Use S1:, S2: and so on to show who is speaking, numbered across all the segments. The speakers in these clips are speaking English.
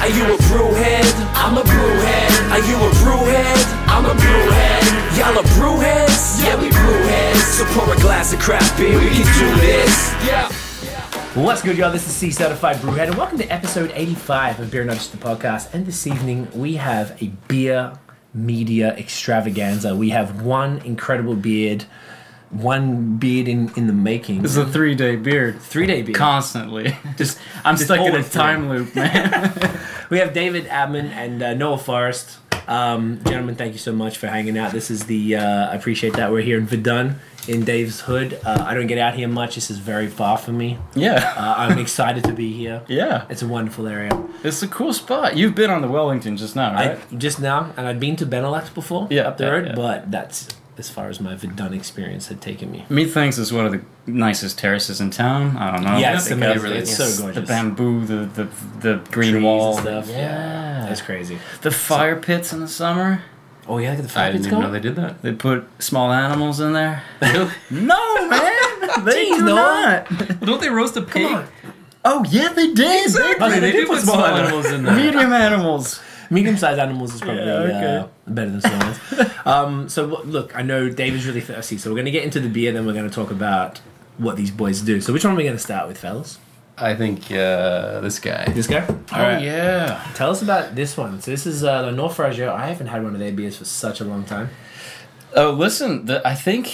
S1: Are you a brewhead? I'm a brewhead. Are you a brewhead? I'm a brewhead. Y'all are brewheads? Yeah, we brewheads. So pour a glass of craft beer. We can do this. Yeah.
S2: What's good, y'all? This is C Certified Brewhead, and welcome to episode 85 of Beer Nuggets, the podcast. And this evening, we have a beer media extravaganza. We have one incredible beard, one beard in, in the making.
S3: It's a three day beard.
S2: three day beard.
S3: Constantly. Just I'm stuck in a
S2: always
S3: time loop, man.
S2: We have David Abman and uh, Noah Forrest. Um, gentlemen, thank you so much for hanging out. This is the, uh, I appreciate that. We're here in Verdun, in Dave's hood. Uh, I don't get out here much. This is very far from me.
S3: yeah.
S2: Uh, I'm excited to be here.
S3: yeah.
S2: It's a wonderful area.
S3: It's a cool spot. You've been on the Wellington just now,
S2: I
S3: right?
S2: just now, and I'd been to Benelux before,
S3: Yeah,
S2: up the
S3: yeah,
S2: road,
S3: yeah.
S2: but that's as far as my Verdun experience had taken me.
S3: Methinks is one of the nicest terraces in town. I don't know.
S2: Yeah, it's
S3: Because
S2: amazing. It's so
S3: The
S2: gorgeous.
S3: bamboo, the the, the green
S2: Trees
S3: wall,
S2: and stuff.
S3: Yeah.
S2: that's crazy.
S3: the fire pits in the summer.
S2: Oh yeah, look at the fire
S4: I
S2: pits
S4: didn't even know
S2: going.
S4: they did that.
S3: They put small animals in there. no, man. They
S2: Jeez,
S3: do
S2: Noah.
S3: not.
S4: Don't they roast a pig?
S2: on.
S3: Oh yeah, they did.
S4: Exactly.
S3: They,
S4: They
S3: did
S4: do
S3: put
S4: put
S3: small
S4: small
S3: animals
S4: animals
S3: in
S4: in
S3: there.
S4: there.
S3: Medium animals.
S2: Medium-sized animals is probably
S3: Yeah, okay.
S2: uh, better than small ones. um, so what- look, I know David's really thirsty, so we're going to get into the beer, then we're going to talk about what these boys do. So which one are we going to start with, fellas?
S4: I think uh, this guy.
S2: This guy. All
S3: Oh yeah.
S2: Tell us about this one. So this is uh, the North Frasier. I haven't had one of their beers for such a long time.
S3: Oh, listen, the, I think,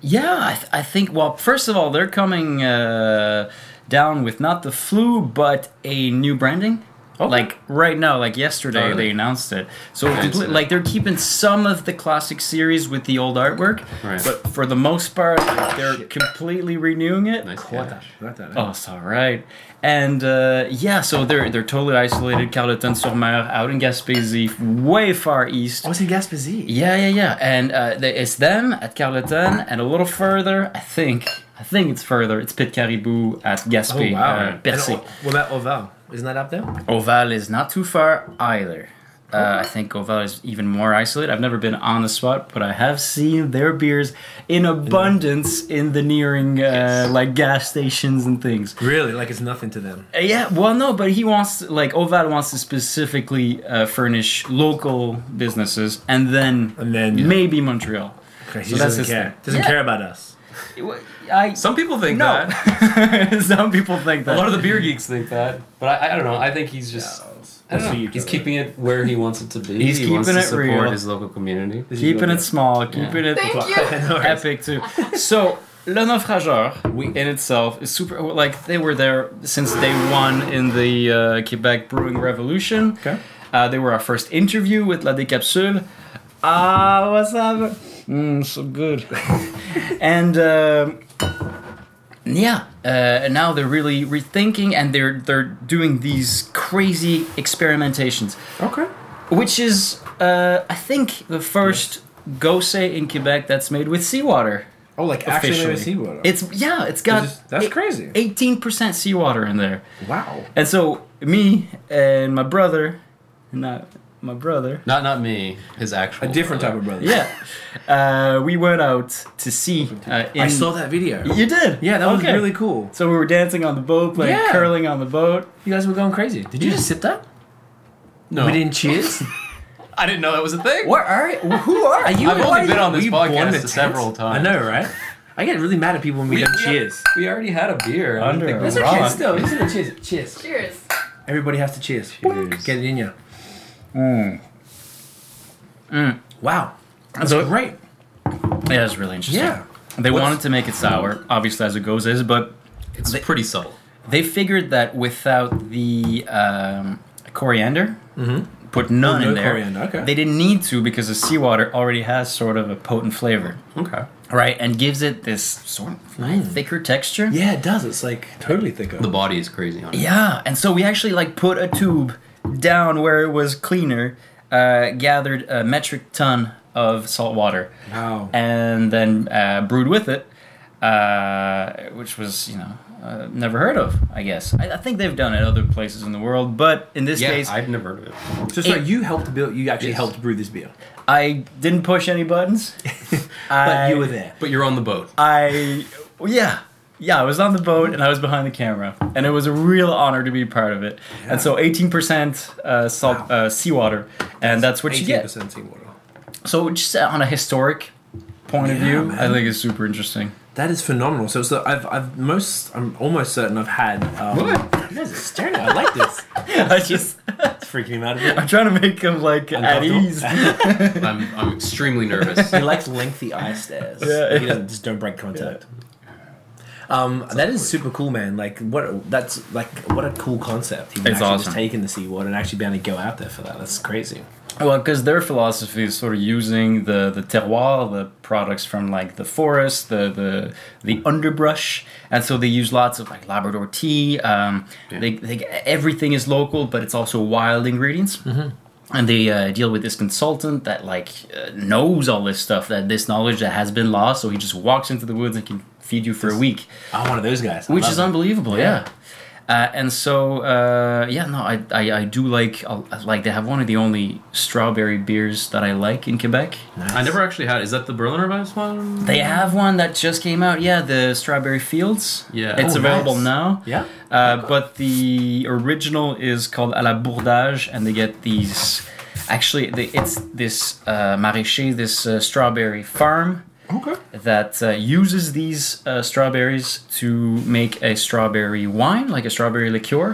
S3: yeah, I, th- I think, well, first of all, they're coming uh, down with not the flu, but a new branding.
S2: Okay.
S3: Like right now, like yesterday,
S4: Oh, really?
S3: they announced it. So
S4: Nice.
S3: complete- like they're keeping some of the classic series with the old artwork,
S4: Right. Ah,
S3: but for the most part, like, they're
S2: Shit.
S3: completely renewing it.
S4: Nice
S2: What
S4: guy.
S2: that?
S3: Oh, it's all right. And uh, yeah, so they're they're totally isolated, Carleton-sur-Mer, out in Gaspésie, way far east.
S2: What's in Gaspésie?
S3: Yeah, yeah, yeah. And uh, the- it's them at Carleton, and a little further, I think. I think it's further. It's Pit Caribou at Gaspé. Uh, Bercy.
S2: Oh, And, what about Oval? Isn't that up there?
S3: Oval is not too far either. Uh, I think Oval is even more isolated. I've never been on the spot, but I have seen their beers in abundance in the nearing uh, like gas stations and things.
S2: Really? Like it's nothing to them.
S3: Uh, Yeah, well, no, but he wants to- like Oval wants to specifically uh, furnish local businesses, and then
S2: And then-
S3: maybe Montreal.
S2: He
S3: So that's
S2: doesn't
S3: his
S2: care.
S3: thing.
S2: Doesn't
S3: Yeah.
S2: care about us.
S3: I
S4: Some people think
S3: No.
S4: that.
S3: Some people think
S4: A
S3: that.
S4: lot of the beer geeks think that. But I, I don't know. I think he's just. I
S2: That's
S4: don't
S2: for you,
S4: know. He's
S2: Joey.
S4: keeping it where he wants it to be.
S3: He's
S4: he wants
S3: keeping
S4: to
S3: it
S4: support
S3: real.
S4: his local community.
S3: keeping it small, keeping it
S2: No worries.
S3: epic too. So Le Naufrageur
S2: Oui.
S3: in itself is super. Like they were there since day one in the uh, Quebec brewing revolution.
S2: Okay.
S3: Uh, they were our first interview with La Décapsule. Ah, what's up? Mm, so good. and um yeah, uh, and now they're really rethinking, and they're they're doing these crazy experimentations.
S2: Okay.
S3: which is uh, I think the first gose in Quebec that's made with seawater.
S2: Oh, like
S3: Officially,
S2: actually seawater.
S3: it's yeah, it's got
S2: Is this- that's crazy.
S3: Eighteen percent seawater in there,
S2: wow.
S3: and so me and my brother, not my brother,
S4: Not not me. His actual.
S2: A different type of brother.
S3: yeah, uh, we went out to sea. Uh, in,
S2: I saw that video.
S3: You did,
S2: Yeah, that
S3: Okay.
S2: was really cool.
S3: So we were dancing on the boat, playing
S2: Yeah.
S3: curling on the boat.
S2: You guys were going crazy. Did you just sip that?
S4: No.
S2: We didn't cheers.
S4: I didn't know that was a thing.
S2: what are? Who are? Are you?
S4: I've
S2: why
S4: only been on
S2: were
S4: this
S2: you born
S4: podcast
S2: with
S4: several
S2: tats?
S4: times.
S2: I know, right? I get really mad at people when we,
S4: We,
S2: don't
S4: we-
S2: cheers.
S4: We already had a beer. I don't
S3: Under
S4: think
S3: a
S4: we-
S2: That's okay,
S3: rock.
S2: still. Isn't it? Cheers. Cheers.
S5: Cheers.
S2: Everybody has to cheers.
S4: Cheers.
S2: Get it in you.
S3: Mm. Mm.
S2: Wow. That's
S3: So-
S2: great.
S3: Yeah, it was really interesting.
S2: Yeah.
S3: They
S2: What's-
S3: wanted to make it sour, obviously as it goes is, but
S4: It's pretty subtle.
S3: They figured that without the um, coriander, put none
S2: Oh, no
S3: in there.
S2: coriander, okay.
S3: They didn't need to because the seawater already has sort of a potent flavor,
S4: Okay.
S3: right? And gives it this sort of thicker texture.
S2: Yeah, it does. It's like totally thicker.
S4: The body is crazy on it.
S3: Yeah, and so we actually like put a tube down where it was cleaner uh, gathered a metric ton of salt water
S2: Wow.
S3: and then uh, brewed with it, uh, which was you know uh, never heard of. I guess I, I think they've done it other places in the world, but in this
S4: Yeah,
S3: case, I,
S4: I've never heard of it.
S2: So, sorry, you helped build. You actually
S4: Yes.
S2: helped brew this beer,
S3: didn't push any buttons.
S2: but
S3: I,
S2: you were there.
S4: But you're on the boat.
S3: I well, yeah. Yeah, I was on the boat and I was behind the camera, and it was a real honor to be part of it. And so, eighteen percent uh, salt uh, seawater, and that's what you
S2: Eighteen
S3: get.
S2: percent seawater.
S3: So, just uh, on a historic point of
S2: Yeah,
S3: view,
S2: man.
S3: I think it's super interesting.
S2: That is phenomenal. So, so I've, I've most, I'm almost certain I've had. Um,
S4: What?
S2: You guys are staring. at- I like this.
S3: I just
S2: It's freaking him out a bit.
S3: I'm trying to make him like at
S2: Uncomfortable.
S3: ease.
S4: I'm, I'm extremely nervous.
S2: He likes lengthy eye stares.
S3: Yeah.
S2: He doesn't just don't break contact. Um, that is super cool, man. Like what? That's like what a cool concept. He
S3: It's
S2: actually
S3: awesome.
S2: just taking the seawater and actually being able to go out there for that. That's crazy.
S3: Well, because their philosophy is sort of using the, the terroir, the products from like the forest, the the, the underbrush, and so they use lots of like Labrador tea. Um, they, they everything is local, but it's also wild ingredients. Mm-hmm. And they uh, deal with this consultant that like uh, knows all this stuff, that this knowledge that has been lost. So he just walks into the woods and can feed you for a week
S2: I'm one of those guys. I
S3: which
S2: love
S3: is
S2: it.
S3: unbelievable. Yeah. Uh, and so uh, yeah, no, I, I, I do like I like they have one of the only strawberry beers that I like in Quebec.
S2: Nice.
S4: I never actually had. Is that the Berliner Weiss one?
S3: They have one that just came out. Yeah, the Strawberry Fields.
S4: Yeah.
S3: it's
S4: Oh,
S3: available
S2: nice.
S3: now.
S2: Yeah.
S3: Uh, but the original is called à la bourdage, and they get these. Actually, they, it's this uh, maraîcher, this uh, strawberry farm
S2: Okay.
S3: that uh, uses these uh, strawberries to make a strawberry wine, like a strawberry liqueur.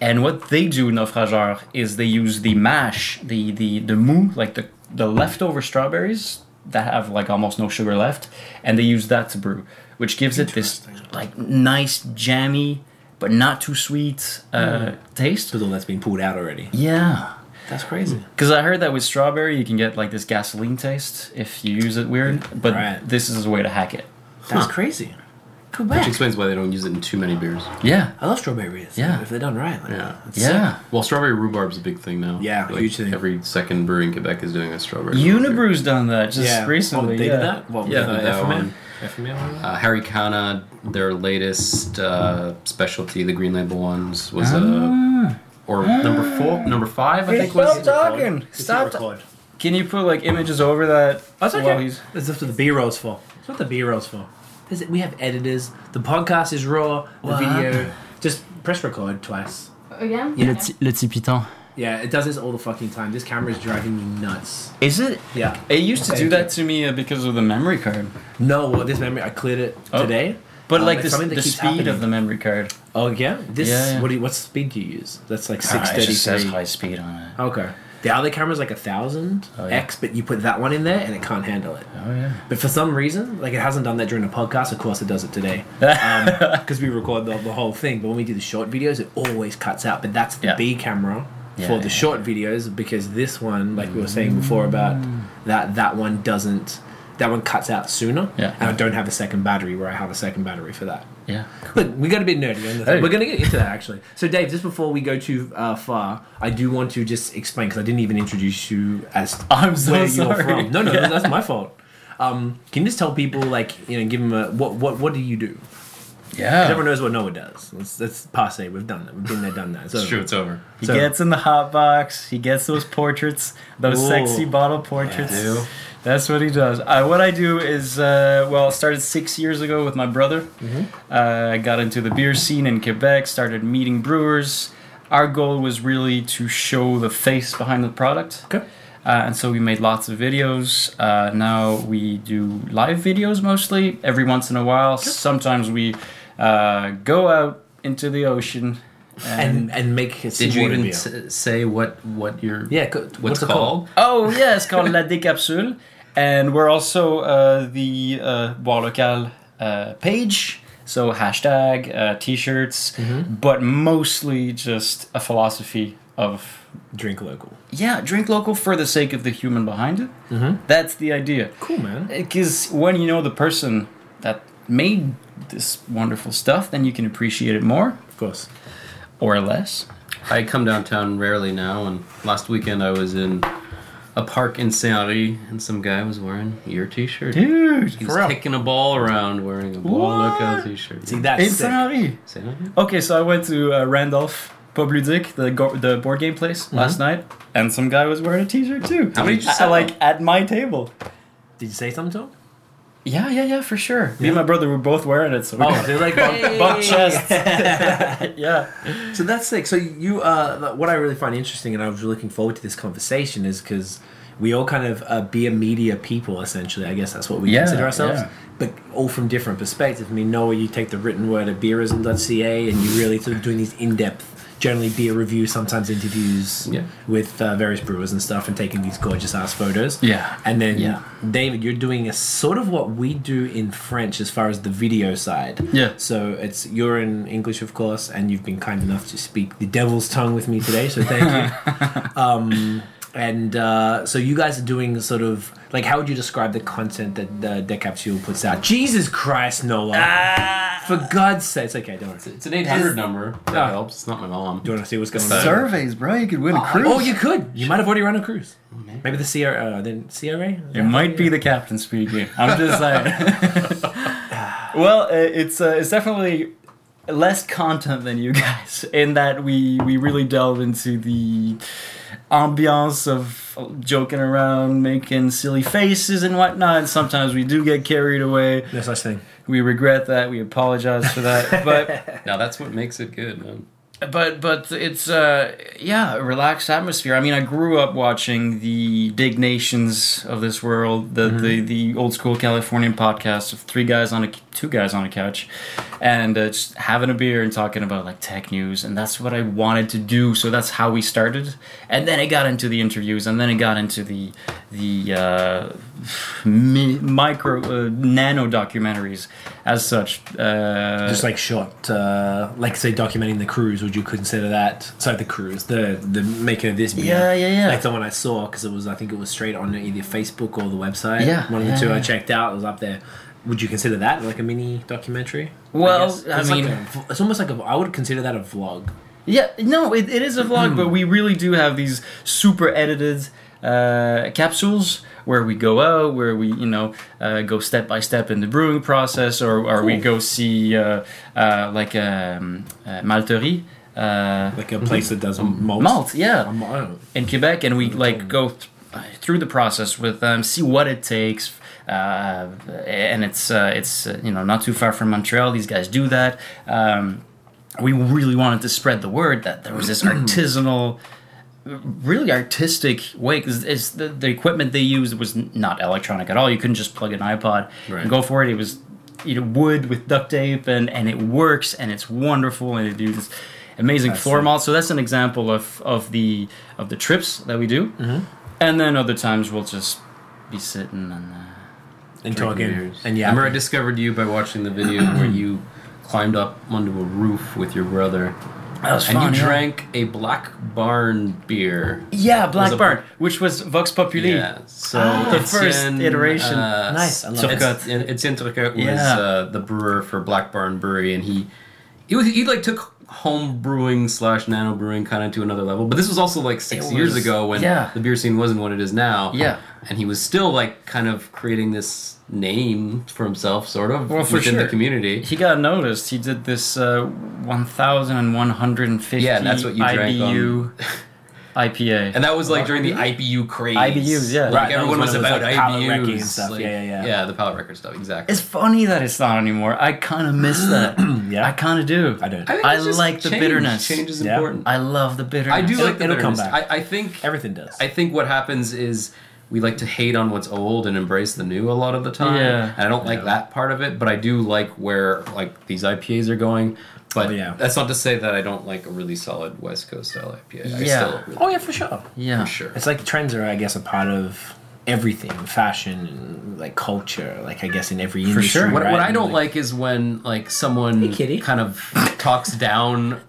S3: And what they do, naufrageur, is they use the mash, the the the mou, like the the leftover strawberries that have like almost no sugar left, and they use that to brew, which gives it this like nice jammy but not too sweet uh, taste.
S2: Because all that's been pulled out already.
S3: Yeah. Hmm.
S2: That's crazy.
S3: Because I heard that with strawberry, you can get like this gasoline taste if you use it weird, but
S2: Right.
S3: this is a way to hack it.
S2: That's crazy.
S4: Which
S2: Quebec.
S4: explains why they don't use it in too many beers.
S3: Yeah.
S2: I love strawberry beers.
S3: Yeah.
S2: If they're done right. Like,
S4: Yeah.
S2: it's
S3: Yeah.
S2: sick.
S4: Well, strawberry rhubarb's a big thing now.
S2: Yeah,
S4: like,
S2: huge thing.
S4: Every second brewery in Quebec is doing a strawberry. rhubarb beer.
S3: Unibrew's done that just
S2: Yeah.
S3: recently.
S2: Oh, they
S3: yeah.
S2: did that? What,
S4: Yeah,
S2: with, uh,
S4: that
S2: FML?
S4: one.
S2: FML?
S4: Uh, Harry Kana, their latest uh, specialty, the Green Label ones, was
S2: Ah.
S4: a or number four, number five, I think was.
S3: talking. Can you put like images over that?
S2: That's
S3: while
S2: okay.
S3: he's-
S2: That's what the B rolls for. That's what the B rolls for. There's- we have editors. The podcast is raw. The
S3: What?
S2: video. Just press record twice.
S5: Again?
S2: Yeah, it does this all the fucking time. This camera is driving me nuts.
S3: Is it?
S2: Yeah.
S3: It used to
S2: Thank
S3: do
S2: you.
S3: that to me uh, because of the memory card.
S2: No, well, this memory I cleared it
S3: Oh.
S2: today.
S3: But
S2: Um,
S3: like
S2: it's
S3: this,
S2: something that
S3: the
S2: keeps
S3: speed
S2: happening.
S3: of the memory card.
S2: Oh yeah. This.
S3: Yeah, yeah.
S2: What do you, what speed do you use? That's like
S3: Ah,
S2: six
S3: it just says
S2: thirty-three.
S3: high speed on it.
S2: Okay. The other camera's like a thousand
S3: Oh, yeah.
S2: X, but you put that one in there and it can't handle it.
S3: Oh yeah.
S2: But for some reason, like it hasn't done that during the podcast. Of course, it does it today because we record the, the whole thing. But when we do the short videos, it always cuts out. But that's the
S3: Yeah.
S2: B camera
S3: Yeah,
S2: for the
S3: yeah,
S2: short videos because this one, like we were saying before about that, that one doesn't. That one cuts out sooner,
S3: Yeah.
S2: and I don't have a second battery where I have a second battery for that.
S3: yeah.
S2: Look, we got to be nerdy on the thing.
S3: Hey.
S2: We're going to get into that actually. So, Dave, just before we go too uh, far, I do want to just explain because I didn't even introduce you as
S3: I'm so sorry.
S2: No, no, that's my fault. Um, can you just tell people, like, you know, give them a what, what, what do you do? 'Cause
S3: Yeah.
S2: Everyone knows what Noah does. That's, that's passe. We've done that. We've been there, done that. So,
S4: It's true. It's over.
S3: He
S2: So-
S3: gets in the hot box. He gets those portraits, those
S2: Ooh.
S3: sexy bottle portraits.
S4: do.
S3: That's what he does. Uh, what I do is, uh, well, started six years ago with my brother.
S2: Mm-hmm.
S3: Uh, I got into the beer scene in Quebec, started meeting brewers. Our goal was really to show the face behind the product.
S2: Okay.
S3: Uh, and so we made lots of videos. Uh, now we do live videos mostly every once in a while. Sometimes we uh, go out into the ocean.
S2: And, and make it
S4: Did you even
S2: beer.
S4: s- say what what your
S2: yeah, co-
S4: what's,
S2: it
S4: called?
S3: Oh yeah, it's called La Décapsule, and we're also uh, the uh, Bois Local uh, page. So hashtag uh, t-shirts, but mostly just a philosophy of
S2: Drink local.
S3: yeah, drink local for the sake of the human behind it. That's the idea.
S2: Cool, man.
S3: Because when you know the person that made this wonderful stuff, then you can appreciate it more
S2: Of course.
S3: or less.
S4: I come downtown rarely now, and last weekend I was in a park in Saint Henri, and some guy was wearing your T-shirt.
S3: Dude,
S4: he
S3: for
S4: was
S3: real.
S4: kicking a ball around wearing a ball
S3: What?
S4: lookout T-shirt.
S2: See, that's
S3: It's uh,
S2: sick.
S3: Ferrari.
S4: Saint Henri?
S3: Okay, so I went to uh, Randolph Pobludic, the go- the board game place, last night, and some guy was wearing a T-shirt too.
S4: How many did you
S3: I- I
S4: sell?
S3: like at my table.
S2: Did you say something to him?
S3: Yeah, yeah, yeah, for sure. Me and my brother were both wearing it, so we
S2: Oh, they're like bump,
S3: bumped chests. yeah.
S2: So that's sick. So you, uh, what I really find interesting, and I was looking forward to this conversation, is because we all kind of uh, beer media people, essentially. I guess that's what we
S3: Yeah,
S2: consider ourselves,
S3: yeah.
S2: but all from different perspectives. I mean, Noah, you take the written word at beerism.ca, and you really sort of doing these in-depth, generally beer reviews, sometimes interviews
S4: Yeah.
S2: with uh, various brewers and stuff, and taking these gorgeous ass photos.
S3: Yeah.
S2: And then,
S3: Yeah.
S2: David, you're doing a sort of what we do in French as far as the video side.
S3: Yeah.
S2: So it's you're in English, of course, and you've been kind enough to speak the devil's tongue with me today. So thank you. um, and uh, so you guys are doing sort of like how would you describe the content that the Decapsule puts out? Jesus Christ, Noah!
S3: Ah.
S2: For God's sake, it's okay. Don't worry. Do
S4: It's an 800 number. That
S2: Ah.
S4: helps. It's not my mom.
S2: you want to see what's going on?
S4: Sorry.
S5: Surveys, bro. You could win a cruise.
S2: Oh, you could. You might have already run a cruise. Maybe the CRA. Uh, then CRA.
S3: Oh, It might be the captain speaking. I'm just like, well, uh, it's uh, it's definitely less content than you guys in that we we really delve into the ambiance of joking around, making silly faces and whatnot. Sometimes we do get carried away.
S2: No such thing.
S3: We regret that. We apologize for that. But
S4: Now that's what makes it good. Man.
S3: but but it's uh yeah a relaxed atmosphere i mean i grew up watching the dig nations of this world the
S2: Mm-hmm.
S3: the, the old school californian podcast of three guys on a two guys on a couch and uh, just having a beer and talking about like tech news and that's what i wanted to do so that's how we started and then it got into the interviews and then it got into the the uh mi- micro uh, nano documentaries as such uh
S2: just like shot uh, like say documenting the cruise would you consider that sorry the cruise the the making of this beer
S3: Yeah, yeah, yeah.
S2: like the one i saw because it was i think it was straight on either facebook or the website
S3: Yeah,
S2: one of the
S3: yeah,
S2: two i
S3: yeah.
S2: checked out it was up there would you consider that like a mini documentary
S3: Well,
S2: guess?
S3: I
S2: It's like
S3: mean-
S2: a v- it's almost like a, i would consider that a vlog
S3: Yeah, no, it, it is a vlog, but we really do have these super edited uh, capsules where we go out, where we you know uh, go step by step in the brewing process, or, or we go see uh, uh, like um, uh, malterie. Uh,
S2: like a place that does malt
S3: Malt, yeah
S2: A malt.
S3: in Quebec, and we like go th- through the process with them, see what it takes. Uh, and it's uh, it's uh, you know not too far from Montreal. These guys do that. Um, we really wanted to spread the word that there was this artisanal, really artistic way because it's the, the equipment they used was n- not electronic at all. You couldn't just plug an iPod
S4: Right.
S3: and go for it. It was you know wood with duct tape and and it works and it's wonderful and it do this amazing floor
S2: it.
S3: mall. So that's an example of of the of the trips that we do, and then other times we'll just be sitting and. Uh,
S2: and
S4: Drinking
S2: talking
S4: beers.
S2: and
S4: I remember I
S2: yeah
S4: discovered you by watching the video where you climbed up onto a roof with your brother.
S3: that was
S4: And
S3: fun,
S4: you
S3: yeah.
S4: drank a Black Barn beer.
S3: Yeah,
S4: a-
S3: Blackburn, which was Vox Populi.
S4: Yeah, so
S3: the
S4: it's
S3: first
S4: in,
S3: iteration.
S4: Uh,
S2: Nice, I love
S4: it's,
S3: it.
S4: in- It's in Turcotte was
S3: Yeah.
S4: uh, the brewer for Black Barn Brewery, and he he was he like took home brewing slash nano brewing kind of to another level. But this was also like six
S3: It
S4: years
S3: was-
S4: ago when
S3: yeah.
S4: the beer scene wasn't what it is now.
S3: Yeah.
S4: and he was still like kind of creating this name for himself, sort of
S3: Well, for
S4: within the
S3: sure.
S4: community.
S3: He got noticed. He did this uh, 1,150
S4: Yeah, and that's what you drank
S3: IBU IPA.
S4: And that was like during the IBU craze.
S3: IBUs, yeah.
S4: Like
S3: Right,
S2: that
S4: everyone
S2: was when it was,
S4: was, about
S2: like, palate
S4: IBUs
S2: wrecking and stuff.
S4: like-
S2: Yeah, yeah, yeah.
S4: the palette record stuff, exactly.
S3: it's funny that it's not anymore. I kind of miss that.
S2: Yeah.
S3: I kind of do.
S2: i don't
S4: I, think
S3: I
S4: it's just
S3: like the
S4: change.
S3: bitterness.
S4: Change is
S2: Yeah.
S4: important.
S3: I love the bitterness.
S4: I do
S2: It'll-
S4: like the
S2: it'll come
S4: bitterness.
S2: back.
S4: I, I think
S2: everything does
S4: I think what happens is we like to hate on what's old and embrace the new a lot of the time.
S3: Yeah.
S4: And I don't like that part of it, but I do like where like these IPAs are going. But
S2: Oh, yeah.
S4: that's not to say that I don't like a really solid West Coast style IPA. I
S3: Yeah.
S4: still really
S2: oh yeah for sure
S3: Yeah.
S4: for sure.
S2: It's like trends are, I guess, a part of everything, fashion, and, like culture. Like I guess in every industry.
S3: sure.
S4: What,
S2: right?
S4: what I
S2: And,
S4: don't like is when like someone
S2: kitty.
S4: kind of talks down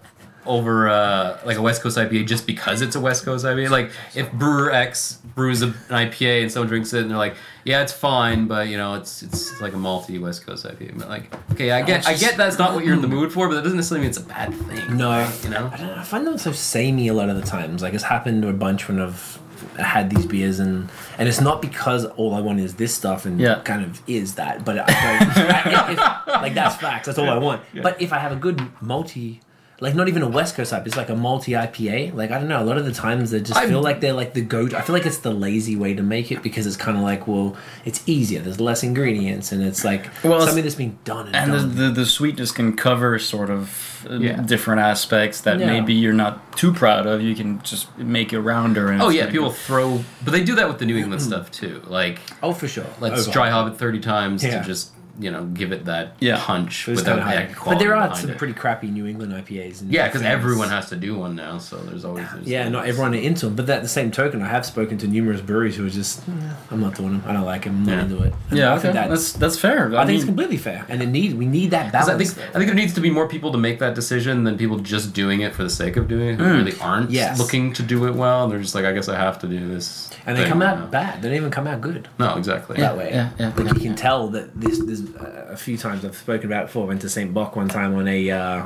S4: over uh, like a West Coast IPA just because it's a West Coast IPA. Like if brewer X brews a, an IPA and someone drinks it and they're like, yeah, it's fine, but you know, it's it's like a malty West Coast IPA. But like, okay, I get I get that's not what you're in the mood for, but that doesn't necessarily mean it's a bad thing.
S2: No.
S4: you know.
S2: I don't know. I find them so samey a lot of the times. Like it's happened a bunch when I've had these beers and and it's not because all I want is this stuff and
S3: Yeah.
S2: kind of is that. But I, I, if, like that's facts. That's all I want. But if I have a good multi. Like not even a West Coast IPA, it's like a multi IPA. Like I don't know, a lot of the times they just
S4: I'm-
S2: feel like they're like the go. I feel like it's the lazy way to make it because it's kind of like well, it's easier. There's less ingredients and it's like
S3: Well, it's-
S2: something that's been done and,
S3: and
S2: done.
S3: the, the, the sweetness can cover sort of uh,
S4: Yeah.
S3: different aspects that
S2: Yeah.
S3: maybe you're not too proud of. You can just make it rounder. And
S4: Oh
S3: it's
S4: yeah,
S3: gonna
S4: people
S3: go-
S4: throw, but they do that with the New England stuff too. Like
S2: oh, for sure.
S4: let's
S2: Overhaul.
S4: dry hop it thirty times
S2: Yeah.
S4: to just you know give it that
S3: Yeah.
S4: punch
S2: It was
S4: without
S2: kinda
S4: the
S2: high. But
S4: quality
S2: there are
S4: behind
S2: some
S4: it.
S2: pretty crappy New England IPAs. And
S4: Yeah, because
S2: things.
S4: everyone has to do one now, so there's always. There's
S2: Yeah, not everyone are into them. But at the same token, I have spoken to numerous breweries who are just, "Mm, I'm not doing them. I don't like them. I'm not
S4: Yeah.
S2: into it. And
S3: Yeah,
S2: I
S3: okay.
S2: think that's.
S3: that's that's fair.
S2: I think it's completely fair, and it need we need that
S4: 'Cause I
S2: balance.
S4: think I think there needs to be more people to make that decision than people just doing it for the sake of doing it who really aren't
S2: Mm. Yes.
S4: looking to do it well. They're just like, I guess I have to do this.
S2: and they
S4: thing
S2: come
S4: now.
S2: out bad. They don't even come out good.
S4: No, exactly.
S2: that way.
S3: yeah, yeah,
S2: But
S3: yeah,
S2: you can tell that this, this uh, a few times I've spoken about it before. I went to St. Bock one time on a uh,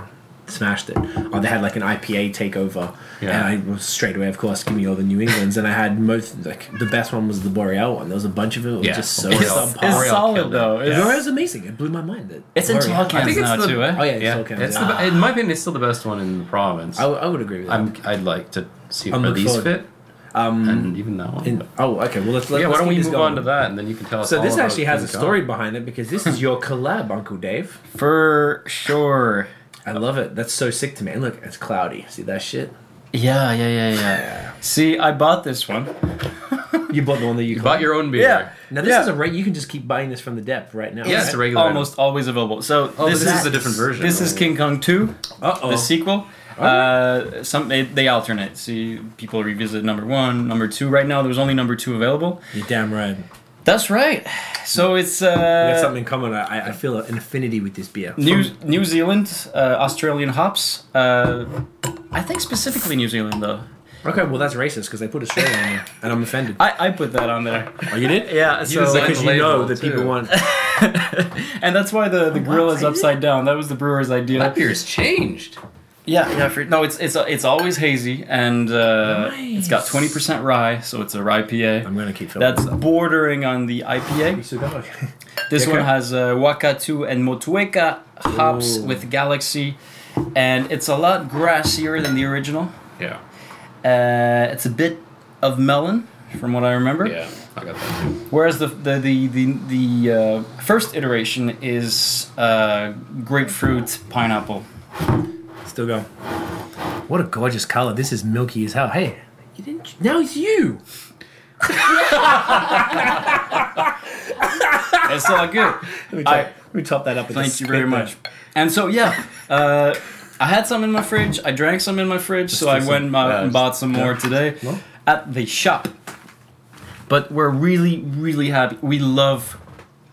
S2: smashed it. Oh, they had like an IPA takeover,
S4: Yeah.
S2: and I was straight away, of course, give me all the New Englands, and I had most like the best one was the Boreal one. There was a bunch of it, it was
S4: Yeah.
S2: just so
S4: It's-
S2: subpar.
S4: it's-
S3: it's
S4: L'Oreal
S3: solid
S4: killed it.
S3: though.
S2: It
S3: It's,
S2: was amazing. It blew my mind. that
S3: it's in
S2: L'Oreal-
S3: tall
S4: I
S3: cans
S4: think it's
S3: now
S4: the-
S3: too, eh?
S2: Oh yeah, it's
S4: Yeah,
S2: all cans.
S4: it's the,
S2: Ah.
S4: be- in my opinion, it's still the best one in the province.
S2: I, w- I would agree with that.
S4: I'm, I'd like to see
S2: I'm
S4: where
S2: looking
S4: these
S2: forward-
S4: fit. Um, and even that one.
S2: And-
S4: but-
S2: oh, okay. Well, let's, let's
S4: yeah, why
S2: let's keep
S4: don't we
S2: this
S4: move
S2: going.
S4: on to that and then you can tell us
S2: So
S4: all
S2: this
S4: about
S2: actually has a
S4: King Kong.
S2: story behind it because this is your collab, Uncle Dave.
S3: for sure.
S2: I love it. That's so sick to me. And look, it's cloudy. See that shit?
S3: Yeah, yeah, yeah, yeah. See, I bought this one.
S2: You bought the one that you,
S4: You bought your own beer.
S3: Yeah.
S2: Now this
S3: Yeah.
S2: is a right. You can just keep buying this from the depth right now.
S4: Yeah, it's a
S2: right?
S4: regular.
S3: Almost always available. So
S4: Oh, this,
S3: this
S4: is a different version.
S3: This is King Kong 2,
S2: Uh
S3: the
S2: oh.
S3: sequel. Uh, some they, they alternate. See, people revisit number one, number two. Right now, there's only number two available.
S2: You're damn right. We
S3: That's right. So it's
S2: have
S3: uh,
S2: something in common. I, I feel an affinity with this beer.
S3: New New Zealand, uh, Australian hops. Uh, I think specifically New Zealand though.
S2: Okay, well that's racist because they put Australia on there, and I'm offended.
S3: I, I put that on there.
S2: oh, you did?
S3: Yeah, so
S4: designed
S2: Because you
S4: Label,
S2: know that
S4: too.
S2: people want.
S3: and that's why the
S4: Oh,
S3: the grill is upside down. That was the brewer's idea.
S4: That beer's changed.
S3: Yeah, yeah. For, no, it's it's it's always hazy, and uh, it's got twenty percent rye, so it's a rye PA.
S2: I'm gonna keep filming.
S3: That's bordering on the IPA.
S2: okay.
S3: This
S2: Yeah,
S3: one
S2: okay.
S3: has uh, Wakatu and Motueka hops
S2: Ooh.
S3: with Galaxy, and it's a lot grassier than the original.
S4: Yeah.
S3: Uh, it's a bit of melon, from what I remember.
S4: Yeah. I got that too.
S3: Whereas the the the the, the uh, first iteration is uh, grapefruit pineapple.
S2: Still going. What a gorgeous color. This is milky as hell. Hey, you didn't. Now it's you.
S3: It's all good.
S2: Let me,
S3: I-
S2: let me top that up. with a
S3: Thank you very
S2: spit there.
S3: much. And so yeah, uh, I had some in my fridge. I drank some in my fridge, so I
S2: do
S3: went
S2: some-
S3: out
S2: uh,
S3: and bought some more today
S2: Well.
S3: at the shop. But we're really, really happy. We love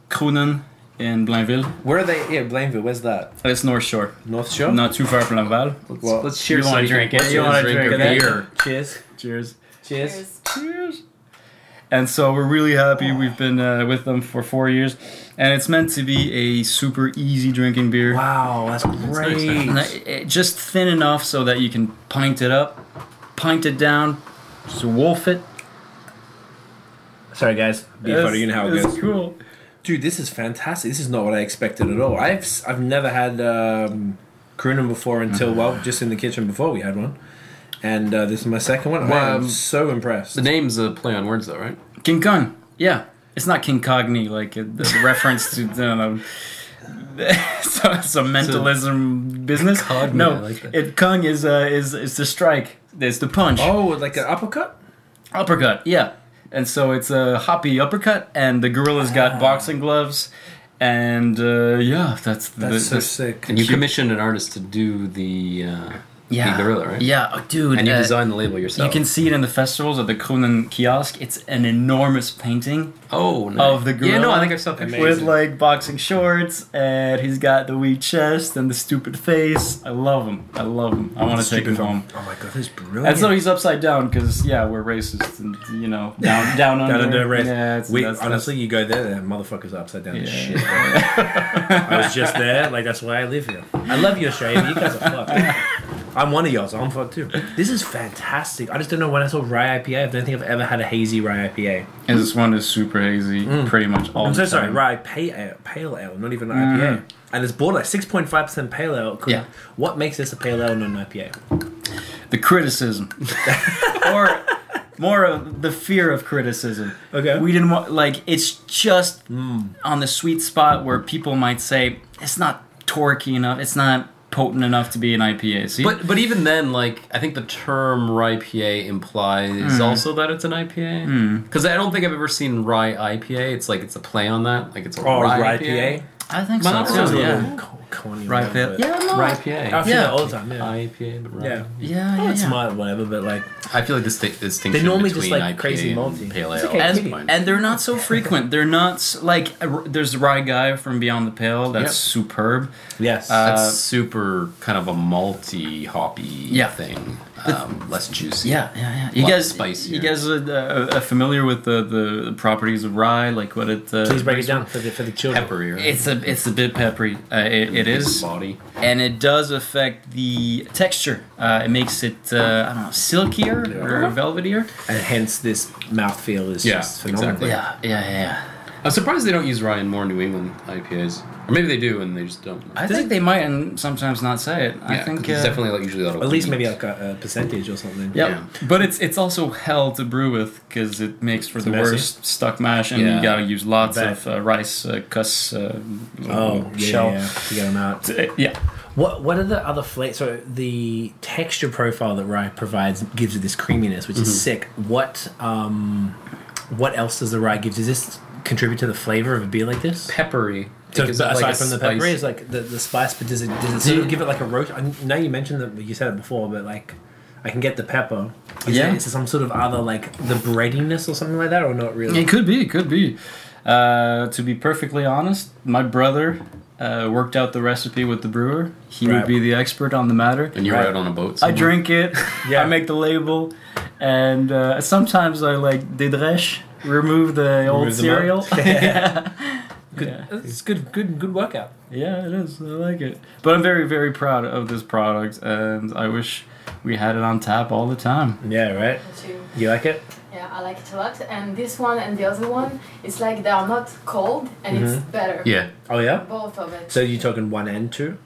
S3: Kronen in Blainville.
S2: Where are they? Yeah, Blainville. Where's that?
S3: It's North Shore,
S2: North Shore.
S3: not too far from Laval.
S4: Let's,
S2: Well,
S4: let's cheers.
S3: you wanna
S4: something.
S3: drink it?
S4: Let's
S3: You wanna
S4: drink,
S3: drink
S4: a
S3: it?
S4: beer.
S2: Cheers.
S3: Cheers.
S2: Cheers.
S3: Cheers. And so we're really happy. We've been uh, with them for four years, and it's meant to be a super easy drinking beer.
S2: Wow, that's great.
S3: And I- it- just thin enough so that you can pint it up, pint it down, just wolf it.
S2: Sorry, guys. Be funny, you know how it
S3: It's-
S2: goes.
S3: it's cool.
S2: Dude, this is fantastic. This is not what I expected at all. I've s- I've never had um, Corunum before until well, just in the kitchen before we had one, and uh, this is my second one.
S4: Well,
S2: I'm
S4: um,
S2: so impressed.
S4: The name's a play on words, though, right?
S3: King Kong. Yeah, it's not King Cogni like a, the reference to um, some, some mentalism business.
S4: Cogni,
S3: no,
S4: I like that.
S3: it Kong is uh, is is the strike. It's the punch.
S2: Oh, like an uppercut.
S3: Uppercut, yeah. And so it's a hoppy uppercut, and the gorilla's got
S4: Ah.
S3: boxing gloves, and uh, yeah, that's the,
S2: That's so
S3: the-
S2: sick.
S4: And you commissioned an artist to do the uh,
S3: Yeah.
S4: Big Gorilla, right?
S3: Yeah, oh, dude.
S4: And you
S3: uh,
S4: designed the label yourself.
S3: You can see it in the festivals at the Kronen kiosk. It's an enormous painting
S4: oh, nice.
S3: of the gorilla.
S4: Yeah, no, I think I saw pictures.
S3: with like boxing shorts, and he's got the wee chest and the stupid face. I love him. I love him. I want to take him home.
S2: Oh my god, that's brilliant.
S3: And so he's upside down because yeah, we're racist and you know down down under.
S2: Down under race.
S3: Yeah, it's,
S2: we,
S3: that's- that's-
S2: honestly, you go there, that motherfucker's are upside down. as
S3: Yeah.
S2: Shit. bro. I was just there, like that's why I live here. I love you, Australia. but You guys are fucked. I'm one of y'all, so I'm fucked too. This is fantastic. I just don't know when I saw rye IPA. I don't think I've ever had a hazy rye IPA.
S3: And this one is super hazy, pretty much all.
S2: Mm. I'm
S3: the
S2: so
S3: time.
S2: sorry, rye pale ale, pale ale, not even IPA. And it's border six point five percent pale ale. Could-
S3: Yeah.
S2: What makes this a pale ale, not an IPA?
S3: The criticism, or more of the fear of criticism.
S2: Okay. Hmm.
S3: we didn't want like it's just on the sweet spot where people might say it's not torquey enough, it's not potent enough to be an IPA. See,
S4: But but even then, like I think the term rye IPA implies also that it's an
S3: Mm.
S4: IPA.
S3: Hmm.
S4: Because I don't think I've ever seen rye IPA. It's like it's a play on that. Like it's a
S2: Oh,
S4: rye,
S2: rye
S4: IPA.
S3: I think
S4: Well,
S3: so.
S4: that
S3: too,
S4: sounds a
S3: yeah.
S4: little-
S2: Co- corny
S4: Rye
S2: word,
S4: IPA.
S2: but-
S3: Yeah, no.
S4: Rye
S2: I
S4: IPA.
S2: feel
S3: Yeah.
S2: that all the time. Yeah.
S4: IPA, but rye.
S2: Yeah.
S3: yeah, yeah,
S2: Oh, it's
S3: yeah.
S2: smart, whatever. But like,
S4: I feel like this sti- distinction
S2: They normally
S4: between
S2: just, like,
S4: IPA
S2: crazy
S4: and
S2: malty.
S4: pale
S2: It's
S4: ale.
S2: okay,
S4: is
S2: it's
S4: fine.
S3: and they're not so frequent. They're not s- like uh, there's Rye Guy from Beyond the Pale. That's
S4: Yep.
S3: superb.
S2: yes.
S4: That's
S3: uh,
S4: super kind of a malty, hoppy
S3: Yeah.
S4: thing. Um, less juicy.
S3: Yeah, yeah, yeah. You
S4: Lot
S3: guys,
S4: spicier.
S3: you guys are, uh, are familiar with the, the properties of rye, like what it. Uh,
S2: Please break it down for the for the children.
S4: Pepperier.
S3: It's a it's a bit peppery. Uh, it, it is,
S4: Body.
S3: and it does affect the texture. Uh, it makes it uh, I don't know silkier or velvetier.
S2: and hence this mouthfeel is
S4: Yeah,
S2: just phenomenal.
S4: exactly.
S3: Yeah, yeah, yeah.
S4: I'm surprised they don't use rye in more New England IPAs. Or maybe they do and they just don't.
S3: I think they might and sometimes not say it. I
S4: Yeah, 'cause
S3: think
S4: it's
S3: uh,
S4: definitely like usually a lot of
S2: At least
S4: wheat.
S2: maybe like a, a percentage or something.
S3: Yep.
S4: Yeah.
S3: But it's it's also hell to brew with because it makes for the
S2: messy.
S3: worst stuck mash, and
S4: Yeah.
S3: you gotta use lots
S2: Bet.
S3: of uh, rice uh, cuss uh,
S2: Oh, yeah,
S3: shell.
S2: yeah, yeah, to get them out.
S3: Uh, yeah.
S2: What What are the other flavors? So the texture profile that rye provides gives it this creaminess, which is sick. What um, what else does the rye give? Does this contribute to the flavor of a beer like this?
S4: peppery.
S2: So
S4: It gives it,
S2: aside
S4: like, a
S2: from the
S4: spice-
S2: peppery, is like the, the spice, but does it does it sort of give it like a roach? I know you mentioned that you said it before, but like I can get the pepper. Is
S3: Yeah.
S2: it, is it some sort of other like the breadiness or something like that, or not really?
S3: It could be. It could be. Uh, to be perfectly honest, my brother uh, worked out the recipe with the brewer. He
S2: Right.
S3: would be the expert on the matter.
S4: and you're
S2: Right.
S4: out on a
S3: I
S4: boat. somewhere.
S3: drink it.
S2: Yeah.
S3: I make the label, and uh, sometimes I like dédrèche, remove the old
S2: Remove the
S3: cereal.
S2: milk.
S3: yeah.
S2: It's good, good, good workout.
S3: yeah, it is. I like it. But I'm very, very proud of this product, and I wish we had it on tap all the time.
S2: Yeah, right.
S5: too.
S2: You like it?
S5: Yeah, I like it a lot. And this one and the other one, it's like they are not cold and it's better.
S4: Yeah.
S2: Oh yeah.
S5: Both of it.
S2: So you're talking one and two?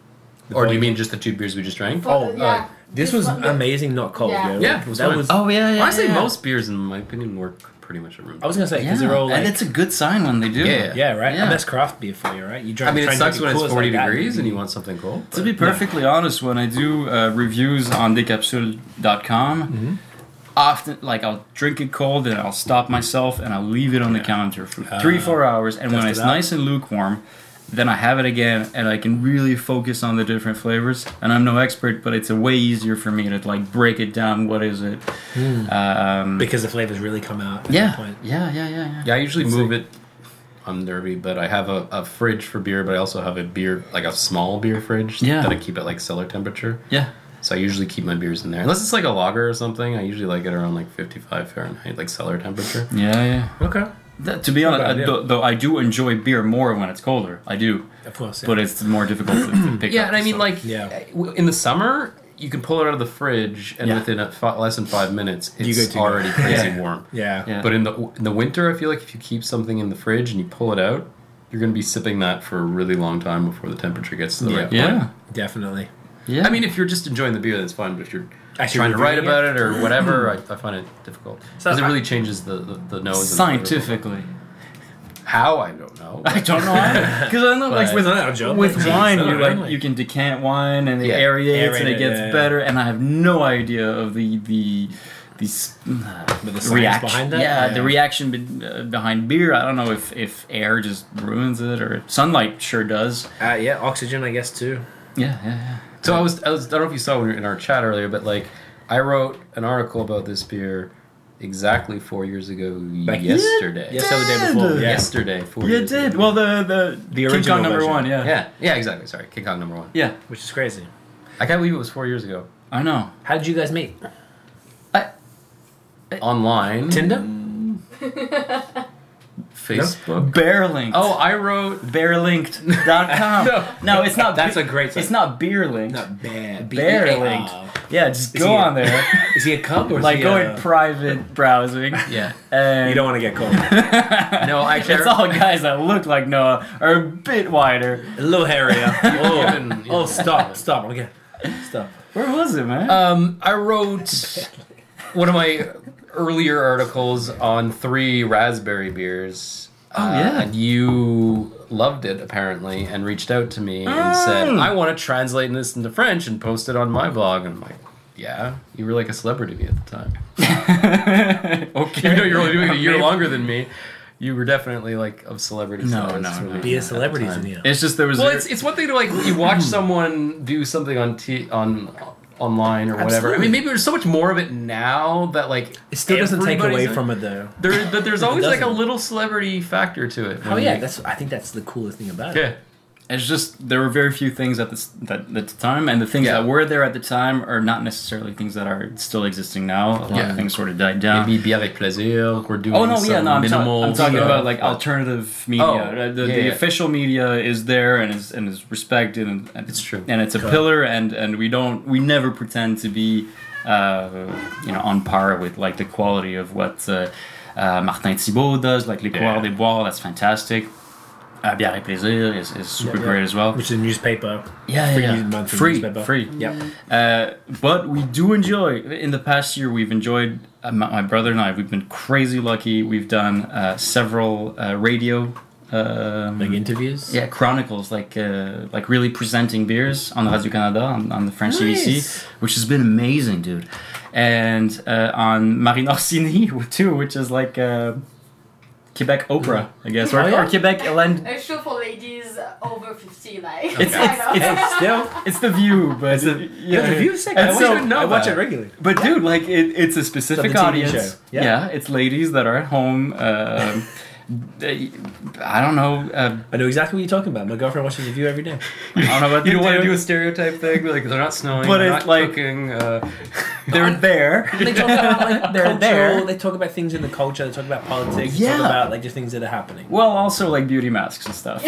S4: Or do you mean just the two beers we just drank?
S5: For-
S2: oh,
S5: yeah.
S2: This was
S5: one-
S2: amazing, not cold.
S5: Yeah.
S2: Yeah,
S4: Yeah,
S2: Like,
S4: it was
S2: that
S4: fine.
S2: was.
S3: Oh yeah, yeah.
S4: Honestly,
S3: yeah, yeah.
S4: most beers, in my opinion, work pretty much at room.
S2: I was gonna say
S3: Yeah.
S2: because they're all like.
S3: and it's a good sign when they do.
S4: Yeah.
S3: it.
S2: yeah, right.
S3: Yeah.
S2: And that's craft beer for you, right? You drink.
S4: I mean,
S2: try
S4: it
S2: and
S4: sucks
S2: drink
S4: when it's
S2: Coors like
S4: 40
S2: that.
S4: degrees and you want something cold.
S3: To
S4: but-
S3: be perfectly honest, when I do uh, reviews on decapsule.com,
S2: Mm-hmm.
S3: often like I'll drink it cold and I'll stop myself and I'll leave it on the counter for three, four hours. And when
S2: Ah. test
S3: it's
S2: it out.
S3: nice and lukewarm, then I have it again and I can really focus on the different flavors. And I'm no expert, but it's a way easier for me to like break it down. What is it? Um,
S2: because the flavors really come out. At that
S3: yeah,
S2: Hmm. point.
S3: yeah, yeah, yeah, yeah.
S4: yeah, I usually move it on Derby, but I have a, a fridge for beer, but I also have a beer, like a small beer fridge
S3: Yeah.
S4: that I keep at like cellar temperature.
S3: Yeah.
S4: So I usually keep my beers in there. Unless it's like a lager or something, I usually like it around like 55 Fahrenheit, like cellar temperature.
S3: Yeah, yeah.
S2: Okay.
S3: That, to be honest,
S2: bad
S3: I,
S2: idea.
S3: though, though I do enjoy beer more when it's colder. I do.
S2: Of course. Yeah.
S3: But it's more difficult to, to pick
S4: Yeah,
S3: up.
S4: and I mean,
S3: so-
S4: like,
S2: Yeah.
S4: uh, w- in the summer, you can pull it out of the fridge, and
S3: Yeah.
S4: within a, fi- less than five minutes,
S2: You go
S4: it's
S2: to-
S4: already crazy
S3: Yeah.
S4: warm.
S2: yeah.
S3: Yeah.
S4: But in the in the winter, I feel like if you keep something in the fridge and you pull it out, you're going to be sipping that for a really long time before the temperature gets to the
S2: Yeah.
S4: right point.
S3: Yeah.
S2: Definitely.
S3: Yeah.
S4: I mean, if you're just enjoying the beer, that's fine. But if you're
S2: Actually
S4: trying to write
S2: reviewing
S4: about it, or whatever, I, I find it difficult
S2: So
S4: because it
S2: I-
S4: really changes the the, the nose. and the flavor.
S3: scientifically.
S4: How I don't know.
S3: I don't know because I know like
S4: But-
S3: with
S2: not our job.
S3: with wine you like
S2: Totally.
S3: you can decant wine and it
S4: Yeah.
S3: aerates
S2: Aerate
S3: and it
S2: it,
S3: gets
S2: yeah, yeah.
S3: better and I have no idea of the the the s-
S2: But the
S3: the
S2: science
S3: reaction
S2: behind that.
S3: Yeah, the reaction be, uh, behind beer. I don't know if if air just ruins it or sunlight sure does.
S2: Uh, yeah, oxygen, I guess too.
S3: Yeah, yeah, yeah.
S4: So I was, I was, I don't know if you saw when we were in our chat earlier, but like, I wrote an article about this beer exactly four years ago yesterday.
S3: Yes, so the day before.
S2: did.
S3: yeah.
S4: Yesterday, four
S3: You
S4: years
S3: did.
S4: ago.
S3: Well, the the
S2: The
S3: King
S2: original
S3: Kong number
S2: version.
S3: one. Yeah.
S4: Yeah, yeah, exactly. Sorry, King Kong number one.
S3: Yeah.
S2: which is crazy.
S4: I can't believe it was four years ago.
S3: I know.
S2: How did you guys meet?
S4: Online,
S2: Tinder?
S4: Facebook.
S3: Bear linked.
S4: Oh, I wrote.
S3: Bearlinked.com.
S4: No.
S3: no, it's not.
S4: That's
S3: be-
S4: a great site.
S3: It's not beer linked.
S2: bad.
S3: Bear linked. Yeah, just go
S2: he-
S3: on there.
S2: Is he a cup or
S3: like
S2: is he
S3: go
S2: a,
S3: in private browsing.
S4: Yeah.
S3: And
S2: You don't want to get caught.
S4: No, I can't.
S3: it's all guys that look like Noah are a bit wider.
S2: a little hairier. Oh,
S4: Even-
S2: oh, stop, stop. Okay, stop.
S3: Where was it, man?
S4: Um, I wrote one of my earlier articles on three raspberry beers. Oh
S3: yeah.
S4: and you loved it apparently, and reached out to me and said, "I want to translate this into French and post it on my blog." And I'm like, "Yeah, you were like a celebrity to me at the time.
S3: okay.
S4: Even though you're only doing it a year longer than me, you were definitely like of celebrity
S3: No,
S4: status
S3: no,
S4: for
S3: no.
S4: me
S2: Be a
S4: at the
S2: celebrity
S4: time.
S2: in here.
S3: It's just there was.
S4: Well,
S3: a-
S4: it's it's one thing to like you watch someone do something on t on online or whatever. I mean, maybe there's so much more of it now that like
S2: It still doesn't take away
S4: everybody's-
S2: from it though.
S4: there, but there's always like a
S2: doesn't.
S4: little celebrity factor to it.
S2: Oh yeah, that's. I think that's the coolest thing about it.
S4: yeah.
S3: It's just there were very few things at this that, at the time, and the things
S4: Yeah.
S3: that were there at the time are not necessarily things that are still existing now. A lot
S4: Yeah.
S3: of things sort of died down.
S4: Maybe be avec plaisir. We're doing
S3: Oh no!
S4: some
S3: Yeah, no. I'm, ta-
S4: minimal.
S3: I'm talking
S4: stuff.
S3: about like alternative media.
S4: Oh,
S3: right? the
S4: yeah,
S3: the
S4: yeah.
S3: official media is there and is and is respected and, and
S4: It's true.
S3: And it's a pillar and and we don't we never pretend to be, uh, you know, on par with like the quality of what uh, uh, Martin Thibault does, like Les Coureurs des Bois. That's fantastic. Uh, Bière et Plaisir is, is super
S2: yeah.
S3: great as well.
S2: Which is a newspaper.
S3: Yeah,
S2: Free Mm.
S3: yeah,
S2: monthly
S3: free,
S2: newspaper.
S3: free.
S2: Yep.
S3: Uh, but we do enjoy. In the past year, we've enjoyed. Uh, my, my brother and I, we've been crazy lucky. We've done uh, several uh, radio. Um,
S2: Like interviews.
S3: yeah, chronicles like uh, like really presenting beers on Radio Canada on, on the French
S2: Nice.
S3: CBC, which has been amazing, dude. And uh, on Marine Orsini too, which is like uh, Quebec Oprah, I guess, or,
S2: Oh, yeah?
S3: or Quebec Hélène.
S5: A show for ladies over 50, like.
S3: It's, it's, it's
S2: Still,
S3: it's the view, but it's the,
S2: yeah, the view section. I,
S3: And
S2: watch
S3: so-
S2: it- I watch it regularly.
S3: But dude, like it, it's a specific
S2: It's on the TV
S3: audience.
S2: show.
S3: Yeah.
S2: Yeah.
S3: it's ladies that are at home. Um, they- I don't know. Uh,
S2: I know exactly what you're talking about. My girlfriend watches the view every day.
S3: I don't know what
S4: You
S3: they're
S4: don't want to do a
S3: doing.
S4: stereotype thing, like they're not snowing,
S3: But
S4: but they're
S3: it's
S4: not
S3: like-
S4: cooking. Uh,
S3: They're there.
S2: They talk about like
S3: They're
S2: cultural.
S3: there.
S2: They talk about things in the culture. They talk about politics. They
S3: Yeah.
S2: Talk about like just things that are happening.
S3: Well, also like beauty masks and stuff.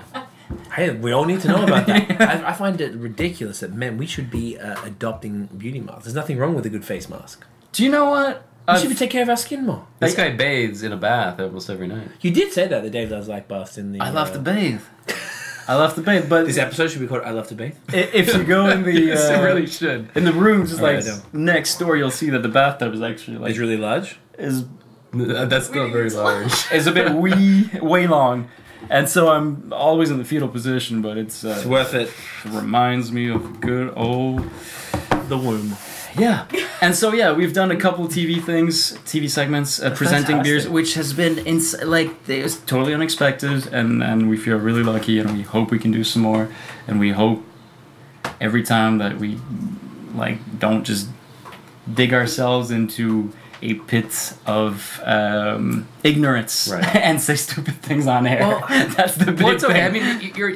S2: Hey, we all need to know about that. I, I find it ridiculous that men we should be uh, adopting beauty masks. There's nothing wrong with a good face mask.
S3: do you know what?
S2: We
S3: I've-
S2: should be taking care of our skin more.
S4: uh, this guy bathes in a bath almost every night.
S2: You did say that the day that I was like baths in the.
S3: I love
S2: uh,
S3: to bathe. I love to bathe, but
S2: This episode should be called "I Love to Bathe."
S3: i- if you go in the
S4: Yes,
S3: uh,
S4: it really should.
S3: in the room, just like
S2: Alright, I don't.
S3: next door, you'll see that the bathtub is actually like
S2: It's really large.
S3: is
S4: That's not very large.
S3: is a bit wee way long, and so I'm always in the fetal position. But it's uh,
S2: It's worth it.
S3: reminds me of good old
S2: The womb.
S3: yeah and so yeah we've done a couple tv things tv segments uh, presenting beers
S2: fantastic.
S3: which has been ins- like it was totally unexpected and and we feel really lucky and we hope we can do some more and we hope every time that we like don't just dig ourselves into a pit of um, ignorance
S4: Right.
S3: and say stupid things on air.
S4: Well,
S3: That's the big
S4: Well, it's okay.
S3: thing.
S4: I mean, y- you're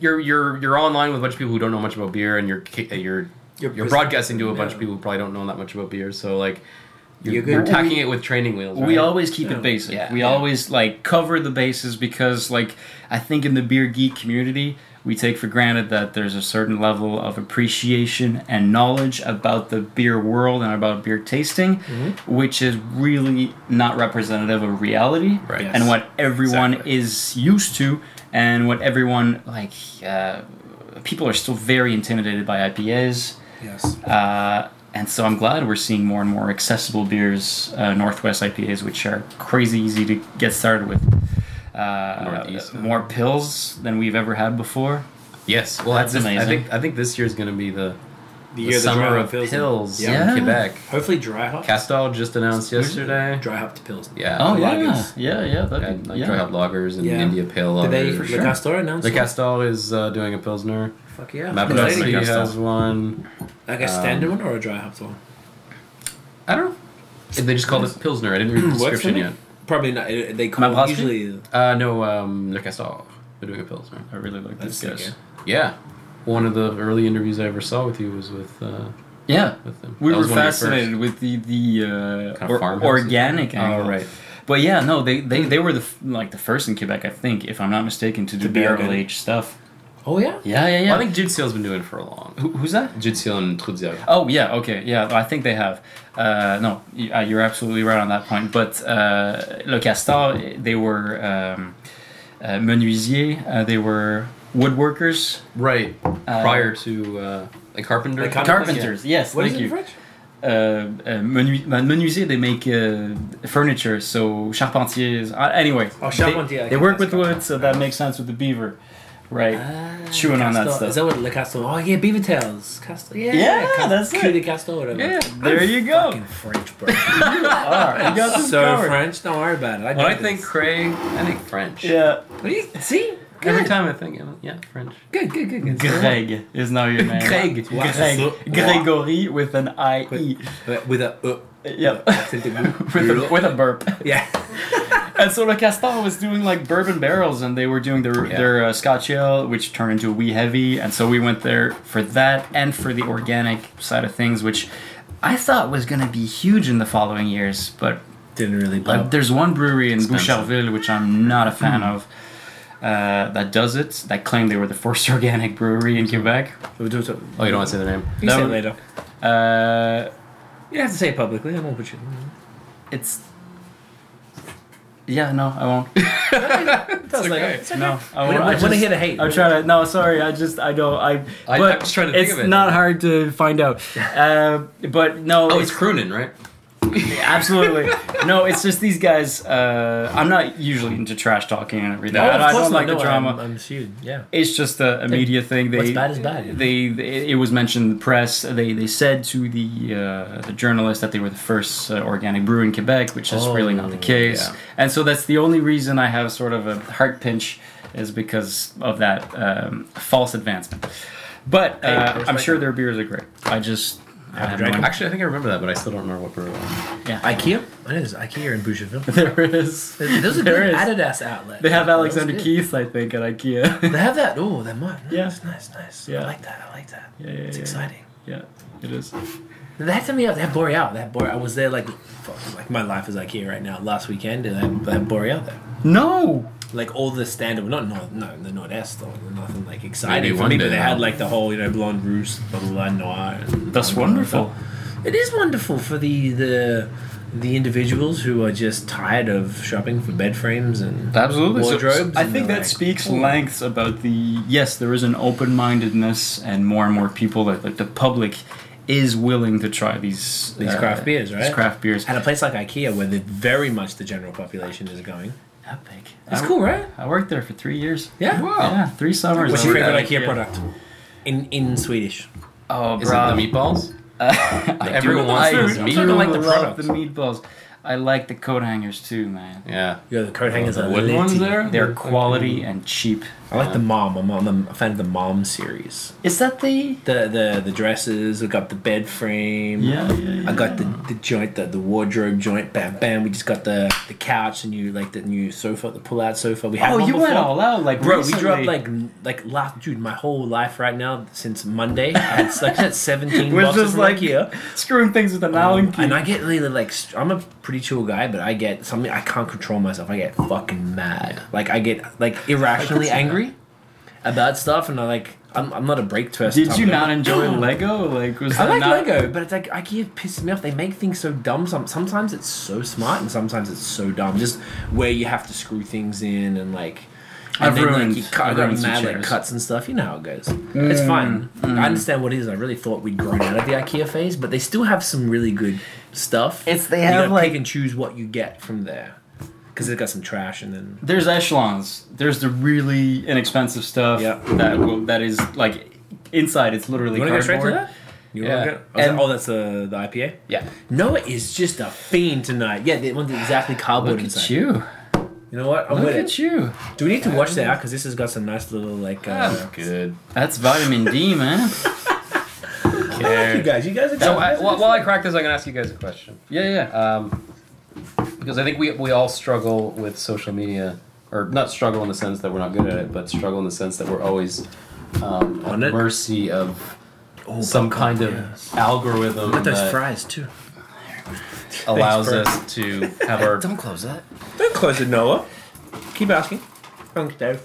S4: you're you're you're online with a bunch of people who don't know much about beer, and you're ki- uh, you're you're,
S2: You're
S4: broadcasting to a bunch
S2: yeah.
S4: of people who probably don't know that much about beer. So like, you're,
S2: You're
S4: you're,
S2: good.
S4: attacking it with training wheels.
S3: We
S4: right?
S3: always keep
S2: Yeah.
S3: it basic.
S4: Yeah.
S3: We
S4: Yeah.
S3: always like cover the bases because like I think in the beer geek community we take for granted that there's a certain level of appreciation and knowledge about the beer world and about beer tasting,
S4: Mm-hmm.
S3: which is really not representative of reality
S4: Right.
S3: and what everyone
S4: Exactly.
S3: is used to and what everyone like. Uh, people are still very intimidated by IPAs.
S2: Yes.
S3: Uh, and so I'm glad we're seeing more and more accessible beers, uh, Northwest IPAs, which are crazy easy to get started with. Uh,
S4: Northeast.
S3: more pills than we've ever had before.
S4: yes. Well,
S3: That's
S4: that's, amazing. I
S3: amazing.
S4: think I think this year's going to be the
S2: the
S4: the
S2: year the
S4: summer
S2: dry
S4: of
S2: hop fills. in.
S4: pills
S2: Yeah.
S3: Yeah.
S4: in Quebec.
S2: Hopefully, dry hop.
S4: Castal just announced yesterday.
S2: Dry hop to pills.
S4: Yeah.
S3: Oh yeah,
S2: Lagers.
S3: yeah, yeah.
S4: Yeah,
S3: That'd be,
S4: like
S3: yeah.
S4: dry hop lagers and
S2: Yeah.
S4: India Pale
S2: Did they?
S4: lagers.
S2: Le
S4: The
S3: sure.
S2: Castor announced. it?
S4: Castal is uh, doing a pilsner.
S2: Fuck yeah.
S3: That's
S4: Mapalesi
S3: the
S4: has
S3: Castal.
S4: one.
S2: Like a standard one or a dry hop one?
S4: I don't. know. They just called it pilsner. I didn't read the
S2: What's
S4: description
S2: in
S4: yet.
S2: it? Probably not. It- They call
S3: Mapalesi?
S2: it usually.
S4: Uh, no, um, Le Castal. They're doing a pilsner.
S3: I really like
S2: That's
S3: this
S2: sick,
S3: guys.
S4: Yeah. One of the early interviews I ever saw with you was with uh,
S3: Yeah,
S4: with them.
S3: we
S4: That
S3: were
S4: was one of your first.
S3: fascinated with the the uh,
S4: Kind of
S3: or-
S4: farmhouses.
S3: organic.
S4: Oh,
S3: angle.
S4: right.
S3: But yeah, no, they, they, they were the f- like the first in Quebec, I think, if I'm not mistaken, to do
S2: be
S3: barrel
S2: organic.
S3: aged stuff.
S2: Oh yeah.
S3: Yeah, yeah, yeah.
S4: Well, I think Jude Seal's been doing it for a long.
S3: Who, who's that?
S4: Jude Seal and Trudziak.
S3: Oh yeah, okay, yeah. I think they have. Uh, no, you, uh, you're absolutely right on that point. But uh, Le Castor, they were um, uh, menuisier. Uh, they were woodworkers,
S4: Right.
S3: Uh,
S4: Prior to uh, like Carpenter.
S2: Like Car-
S3: carpenters. Yes,
S2: What is
S3: thank
S2: it in
S3: you.
S2: French?
S3: uh, uh, menu- uh, menuisier, they make uh, furniture, so charpentiers. Uh, anyway,
S2: Oh,
S3: they-
S2: charpentier,
S3: They,
S2: okay,
S3: work with
S2: that's
S3: wood, so that makes sense with the beaver, right? Chewing on that
S2: Ah, Castor.
S3: stuff.
S2: Is that what Le Castor? Oh yeah, beaver tails. Castor. Yeah.
S3: Yeah, that's
S2: Cul de
S3: it.
S2: Castor. Whatever.
S3: Yeah, there you go.
S2: Fucking French, bro.
S3: All
S2: Ah,
S3: right, you got this
S2: so
S3: covered.
S2: French. Don't worry about it. I
S4: When I
S2: do
S4: think Craig, I think French.
S3: Yeah,
S2: this. What do you- see?
S4: Every
S2: Good.
S4: time I think, I'm like, yeah, French.
S2: Good. Good. Good. Good.
S3: Greg is now your name.
S4: Craig.
S2: Wow.
S3: Greg. Gregory with an I E.
S2: But With a. Uh,
S3: Yep.
S2: accent of-
S3: With a, with a burp.
S2: yeah.
S3: And so Le Castor was doing like bourbon barrels, and they were doing their
S4: Yeah.
S3: their uh, Scotch ale, which turned into a wee heavy. And so we went there for that and for the organic side of things, which I thought was going to be huge in the following years. But
S2: Didn't really.
S3: like, there's one brewery in
S4: Expensive. Hmm.
S3: Boucherville which I'm not a fan of. Uh, that does it. That claimed they were the first organic brewery in Quebec.
S2: We'll do it.
S4: Oh, you don't want to say the name.
S2: You
S3: No.
S2: say it later.
S3: Uh,
S2: You don't have to say it publicly. I won't put you.
S3: it's yeah, no, I won't.
S2: That's
S4: okay.
S3: No, I
S2: We
S3: won't.
S2: don't
S3: I
S2: want to
S3: just-
S2: hear the hate.
S3: I'm trying to. No, sorry. I just I don't. I.
S4: I-
S3: but
S4: I'm just trying to think
S3: it's
S4: of it.
S3: not hard to find out. Uh, but no,
S4: Oh, it's
S3: it's
S4: Croonin, right?
S3: absolutely no. It's just these guys. Uh, I'm not usually into trash talking and everything.
S2: Oh, of
S3: I, I
S2: course
S3: don't
S2: not.
S3: like
S2: No,
S3: the drama.
S2: I'm, I'm sued. Yeah.
S3: it's just a, a media thing. They,
S2: What's bad is bad.
S3: They, they- it was mentioned in the press. They they said to the uh, the journalist that they were the first uh, organic brew in Quebec, which is
S2: Oh,
S3: really not the case.
S4: yeah.
S3: And so that's the only reason I have sort of a heart pinch is because of that um, false advancement. But uh, I'm
S4: respect
S3: sure their beers are great. I just I have no
S2: drank
S3: idea.
S4: Actually, I think I remember that, but I still don't remember what brewer it was.
S2: IKEA. I know there's IKEA in Boucherville.
S3: There is.
S2: There's a
S3: There
S2: good
S3: is.
S2: Adidas outlet.
S3: They have
S2: That was
S3: Alexander
S2: good.
S3: Keith, I think, at IKEA.
S2: They have that. Oh, they might.
S3: Yeah.
S2: Nice, nice, nice.
S3: Yeah.
S2: I like that. I like that.
S3: Yeah, yeah,
S2: it's
S3: yeah,
S2: exciting.
S3: yeah, it is.
S2: They had something else. They have Boreal. They have Boreal. I was there like, fuck, like my life is IKEA right now. Last weekend, and they have, they have Boreal there.
S3: No.
S2: Like all the standard, not north, no, the Nordest, or nothing like exciting
S4: Maybe
S2: for
S4: one
S2: me. But
S4: day
S2: they
S4: now.
S2: had like the whole, you know, blonde roost, blah blah blah, noir. and-
S3: That's
S2: and all
S3: wonderful.
S2: that. It is wonderful for the the the individuals who are just tired of shopping for bed frames and
S3: Absolutely. So-
S2: wardrobes.
S3: I
S2: and
S3: think
S2: they're
S3: that
S2: like,
S3: speaks
S2: "Ooh."
S3: lengths about the yes, there is an open mindedness, and more and more people that like the public is willing to try these uh,
S2: These craft beers,
S3: These
S2: right?
S3: craft beers.
S2: At a place like IKEA, where the, very much the general population is going,
S3: Epic.
S2: it's
S3: I-
S2: cool, right?
S3: I worked there for three years.
S2: Yeah.
S3: Yeah, three summers.
S2: What's
S3: I
S2: your
S3: worked
S2: favorite
S3: at
S2: IKEA product? In in Swedish.
S3: Oh,
S4: Is it the
S3: bro.
S4: meatballs? Everyone
S3: I,
S4: wants those
S3: I,
S4: meatballs.
S2: talking
S3: do
S2: like the
S3: love
S2: products.
S3: the meatballs. I like the coat hangers too, man.
S4: Yeah.
S2: Yeah, the coat hangers
S3: Oh,
S4: The
S2: are
S4: wooden
S2: lit.
S4: ones there?
S3: They're quality and cheap.
S2: I like the mom. I'm, I'm a fan of the mom series.
S3: Is that the?
S2: The the the dresses. We got the bed frame.
S3: Yeah, yeah, yeah.
S2: I got the, the joint, the, the wardrobe joint. Bam, bam. We just got the, the couch and you like the new sofa, the pull out sofa. We had
S3: Oh,
S2: one
S3: you went
S2: before.
S3: all out like
S2: Bro,
S3: recently.
S2: we dropped like n- like last dude. My whole life right now since Monday, I had like had seventeen
S3: We're
S2: boxes
S3: just
S2: from
S3: like
S2: IKEA.
S3: screwing things with an Allen key.
S2: Um, And I get really like st- I'm a pretty chill guy, but I get something I can't control myself. I get fucking mad. Like I get like irrationally angry about stuff, and I like I'm, I'm not a break person.
S3: Did you not enjoy Lego? Like was
S2: I
S3: that
S2: like
S3: not-
S2: Lego, but it's like IKEA pisses me off. They make things so dumb. Some sometimes it's so smart, and sometimes it's so dumb. Just where you have to screw things in, and like.
S3: I've ruined-
S2: you cut, I
S3: I've
S2: got
S3: ruined some
S2: mad like
S3: chairs.
S2: cuts and stuff. You know how it goes. It's fine. I understand what it is. I really thought we'd grown out of the IKEA phase, but they still have some really good stuff.
S3: It's- they
S2: You
S3: have,
S2: gotta pick
S3: like-
S2: and choose what you get from there because they've got some trash and then
S3: There's echelons. There's the really inexpensive stuff
S2: Yeah.
S3: that will, that is like inside. It's literally
S2: You wanna go
S3: cardboard.
S2: straight to that? You
S4: Yeah.
S2: like it? Oh, is that-
S3: And-
S2: oh, that's the, the IPA?
S4: Yeah.
S2: Noah is just a fiend tonight. Yeah, they want exactly cardboard
S4: Look
S2: inside.
S4: at you.
S2: You know what? I'm
S4: Look
S2: with it.
S4: at you.
S2: Do we need to watch that out? Because this has got some nice little, like. Uh,
S4: Good.
S3: That's vitamin D, man.
S2: I like you guys. You guys are
S4: So
S2: guys
S4: I,
S2: are
S4: while,
S2: good.
S4: while I crack this, I'm gonna ask you guys a question.
S3: Yeah, yeah.
S4: um, because I think we we all struggle with social media, or not struggle in the sense that we're not good at it, but struggle in the sense that we're always um, at
S2: On it?
S4: mercy of some kind of algorithm
S2: Oh, Look at those
S4: that
S2: fries, too.
S4: allows
S2: Thanks,
S4: us to have our.
S3: Don't close that.
S2: Don't close it, Noah. Keep asking. Thanks, Dave.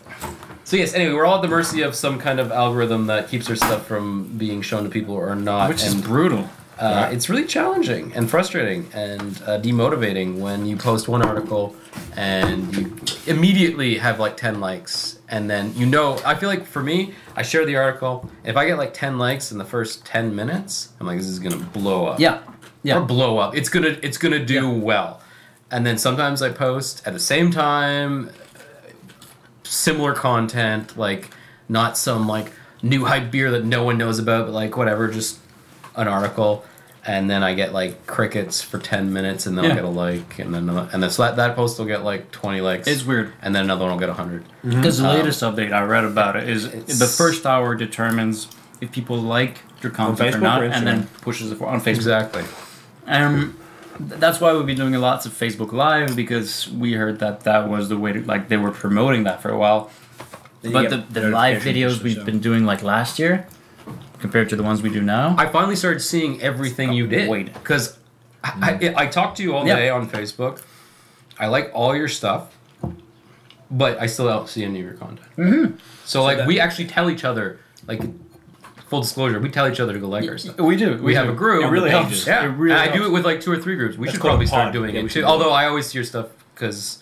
S4: So yes, anyway, we're all at the mercy of some kind of algorithm that keeps our stuff from being shown to people or not,
S3: Which is
S4: and
S3: brutal.
S4: Uh, it's really challenging and frustrating and uh, demotivating when you post one article and you immediately have like 10 likes and then you know i feel like for me i share the article if i get like 10 likes in the first 10 minutes i'm like this is gonna blow up
S3: Yeah. Yeah.
S4: or blow up it's gonna it's gonna do well and then sometimes i post at the same time similar content, like not some like new hype beer that no one knows about, but like whatever, just an article. And then I get like crickets for ten minutes, and then
S3: Yeah.
S4: I'll get a like, and then another- and then so that, that post will get like twenty likes.
S3: It's weird.
S4: And then another one will get hundred.
S3: Because the latest update I read about it is
S4: Mm-hmm. Um, It's-
S3: the first hour determines if people like your content
S2: Facebook
S3: or not,
S2: or
S3: and then pushes it for- on Facebook.
S4: Exactly.
S3: Um, th- that's why we've been doing lots of Facebook Live because we heard that that was the way to like they were promoting that for a while. But the, the live videos we've been doing like last year compared to the ones we do now.
S4: I finally started seeing everything you did.
S3: Wait.
S4: because I, I, I talked to you all
S3: Yeah.
S4: day on Facebook. I like all your stuff, but I still don't see any of your content. Mm-hmm. So, like,
S2: that-
S4: we actually tell each other, like, full disclosure, we tell each other to go like our stuff.
S3: we do.
S4: We have a group.
S2: It really
S4: on the
S2: helps.
S4: pages. Yeah,
S3: It really
S4: and I do
S3: helps.
S4: it with like two or three groups. We
S2: That's
S4: should
S2: called a
S4: probably start
S2: pod.
S4: doing
S2: Yeah, we
S4: it
S2: should
S4: too.
S2: do that.
S4: Although I always see your stuff because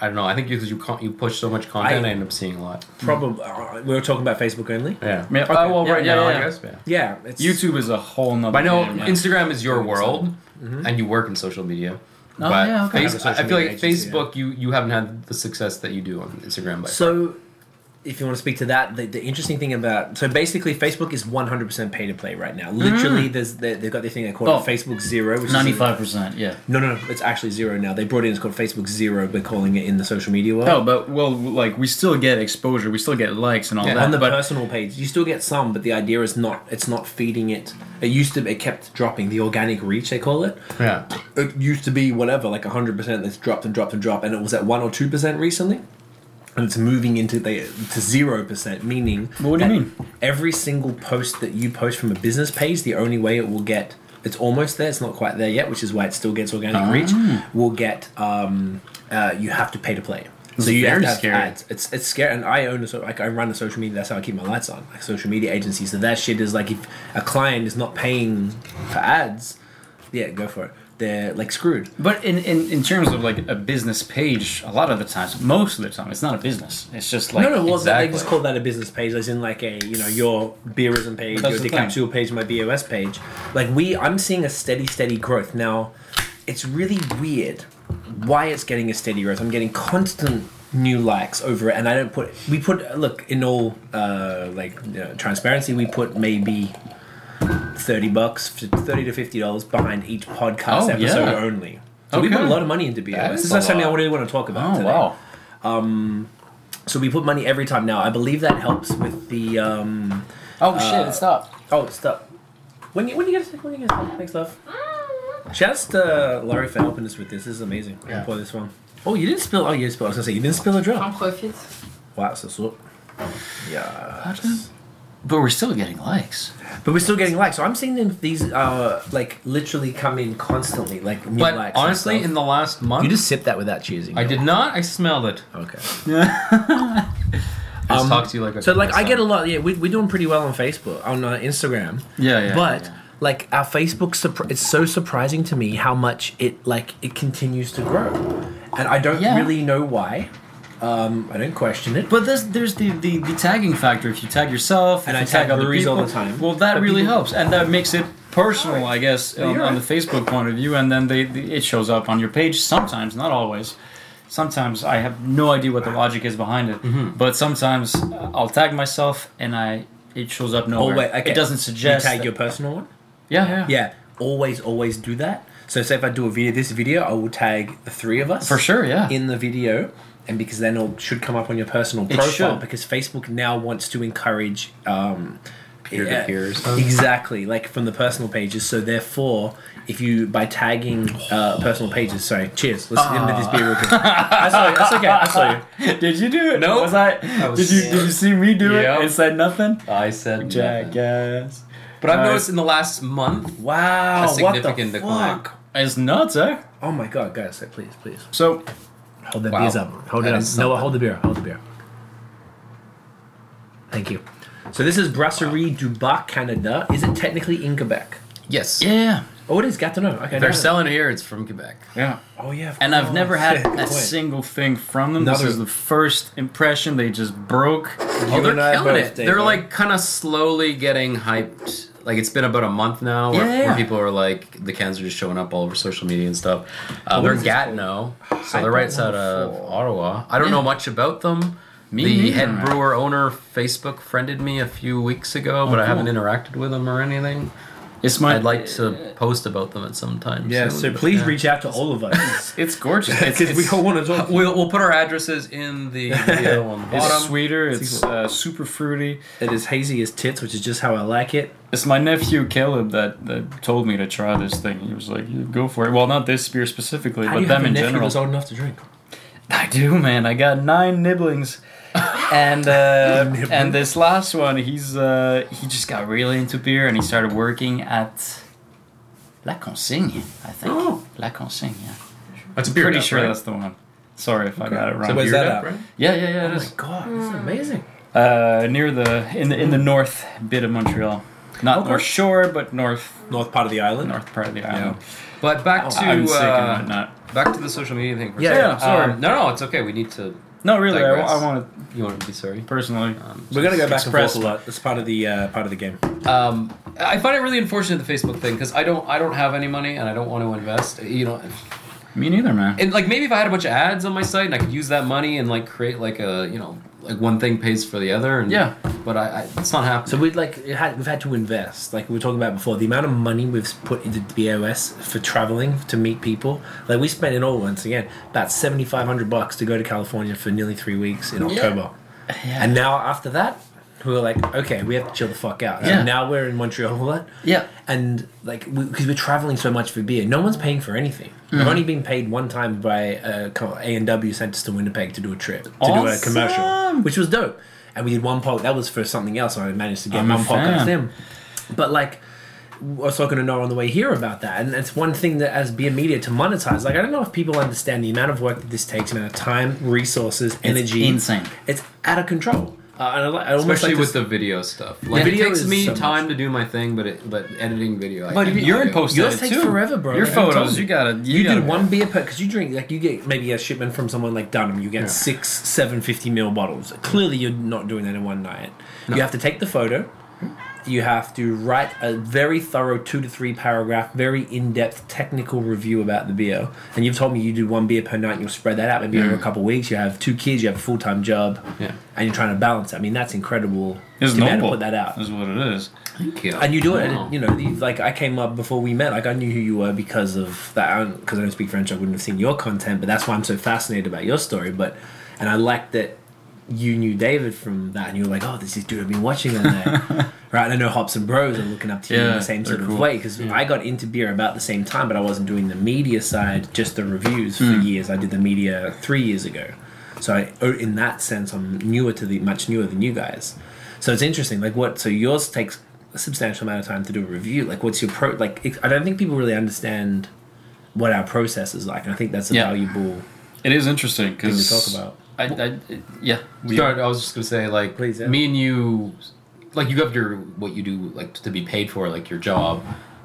S4: I don't know. I think because you con- you push so much content, I,
S2: I-
S4: end up seeing a lot.
S2: Probably. uh, we were talking about Facebook only.
S4: Yeah.
S3: Yeah,
S4: Uh, well,
S3: okay.
S4: right
S3: Yeah, yeah,
S4: now, I
S3: yeah.
S4: guess. Yeah.
S2: Yeah. It's,
S3: YouTube is a whole nother.
S4: I know
S3: game, yeah.
S4: Instagram is your world,
S2: Mm-hmm.
S4: and you work in social media.
S3: Oh,
S4: but
S3: yeah, okay.
S2: I
S4: Face-
S2: have a social
S4: I feel
S2: media
S4: like
S2: agency,
S4: Facebook, you you haven't had the success that you do on Instagram. By far.
S2: So, if you want to speak to that, the, the interesting thing about so basically Facebook is 100% pay to play right now. Literally, there's they, they've got their thing they call
S3: Oh.
S2: it Facebook Zero, which is
S3: Mm. Ninety-five percent, yeah.
S2: No, no, no, it's actually zero now. They brought in it's called Facebook Zero. We're calling it in the social media world.
S3: No, but well, like we still get exposure, we still get likes and all
S4: Yeah,
S3: that.
S2: on the
S3: but
S2: personal page, you still get some, but the idea is not it's not feeding it. It used to it kept dropping the organic reach they call it.
S4: yeah,
S2: It used to be whatever like hundred percent that's dropped and dropped and dropped, and it was at one or two percent recently. And it's moving into the to zero percent, meaning.
S3: Well, what do you
S2: that
S3: mean?
S2: Every single post that you post from a business page, the only way it will get, it's almost there. It's not quite there yet, which is why it still gets organic
S3: Ah.
S2: reach. Will get, um, uh, you have to pay to play. So you have
S3: very
S2: to have
S3: scary.
S2: ads. It's it's scary, and I own a so like I run a social media. That's how I keep my lights on. Like social media agency. So that shit is like if a client is not paying for ads, yeah, go for it. They're like screwed.
S3: But in, in, in terms of like a business page, a lot of the times, most of the time, it's not a business. It's just like
S2: No, no, well,
S4: exactly.
S2: they just call that a business page, as in like a you know your beerism page,
S3: That's
S2: your
S3: the thing.
S2: decapsule page, my BOS page. Like we, I'm seeing a steady, steady growth now. It's really weird why it's getting a steady growth. I'm getting constant new likes over it, and I don't put. We put look in all uh, like you know, transparency. We put maybe. 30 bucks 30 to 50 dollars behind each podcast
S3: Oh,
S2: episode
S3: yeah.
S2: only so we
S3: Okay.
S2: put a lot of money into BOS.
S4: That
S2: this
S4: is
S2: is
S4: a
S2: not something i
S4: lot.
S2: really want to talk about
S3: oh
S2: today.
S3: wow,
S2: So we put money every time now. I believe that helps with the. Um,
S3: oh shit, it stopped.
S2: oh, stop. When you when you get a, when you get a, thanks, love.
S5: Ah.
S2: Shouts to Laurie for helping us with this. This is amazing.
S4: Yeah.
S2: Pour this one. Oh, you didn't spill. Oh, you didn't spill. I was gonna say you didn't spill a
S5: J'en
S2: drop.
S5: profite.
S2: Wow, so so. Yeah.
S3: But we're still getting likes.
S2: But we're still getting likes. So I'm seeing them these uh like literally come in constantly like new
S4: but
S2: likes. and
S4: honestly,
S2: stuff.
S4: in the last month,
S2: you just sip that without cheesing.
S4: I did not. I smelled it.
S2: Okay.
S4: I just
S2: Um,
S4: talked to you like a
S2: So like I
S4: son.
S2: get a lot. Yeah, we, we're doing pretty well on Facebook, on uh, Instagram.
S3: Yeah, yeah,
S2: But
S3: yeah.
S2: like our Facebook, surpri- it's so surprising to me how much it like it continues to grow, and I don't
S3: Yeah.
S2: really know why. Um, I don't question it.
S3: But there's there's the, the, the tagging factor. If you tag yourself,
S2: And I
S3: if you
S2: tag
S3: other
S2: breweries all
S3: people,
S2: the time.
S3: Well, that
S2: But
S3: really
S2: people-
S3: helps, and that makes it personal, I guess, on,
S2: you're
S3: on the
S2: right.
S3: Facebook point of view. And then they, they it shows up on your page sometimes, not always. Sometimes I have no idea what the logic is behind it,
S2: Mm-hmm.
S3: but sometimes I'll tag myself and I it shows up nowhere.
S2: Oh, okay.
S3: It doesn't suggest
S2: You tag
S3: that-
S2: your personal one.
S3: Yeah, yeah.
S2: Yeah, always, always do that. So, say if I do a video, this video, I will tag the three of us
S3: For sure, yeah.
S2: in the video, and because then it should come up on your personal
S3: It
S2: profile
S3: should.
S2: because Facebook now wants to encourage um,
S4: Peer-to-peer or something.
S2: exactly like from the personal pages. So therefore, if you by tagging uh, personal pages, sorry, cheers. Let's end this beer real quick. I saw you. That's okay. I saw you.
S3: Did you do it?
S4: Nope.
S3: Was I?
S4: was-
S3: did you Did you see me do
S4: Yep.
S3: it and said nothing?
S4: I said nothing.
S3: Jackass.
S4: But I've
S3: Nice.
S4: noticed in the last month,
S2: Wow,
S4: A
S2: what
S4: significant
S2: the
S4: decline.
S2: fuck?
S3: It's nuts, eh?
S2: Oh my god, guys, like, please, please
S3: So
S2: hold the
S4: Wow.
S2: beers up. Hold
S4: That
S2: it up.
S4: is
S2: Noah,
S4: something.
S2: hold the beer. Hold the beer. Thank you. So this is Brasserie du Bac, Canada. Is it technically in Quebec?
S4: yes,
S3: yeah,
S2: Oh, it is Gatineau. Okay,
S4: they're
S2: no.
S4: selling here. It's from Quebec.
S3: yeah.
S2: Oh yeah, of
S3: And I've
S2: course.
S3: never had
S2: Good
S3: a
S2: point.
S3: single thing from them.
S2: Another-
S3: This is the first impression they just broke.
S4: Oh, they're
S2: and I
S4: killing
S2: both
S4: it.
S2: did
S4: they're
S2: that.
S4: like kind of slowly getting hyped. Like it's been about a month now, where,
S3: Yeah, yeah,
S4: where
S3: yeah.
S4: people are like the cans are just showing up all over social media and stuff. Uh, they're Gatineau, so they're right outside of Ottawa. I don't know much about them.
S3: Me
S4: the
S3: neither,
S4: head
S3: man.
S4: brewer owner Facebook friended me a few weeks ago,
S2: Oh,
S4: but I haven't interacted with him or anything.
S3: It's my.
S4: I'd like to post about them at some time.
S2: Yeah,
S4: soon,
S2: so
S4: but
S2: please
S4: yeah.
S2: reach out to all of us
S3: It's gorgeous. It's,
S2: because we
S3: it's-
S2: all want to talk.
S4: We'll, we'll put our addresses in the video on the
S3: It's
S4: bottom.
S3: sweeter. It's uh, super fruity.
S2: It is hazy as tits, which is just how I like it.
S3: It's my nephew Caleb that, that told me to try this thing. He was like, "You go for it." Well, not this beer specifically,
S2: How do
S3: but
S2: you have
S3: them
S2: a
S3: in
S2: nephew
S3: general.
S2: that's old enough to drink?
S3: I do, man. I got nine nibblings, and uh, and this last one, he's uh, he just got really into beer, and he started working at La Consigne, I think.
S4: Oh.
S3: La Consigne. Yeah.
S4: That's
S3: Pretty sure that's the one. Sorry if I got it wrong.
S2: where's that at?
S3: yeah, yeah,
S2: Oh
S3: yeah. It
S2: my
S3: is
S2: god, this is amazing.
S3: uh, near the in the in the north bit of Montreal, not
S2: Okay.
S3: North Shore, but north
S2: North part of the island.
S3: north part of the island.
S2: Oh,
S4: But back to
S3: I'm Oh, sick
S4: uh,
S3: and whatnot.
S4: back to the social media thing. For a
S2: Yeah,
S4: second.
S3: yeah, sorry.
S4: Um, no, no, it's okay. We need to.
S3: No, really, I,
S4: digress.
S3: I want to
S4: You want to be sorry?
S3: personally.
S4: Um,
S2: We're gonna go back
S3: Express.
S2: and forth a lot. That's part of the uh, part of the game.
S4: um, I find it really unfortunate the Facebook thing because I don't I don't have any money and I don't want to invest. You know,
S3: Me neither, man.
S4: and like maybe if I had a bunch of ads on my site and I could use that money and like create like a you know like one thing pays for the other. And,
S3: Yeah.
S4: but I, I it's not happening.
S2: So we'd like it had, we've had to invest, like we were talking about before, the amount of money we've put into BOS for traveling to meet people. Like we spent it all once again about seventy five hundred bucks to go to California for nearly three weeks in October,
S3: Yeah.
S2: and now after that we were like, okay, we have to chill the fuck out.
S3: Yeah.
S2: And now we're in Montreal a lot,
S3: yeah.
S2: and like because we, are traveling so much for beer, no one's paying for anything.
S3: Mm.
S2: We've only been paid one time by uh, A and W sent us to Winnipeg to do a trip to do a
S3: Awesome.
S2: commercial, which was dope. And we did one pod. That was for something else. and I managed to get
S3: I'm a
S2: one podcast
S3: fan.
S2: in. But like, I was talking to Noah on the way here about that, and that's one thing that as beer media to monetize. Like, I don't know if people understand the amount of work that this takes, amount of time, resources, energy.
S3: insane.
S2: It's out of control. Uh, and I, li- I almost
S4: Especially
S2: like
S4: with
S2: to-
S4: the video stuff. Like
S2: Video
S4: it takes
S2: is
S4: me
S2: so much.
S4: time to do my thing, but it, but editing video. I
S3: But
S4: can't
S3: you're in
S4: do.
S3: post
S2: Yours
S3: edit
S2: takes
S3: too.
S2: forever, bro.
S3: Your
S2: I told
S3: photos,
S2: you.
S3: you gotta you,
S2: You,
S3: gotta
S2: do one beer per because you drink like you get maybe a shipment from someone like Dunham. You get six seven fifty mil bottles. Clearly, you're not doing that in one night. You have to take the photo. You have to write a very thorough two to three paragraph, very in depth technical review about the beer. And you've told me you do one beer per night. and You'll spread that out maybe over a couple of weeks. You have two kids. You have a full time job.
S4: Yeah.
S2: And you're trying to balance. That. I mean, that's incredible.
S3: It's
S2: to be able to
S3: noble.
S2: put that out.
S3: Is what it is.
S4: Thank you.
S2: And you do it,
S4: Wow.
S2: you know. the- Like I came up before we met. Like I knew who you were because of that. Because I don't speak French, I wouldn't have seen your content. But that's why I'm so fascinated about your story. But and I like that you knew David from that, and you were like, "Oh, this is dude I've been watching on there." right? And I know Hops and Bros are looking up to you in
S3: Yeah,
S2: the same sort
S3: they're
S2: of
S3: cool.
S2: way because I got into beer about the same time, but I wasn't doing the media side, just the reviews for
S3: Hmm.
S2: years. I did the media three years ago, so I, oh, in that sense, I'm newer to the much newer than you guys. So it's interesting, like what? So yours takes a substantial amount of time to do a review. Like, what's your pro? Like, it- I don't think people really understand what our process is like, and I think that's a
S3: Yeah.
S2: valuable
S3: It is interesting
S2: thing
S3: because
S2: to talk about.
S3: I, I, it- yeah. We,
S4: Sorry, I was just gonna say, like,
S2: Please, yeah.
S4: me and you, like, you have your what you do, like, to be paid for, like your job.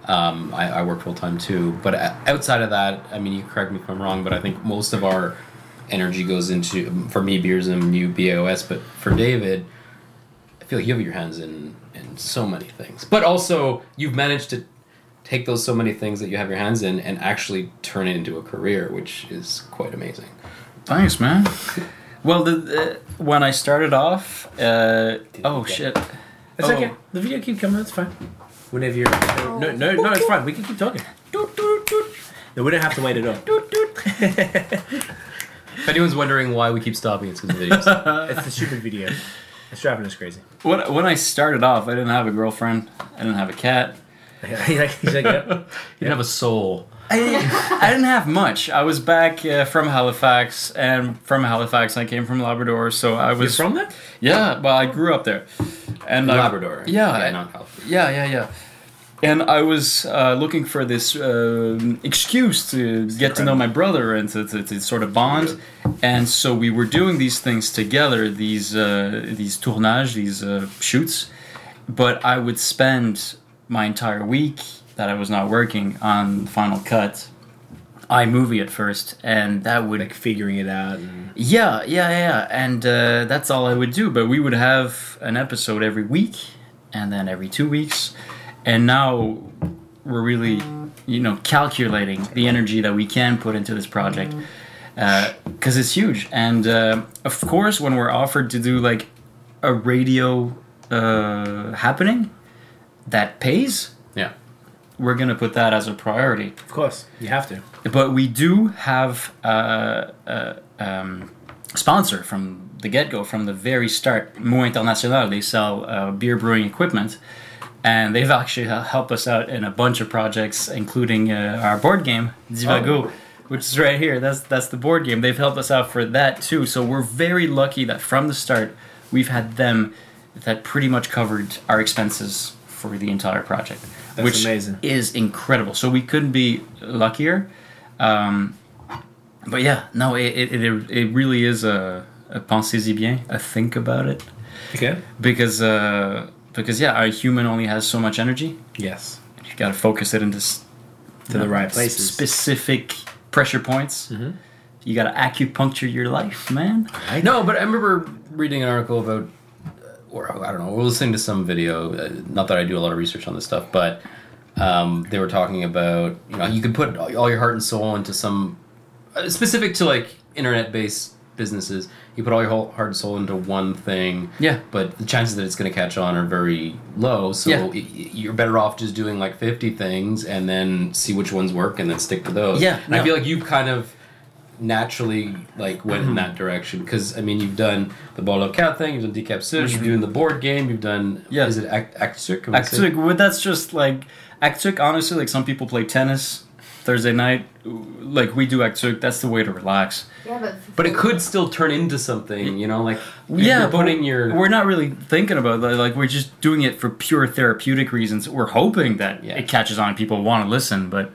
S4: Um, I, I work full time too, but o- outside of that, I mean, you correct me if I'm wrong, but I think most of our energy goes into, for me, beers and you, BOS, but for David, I feel like you have your hands in in so many things, but also you've managed to take those so many things that you have your hands in and actually turn it into a career, which is quite amazing.
S3: thanks, man. Well, the, the when I started off, uh, oh
S4: get
S3: shit.
S2: It's
S3: Oh.
S2: okay. The video keep coming. It's fine. whenever you're. No, no, no, no, it's fine. We can keep talking. No, we don't have to wait at all.
S4: If anyone's wondering why we keep stopping, it's because of videos.
S2: It's a stupid video. It's driving us crazy.
S3: When, when I started off, I didn't have a girlfriend. I didn't have a cat.
S2: he's like, he's like yep.
S4: you don't have a soul.
S3: I didn't, I didn't have much. I was back uh, from Halifax, and from Halifax, I came from Labrador, so I
S2: You're
S3: was
S2: from there?
S3: Yeah, well, I grew up there, and I-
S4: Labrador.
S3: Yeah,
S4: yeah,
S3: I-
S4: not California.
S3: yeah, yeah, yeah. And I was uh, looking for this um excuse to get to know my brother and to, to, to sort of bond, and so we were doing these things together, these uh, these tournages, these uh, shoots. But I would spend my entire week that I was not working on Final Cut, iMovie at first, and that would
S2: Like figuring it out. And
S3: yeah, yeah, yeah, yeah, and uh, that's all I would do. But we would have an episode every week, and then every two weeks, and now we're really, you know, calculating the energy that we can put into this project because it's huge. And uh, of course, when we're offered to do like a radio uh, happening that pays,
S4: Yeah.
S3: we're gonna put that as a priority
S2: of course, you have to.
S3: but we do have uh, a, a um, sponsor from the get-go from the very start Moe international they sell uh, beer brewing equipment and they've actually hel- helped us out in a bunch of projects including uh, our board game divago
S2: Oh.
S3: which is right here that's that's the board game they've helped us out for that too so we're very lucky that from the start we've had them that pretty much covered our expenses for the entire project
S2: That's
S3: which
S2: amazing.
S3: is incredible. So we couldn't be luckier. Um, but yeah, no, it it, it, it really is a, a pensez-y bien, a think about it,
S2: Okay.
S3: because uh, because yeah, our human only has so much energy.
S2: Yes.
S3: You got to focus it into s-
S2: To the right
S3: s-
S2: places.
S3: specific pressure points. You got to acupuncture your life, man.
S4: No, but I remember reading an article about, uh, or I don't know, we're listening to some video. Uh, not that I do a lot of research on this stuff, but um, they were talking about you know you could put all all your heart and soul into some uh, specific to like internet-based businesses. You put all your whole heart and soul into one thing.
S3: Yeah.
S4: But the chances that it's going to catch on are very low. So
S3: Yeah.
S4: y- y- you're better off just doing like 50 things and then see which ones work and then stick to those.
S3: Yeah,
S4: And I
S3: no.
S4: feel like you kind of naturally like went in that direction because I mean you've done the bolo cat thing, you've done decap Siege, you've done the board game, you've done
S3: Mm-hmm. Yeah.
S4: is it Ac- Actsuk? Am I saying-
S3: Actually, well, that's just like actually, honestly, like some people play tennis Thursday night, like we do actually. That's the way to relax.
S5: Yeah, but
S4: but it could still turn into something, you know, like if
S3: yeah,
S4: you're
S3: but
S4: putting your
S3: We're not really thinking about that. Like we're just doing it for pure therapeutic reasons. We're hoping that
S4: Yeah.
S3: it catches on and people want to listen. But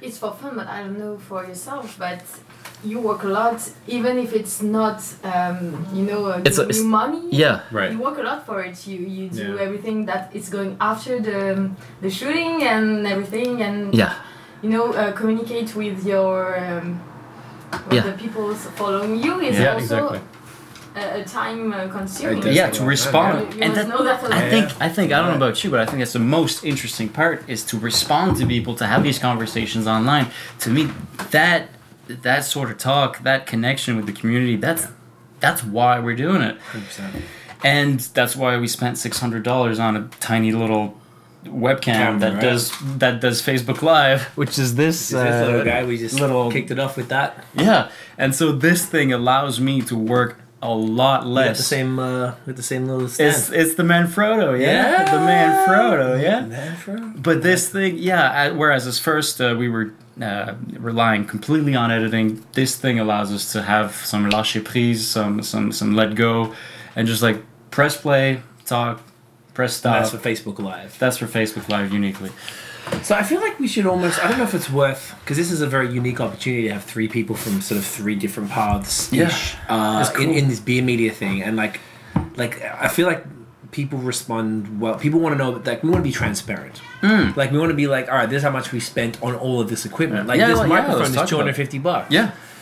S5: it's for fun, but I don't know for yourself, but you work a lot, even if it's not, um, you know, uh,
S3: It's a-
S5: giving
S3: it's-
S5: you money.
S3: yeah,
S4: right.
S5: You work a lot for it. You you do
S2: Yeah.
S5: everything that is going after the the shooting and everything, and
S3: yeah,
S5: you know, uh, communicate with your um, with
S3: Yeah.
S5: the people following you is
S4: Yeah,
S5: also
S4: exactly.
S5: a, a time uh, consuming.
S2: That's
S3: yeah.
S2: a
S3: To
S2: lot.
S5: You,
S3: respond,
S5: you
S3: and
S5: must
S3: that,
S5: know that a lot.
S3: I think I think I don't know about you, but I think that's the most interesting part is to respond to people to have these conversations online. To me, that that sort of talk, that connection with the community, that's that's why we're doing it.
S2: 100%.
S3: and that's why we spent six hundred dollars on a tiny little webcam
S2: Camera,
S3: that
S2: right?
S3: does that does Facebook Live, which is this,
S2: Is this
S3: uh,
S2: little guy, we just
S3: little-
S2: kicked it off with that.
S3: yeah. And so this thing allows me to work a lot
S2: We got the
S3: less.
S2: same, uh, with the same little stand.
S3: It's it's the Manfrotto, yeah,
S2: Yeah.
S3: the Manfrotto, yeah.
S2: Manfro?
S3: But this thing, yeah. uh, Whereas as first uh, we were uh, relying completely on editing, this thing allows us to have some lâcher prise, some some some let go, and just like press play, talk, press stop.
S2: That's for Facebook Live.
S3: That's for Facebook Live uniquely.
S2: So I feel like we should almost, I don't know if it's worth, because this is a very unique opportunity to have three people from sort of three different paths
S3: Yeah.
S2: ish, uh, in, in this beer media thing. And like, like I feel like people respond well. People want to know, like, we want to be transparent. Like, we want to be like, all right, this is how much we spent on all of this equipment. Like,
S3: Mm. Yeah,
S2: this
S3: well, yeah,
S2: microphone
S3: let's
S2: is
S3: talk about it.
S2: 250 bucks.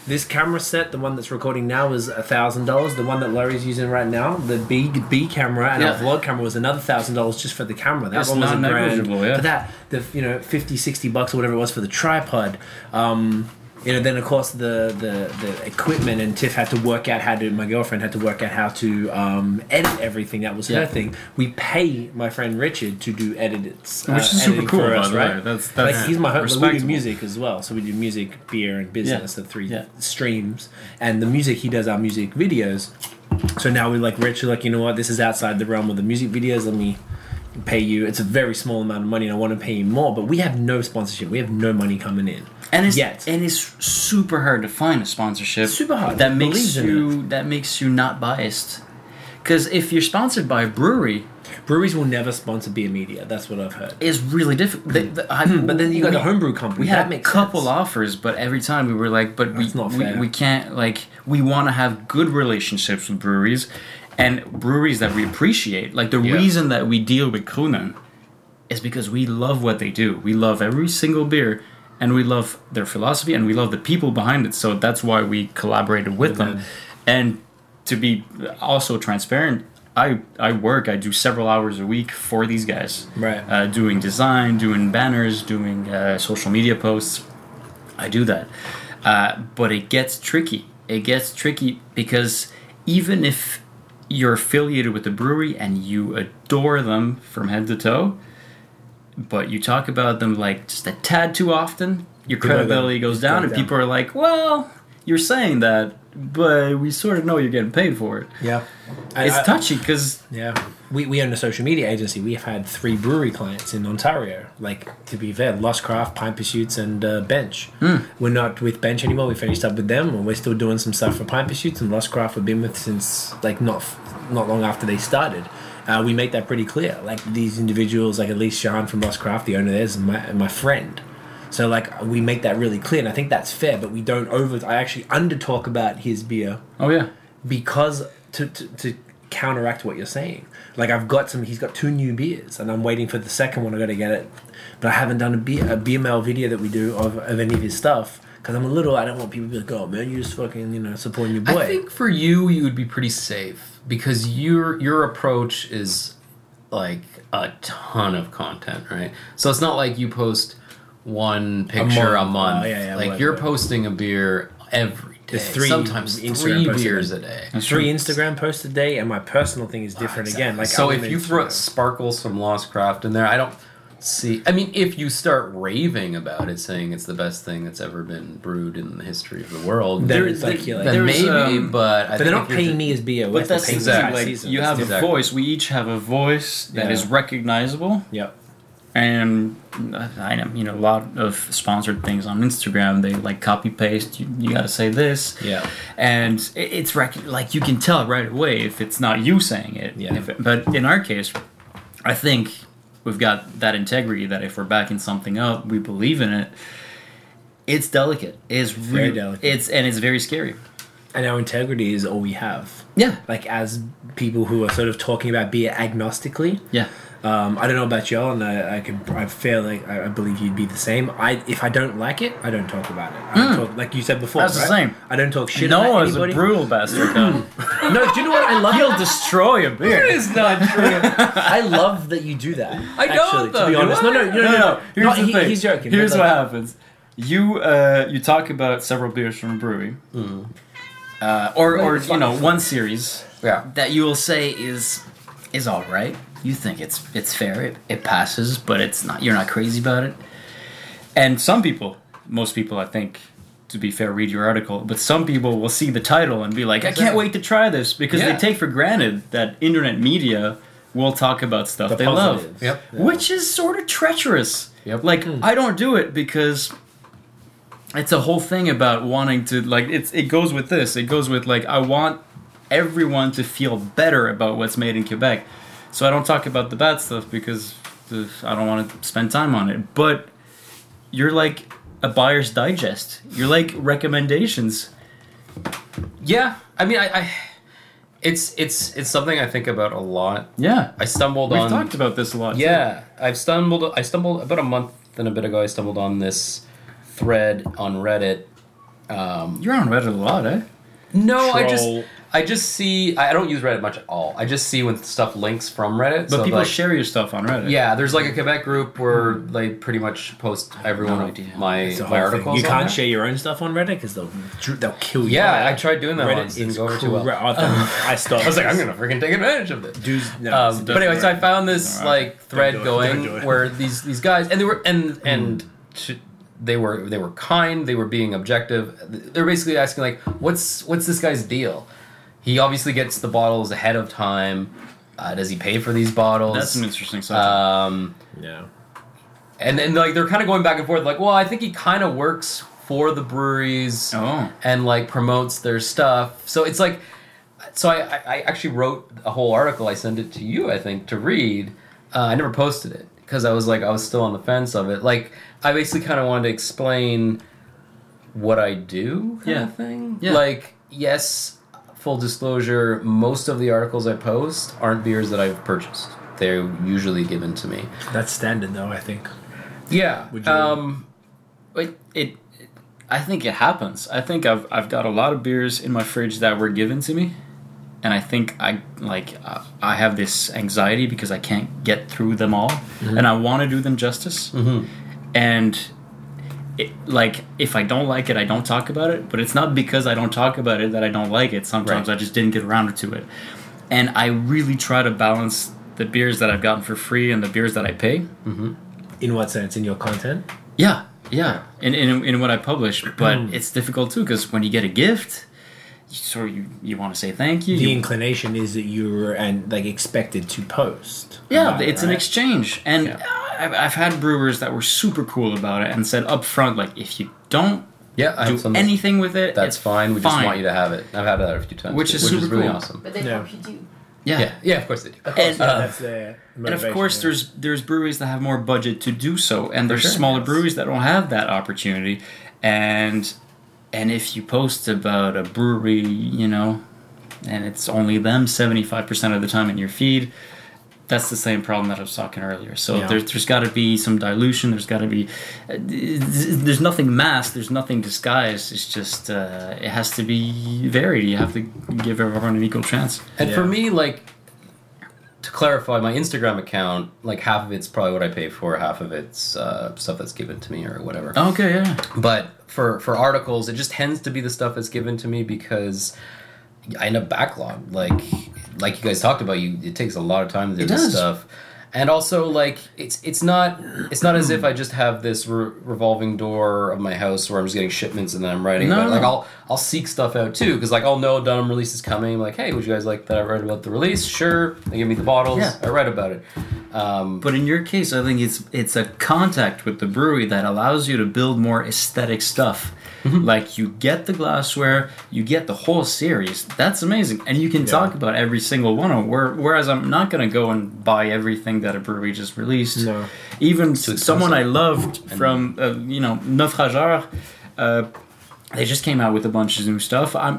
S2: This camera set, the one that's recording now, is a thousand dollars. The one that Larry's using right now, the B B camera and
S3: Yeah.
S2: our vlog camera was another thousand dollars just for the camera. That
S3: It's
S2: one was
S3: not
S2: a grand.
S3: negligible, yeah.
S2: For that, the you know 50, 60 bucks or whatever it was for the tripod. Um, you know, then of course the, the, the equipment and Tiff had to work out how to, my girlfriend had to work out how to um, edit everything. That was
S4: Yeah.
S2: her thing. We pay my friend Richard to do edits. uh,
S3: Which is super
S2: editing
S3: cool,
S2: for
S3: by
S2: us,
S3: the way.
S2: right?
S4: That's
S2: like
S4: that's
S2: he's my husband. We do
S4: respectable.
S2: music as well, so we do music, beer, and business—the three
S3: Yeah.
S2: streams. And the music he does our music videos. So now we like Rich. we're Like you know what? This is outside the realm of the music videos. Let me pay you. It's a very small amount of money, and I want to pay you more. But we have no sponsorship. We have no money coming in.
S3: and it's
S2: yet.
S3: and it's super hard to find a sponsorship.
S2: Super hard.
S3: That makes
S2: Believes in
S3: you that makes you not biased. Because if you're sponsored by a brewery,
S2: Breweries will never sponsor beer media. That's what I've heard.
S3: it's really difficult.
S2: But then Hmm. you got the homebrew company.
S3: We had
S2: that
S3: a
S2: makes
S3: couple
S2: sense.
S3: offers, but every time we were like, "But we,
S2: That's not
S3: we
S2: fair.
S3: we can't like we want to have good relationships with breweries, and breweries that we appreciate. Like the
S4: Yeah.
S3: reason that we deal with Kunan is because we love what they do. We love every single beer, and we love their philosophy, and we love the people behind it. So that's why we collaborated with them. And to be also transparent, I I work. I do several hours a week for these guys.
S2: Right.
S3: Uh, doing design, doing banners, doing uh, social media posts. I do that. Uh, but it gets tricky. It gets tricky because even if you're affiliated with the brewery and you adore them from head to toe, but you talk about them like just a tad too often, your
S2: Below them.
S3: credibility goes down,
S2: Goes
S3: and
S2: down.
S3: people are like, well, you're saying that, but we sort of know you're getting paid for it.
S2: Yeah,
S3: It's
S2: I- I-
S3: touchy because
S2: Yeah, we, we own a social media agency. We have had three brewery clients in Ontario. Like to be fair, Lost Craft, Pine Pursuits, and uh, Bench. We're not with Bench anymore. We finished up with them, and we're still doing some stuff for Pine Pursuits and Lost Craft. We've been with since like not f- not long after they started. Uh, we make that pretty clear. Like these individuals, like at least Sean from Lost Craft, the owner there, is my, my friend. So like we make that really clear, and I think that's fair. But we don't over. I actually under talk about his beer
S3: oh yeah,
S2: because to, to, to counteract what you're saying. Like I've got some, he's got two new beers, and I'm waiting for the second one. I got to get it, but I haven't done a beer a beer mail video that we do of, of any of his stuff because I'm a little. I don't want people to be like, oh man, you just fucking you know supporting your boy.
S4: I think for you, you would be pretty safe because your your approach is like a ton of content, right? So it's not like you post one picture a month.
S2: month. Oh, yeah, yeah,
S4: like
S2: right,
S4: you're
S2: right.
S4: posting a beer every day,
S2: There's three
S4: sometimes
S2: Instagram
S4: three
S2: posts a
S4: beers
S2: day.
S4: a day.
S2: Three Instagram posts a day, and my personal thing is different again. Like
S4: Ah, so
S2: I'm
S4: if
S2: an
S4: you throw
S2: Instagram-
S4: sparkles from Lost Craft in there, I don't see. I mean, if you start raving about it, saying it's the best thing that's ever been brewed in the history of the world,
S2: Then
S4: there-
S2: it's like, yeah, like-
S4: then
S3: there's,
S4: maybe,
S3: um,
S4: but
S2: but
S4: I think
S2: they're not
S4: if you're
S2: paying me as beer.
S3: But that's
S2: the thing,
S4: exactly-
S2: like,
S3: exactly. You have
S4: Exactly.
S3: a voice. We each have a voice that
S2: Yeah.
S3: is recognizable,
S2: Yep.
S3: and uh, I know you know a lot of sponsored things on Instagram. They like copy paste. You, you got to say this,
S2: Yeah.
S3: and it, it's rec- like you can tell right away if it's not you saying it.
S2: Yeah.
S3: If it- but in our case, I think we've got that integrity that if we're backing something up, we believe in it. It's delicate. It's
S2: Very
S3: re-
S2: delicate.
S3: It's and it's very scary.
S2: And our integrity is all we have.
S3: Yeah.
S2: Like as people who are sort of talking about beer agnostically,
S3: Yeah.
S2: Um, I don't know about y'all, and I, I can I feel like I, I believe you'd be the same. I if I don't like it, I don't talk about it. I don't talk, like you said before,
S3: Hmm. That's the
S2: right?
S3: same.
S2: I don't talk shit.
S3: No
S2: about
S3: one's a
S2: anybody.
S3: brutal bastard. though.
S2: No, do you know what I love?
S3: He'll destroy a beer.
S4: It's not true.
S2: I love that you do that. I
S4: don't,
S2: actually,
S4: though,
S2: To be
S4: do
S2: honest,
S4: I?
S2: no, no, no, no,
S3: no, no, no. Here's
S2: Not-
S3: the
S2: he-
S3: thing.
S2: He's joking.
S3: Here's
S2: but
S3: what
S2: like-
S3: happens. You uh, you talk about several beers from a brewery, uh, or or you know one series
S4: yeah.
S3: that you will say is is all right. You think it's it's fair. It, it passes, but it's not. You're not crazy about it. And some people, most people, I think, to be fair, read your article. But some people will see the title and be like, "I can't wait to try this," because
S4: Yeah.
S3: they take for granted that internet media will talk about stuff
S2: The
S3: they love
S2: positives.
S4: Yep.
S3: which is sort of treacherous.
S4: Yep. Hmm.
S3: Like I don't do it because it's a whole thing about wanting to like it's it goes with this. It goes with like I want everyone to feel better about what's made in Quebec. So I don't talk about the bad stuff because the, I don't want to spend time on it. But you're like a buyer's digest. You're like recommendations.
S4: Yeah. I mean, I, I. It's it's it's something I think about a lot.
S3: Yeah.
S4: I stumbled
S3: We've
S4: on.
S3: talked about this a lot. too.
S4: Yeah, I've stumbled. I stumbled about a month and a bit ago. I stumbled on this thread on Reddit. Um,
S3: You're on Reddit a lot, eh?
S4: no, I just
S2: Troll.
S4: I just see. I I don't use Reddit much at all. I just see when stuff links from Reddit.
S3: But people
S4: like,
S3: share your stuff on Reddit.
S4: Yeah, there's like a Quebec group where they pretty much post every
S3: no
S4: one
S3: idea.
S4: of my,
S2: It's a
S4: my
S2: whole thing.
S4: articles.
S2: You
S4: on
S2: can't
S4: there.
S2: share your own stuff on Reddit because they'll dr- they'll kill you.
S4: Yeah, I tried doing that
S2: Reddit
S4: once. Didn't
S2: is
S4: go over too well.
S2: cor- I've done- I stopped.
S4: I was like, I'm gonna freaking take advantage of this.
S2: do. No,
S4: Um,
S2: it's
S4: but anyway, so I found this
S3: Alright.
S4: like thread
S2: do it.
S4: going
S2: Don't do it. Hmm.
S4: where these these guys and they were and and t- they were they were kind. They were being objective. They're basically asking like, what's what's this guy's deal? He obviously gets the bottles ahead of time. Uh, does he pay for these bottles?
S3: That's an interesting subject.
S4: um,
S2: yeah.
S4: and then like they're kind of going back and forth. Like, well, I think he kind of works for the breweries
S3: oh.
S4: and like promotes their stuff. So it's like, so I, I I actually wrote a whole article. I sent it to you, I think, to read. Uh, I never posted it because I was like, I was still on the fence of it. Like, I basically kind of wanted to explain what I do, kind
S3: Yeah.
S4: of thing.
S3: Yeah.
S4: Like, yes, full disclosure, most of the articles I post aren't beers that I've purchased. They're usually given to me.
S2: That's standard though. I think.
S4: Yeah.
S2: Would you-
S4: um,
S3: It, it, it- I think it happens. I think I've I've got a lot of beers in my fridge that were given to me, and I think I like I, I have this anxiety because I can't get through them all, and I want to do them justice, and. It, like if I don't like it, I don't talk about it. But it's not because I don't talk about it that I don't like it. Sometimes
S4: Right.
S3: I just didn't get around to it, and I really try to balance the beers that I've gotten for free and the beers that I pay.
S2: In what sense? In your content?
S3: Yeah, yeah, in in, in what I publish,
S4: Mm.
S3: but it's difficult too because when you get a gift, you sort of you, you want to say thank you.
S2: The
S3: you
S2: inclination is that you were and like expected to post.
S3: yeah,
S2: about it,
S3: it's an
S2: right?
S3: exchange, and
S4: Yeah.
S3: I've, I've had brewers that were super cool about it and said up front, like if you don't
S4: yeah. I have
S3: do
S4: something-
S3: anything with it,
S4: That's
S3: it's
S4: fine. We
S3: fine.
S4: just want you to have it. I've had that a few times,
S3: Which
S4: too,
S3: is
S4: which is
S3: super
S4: really
S3: cool.
S4: awesome.
S5: But they
S2: Yeah.
S5: hope you do.
S3: yeah.
S4: Yeah, yeah, of course they do.
S3: And,
S2: Yeah,
S3: uh,
S2: that's their
S3: and of
S2: motivation,
S3: course,
S2: yeah.
S3: there's there's breweries that have more budget to do so, and there's
S4: sure,
S3: smaller
S4: yes.
S3: breweries that don't have that opportunity, and and if you post about a brewery, you know, and it's only them seventy five percent of the time in your feed, that's the same problem that I was talking earlier. So
S2: Yeah.
S3: there's there's got to be some dilution. There's got to be uh, there's nothing masked. There's nothing disguised. It's just uh, it has to be varied. You have to give everyone an equal chance.
S4: And
S2: Yeah.
S4: for me, like to clarify, my Instagram account, like half of it's probably what I pay for, half of it's uh, stuff that's given to me or whatever.
S3: Okay, yeah,
S4: But for for articles, it just tends to be the stuff that's given to me because I end up backlogged. Like like you guys talked about, you it takes a lot of time to do
S3: It
S4: this
S3: does.
S4: stuff. And also, like it's it's not it's not as if I just have this re- revolving door of my house where I'm just getting shipments and then I'm writing.
S3: No,
S4: about it.
S3: no,
S4: like
S3: no.
S4: I'll I'll seek stuff out too because like I'll know a Dunham release is coming. I'm like, hey, would you guys like that? I read about the release. Sure, they give me the bottles.
S3: Yeah.
S4: I read about it. Um,
S3: But in your case, I think it's it's a contact with the brewery that allows you to build more aesthetic stuff. Like you get the glassware, you get the whole series. That's amazing, and you can talk about every single one of them. Where, whereas I'm not gonna go and buy everything that a brewery just released.
S2: No.
S3: Even s- someone I
S4: expensive.
S3: loved from uh, you know Naufrageur, uh, they just came out with a bunch of new stuff. I'm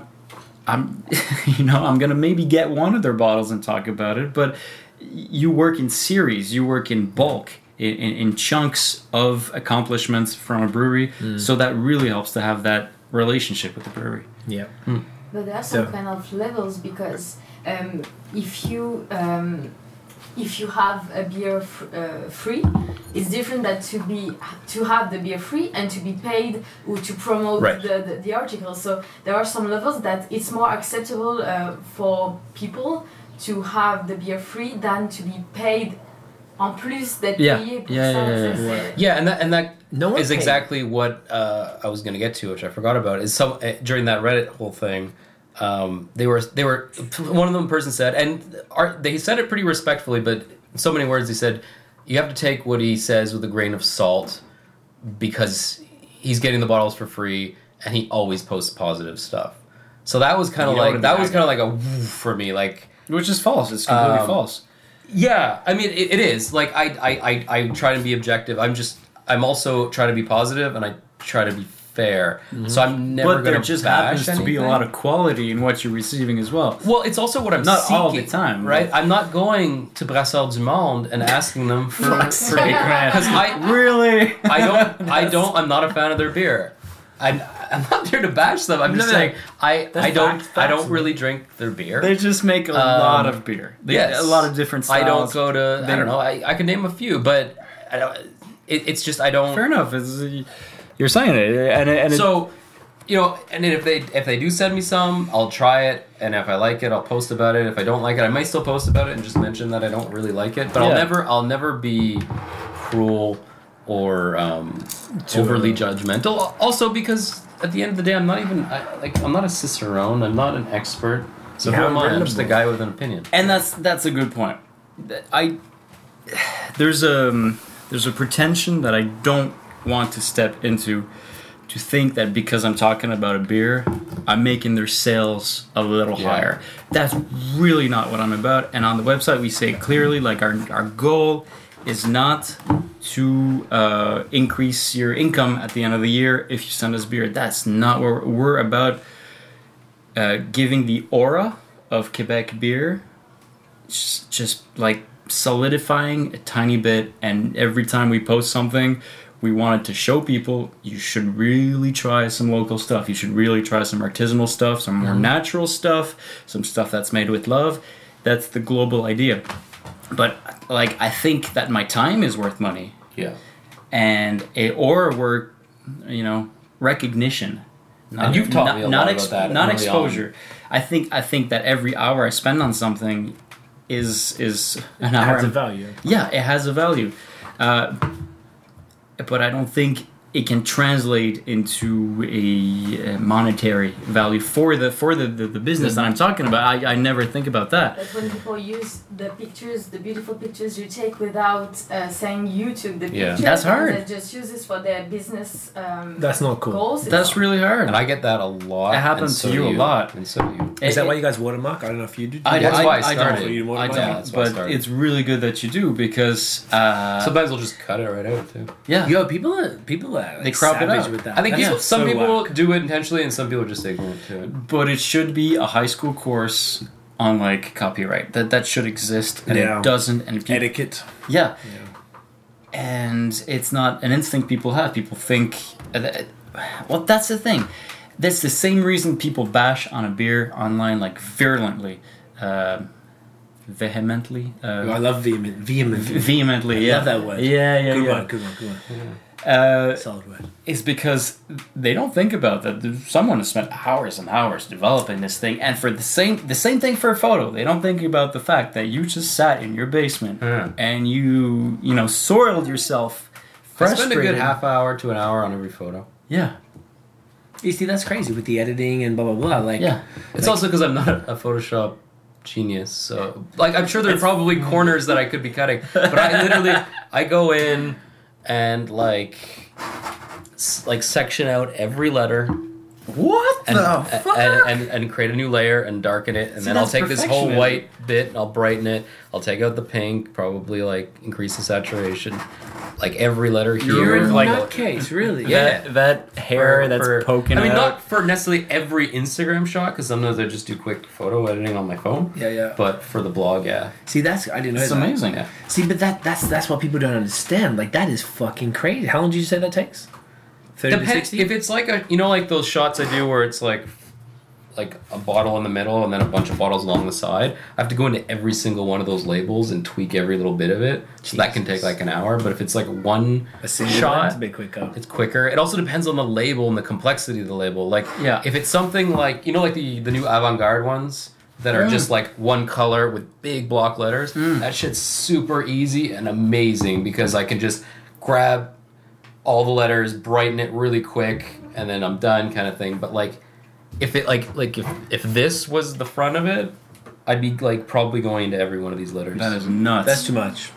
S3: I'm, you know, I'm gonna maybe get one of their bottles and talk about it. But you work in series, you work in bulk, in, in, in chunks of accomplishments from a brewery.
S4: Mm.
S3: So that really helps to have that relationship with the brewery.
S2: yeah.
S5: But there are some
S2: So-
S5: kind of levels because um, if you um, if you have a beer f- uh, free, it's different that to be to have the beer free and to be paid or to promote
S4: Right.
S5: the, the the article. So there are some levels that it's more acceptable uh, for people to have the beer free than to be paid. En plus d'être
S3: Yeah.
S5: payé pour
S3: Yeah,
S5: ça,
S3: yeah, yeah,
S5: ça,
S3: yeah.
S5: c'est-
S4: Yeah, and that and that is
S2: No one paid.
S4: exactly what uh, I was going to get to, which I forgot about. Is some uh, during that Reddit whole thing, um, they were they were one of them person said, and are, they said it pretty respectfully, but in so many words. He said, "You have to take what he says with a grain of salt, because he's getting the bottles for free, and he always posts positive stuff." So that was kind
S3: You
S4: of
S3: don't
S4: like
S3: wanna
S4: that
S3: be
S4: was kind of like a woof for me, like.
S3: Which is false. It's completely
S4: Um,
S3: false.
S4: Yeah, I mean it, it is. Like I, I, I, I try to be objective. I'm just I'm also trying to be positive and I try to be fair. So I'm never
S3: Mm-hmm. But
S4: gonna
S3: there just
S4: bash
S3: happens to be a
S4: anything.
S3: lot of quality in what you're receiving as well.
S4: Well, it's also what I'm
S3: Not all
S4: seeking,
S3: the time,
S4: right?
S3: but-
S4: I'm not going to Brassard du Monde and asking them for
S3: Fuck's
S4: for
S3: sake, man.
S4: because I
S3: Really?
S4: I don't I don't I'm not a fan of their beer. I I'm not there to bash them. I'm
S3: No,
S4: just
S3: no,
S4: saying I
S2: That's
S4: I don't
S2: fact-
S4: I don't
S2: facts.
S4: really drink their beer.
S3: They just make a lot of beer. They,
S4: yes.
S3: a lot of different styles.
S4: I don't go to.
S3: They-
S4: I don't know. I, I can name a few, but I don't. It, it's just I don't.
S3: Fair enough. It's, you're saying it, and and it,
S4: so, you know, and then if they if they do send me some, I'll try it, and if I like it, I'll post about it. If I don't like it, I might still post about it and just mention that I don't really like it. But I'll
S3: Yeah.
S4: never I'll never be cruel or um, overly judgmental. Also, because at the end of the day, I'm not even I, like I'm not a cicerone. I'm not an expert. So who am I? I'm just a guy with an opinion.
S3: and that's that's a good point. That I there's a um, there's a pretension that I don't want to step into to think that because I'm talking about a beer, I'm making their sales a little
S4: Yeah.
S3: higher. That's really not what I'm about. And on the website, we say clearly like our our goal is not to uh, increase your income at the end of the year if you send us beer. That's not what we're, we're about. Uh, giving the aura of Quebec beer just, just like solidifying a tiny bit and every time we post something we wanted to show people you should really try some local stuff you should really try some artisanal stuff some more natural stuff some stuff that's made with love that's the global idea but like i think that my time is worth money
S4: Yeah.
S3: and a or work you know recognition not,
S4: And you've taught me a lot about
S3: exp-
S4: that
S3: not
S4: early
S3: exposure i think i think that every hour i spend on something is is an hour
S2: Adds a value.
S3: yeah it has a value uh, but i don't think it can translate into a uh, monetary value for the for the, the, the business that i'm talking about I, I never think about that
S5: That's when people use the pictures, the beautiful pictures you take without uh, saying you took the
S4: Yeah.
S5: picture.
S3: That's
S5: and
S3: hard.
S5: They just use this for their business um,
S2: That's not cool.
S5: goals. It's
S3: that's really hard
S4: And I get that a lot.
S3: It happens
S4: and
S3: to
S4: so
S3: you
S4: do
S3: a lot.
S4: and so do you.
S2: Is that
S3: It-
S2: why you guys watermark? I don't know if you do.
S3: I,
S4: That's
S3: I,
S4: why I
S3: I
S4: started.
S2: You
S3: don't.
S2: want
S3: I
S2: to
S3: don't.
S2: buy it?
S4: That's why I
S3: but
S4: started.
S3: it's really good that you do because uh,
S4: Sometimes we'll just cut it right out too.
S3: yeah,
S2: Yo, people are people are like,
S3: They crop it
S2: savage
S3: up.
S2: with that.
S4: I think
S3: That's
S4: people, some
S2: so uh,
S4: people do it intentionally, and some people are just ignorant to it.
S3: but it should be a high school course on like copyright. That that should exist, and
S2: Yeah.
S3: it doesn't. And people,
S2: etiquette.
S3: yeah. and it's not an instinct people have. People think, uh, well, that's the thing. That's the same reason people bash on a beer online like virulently, um vehemently.
S2: Oh, I
S3: Uh,
S2: love vehement, vehement.
S3: Vehemently, yeah.
S2: love that word.
S3: Yeah, yeah,
S2: good
S3: yeah.
S2: one, good one, good one.
S3: Uh,
S2: Solid word.
S3: is because they don't think about that someone has spent hours and hours developing this thing and for the same the same thing for a photo they don't think about the fact that you just sat in your basement
S4: Yeah.
S3: and you you know soiled yourself
S4: I spend
S3: frustrated
S4: a good half hour to an hour on every photo.
S3: yeah
S2: You see, that's crazy with the editing and blah blah blah. Like,
S3: yeah
S4: It's also because I'm not a Photoshop genius, so like I'm sure there are probably corners that I could be cutting, but I literally I go in and like s- like section out every letter
S3: what
S4: and,
S3: the
S4: a-
S3: fuck?
S4: and, and, and create a new layer and darken it and
S3: See,
S4: then i'll
S3: that's
S4: take this whole
S3: perfectionism.
S4: white bit and i'll brighten it i'll take out the pink probably like increase the saturation like every letter
S3: You're
S4: here
S3: in
S4: like
S2: case, really.
S4: yeah
S3: that, that hair
S4: for-
S3: that's
S4: for-
S3: poking
S4: I mean,
S3: out
S4: not for necessarily every Instagram shot, because sometimes I just do quick photo editing on my phone.
S2: Yeah, yeah.
S4: But for the blog, yeah.
S2: See, that's I didn't know.
S3: it's
S2: that.
S3: amazing
S4: Yeah.
S2: See, but that that's that's what people don't understand. Like, that is fucking crazy. How long did you say that takes? Thirty to
S4: Depends
S2: sixty.
S4: if it's like a you know like those shots I do where it's like like a bottle in the middle and then a bunch of bottles along the side. I have to go into every single one of those labels and tweak every little bit of it. So that can take
S2: Jesus.
S4: like an hour. But if it's like one
S2: a single
S4: shot,
S2: shot. It's a bit quicker.
S4: It's quicker. It also depends on the label and the complexity of the label. Like,
S3: Yeah.
S4: if it's something like you know, like the the new avant garde ones that are just like one color with big block letters. That shit's super easy and amazing because I can just grab all the letters, brighten it really quick, and then I'm done, kind of thing. But like, if it like like if if this was the front of it, I'd be like probably going into every one of these letters.
S3: that is nuts
S2: That's too much.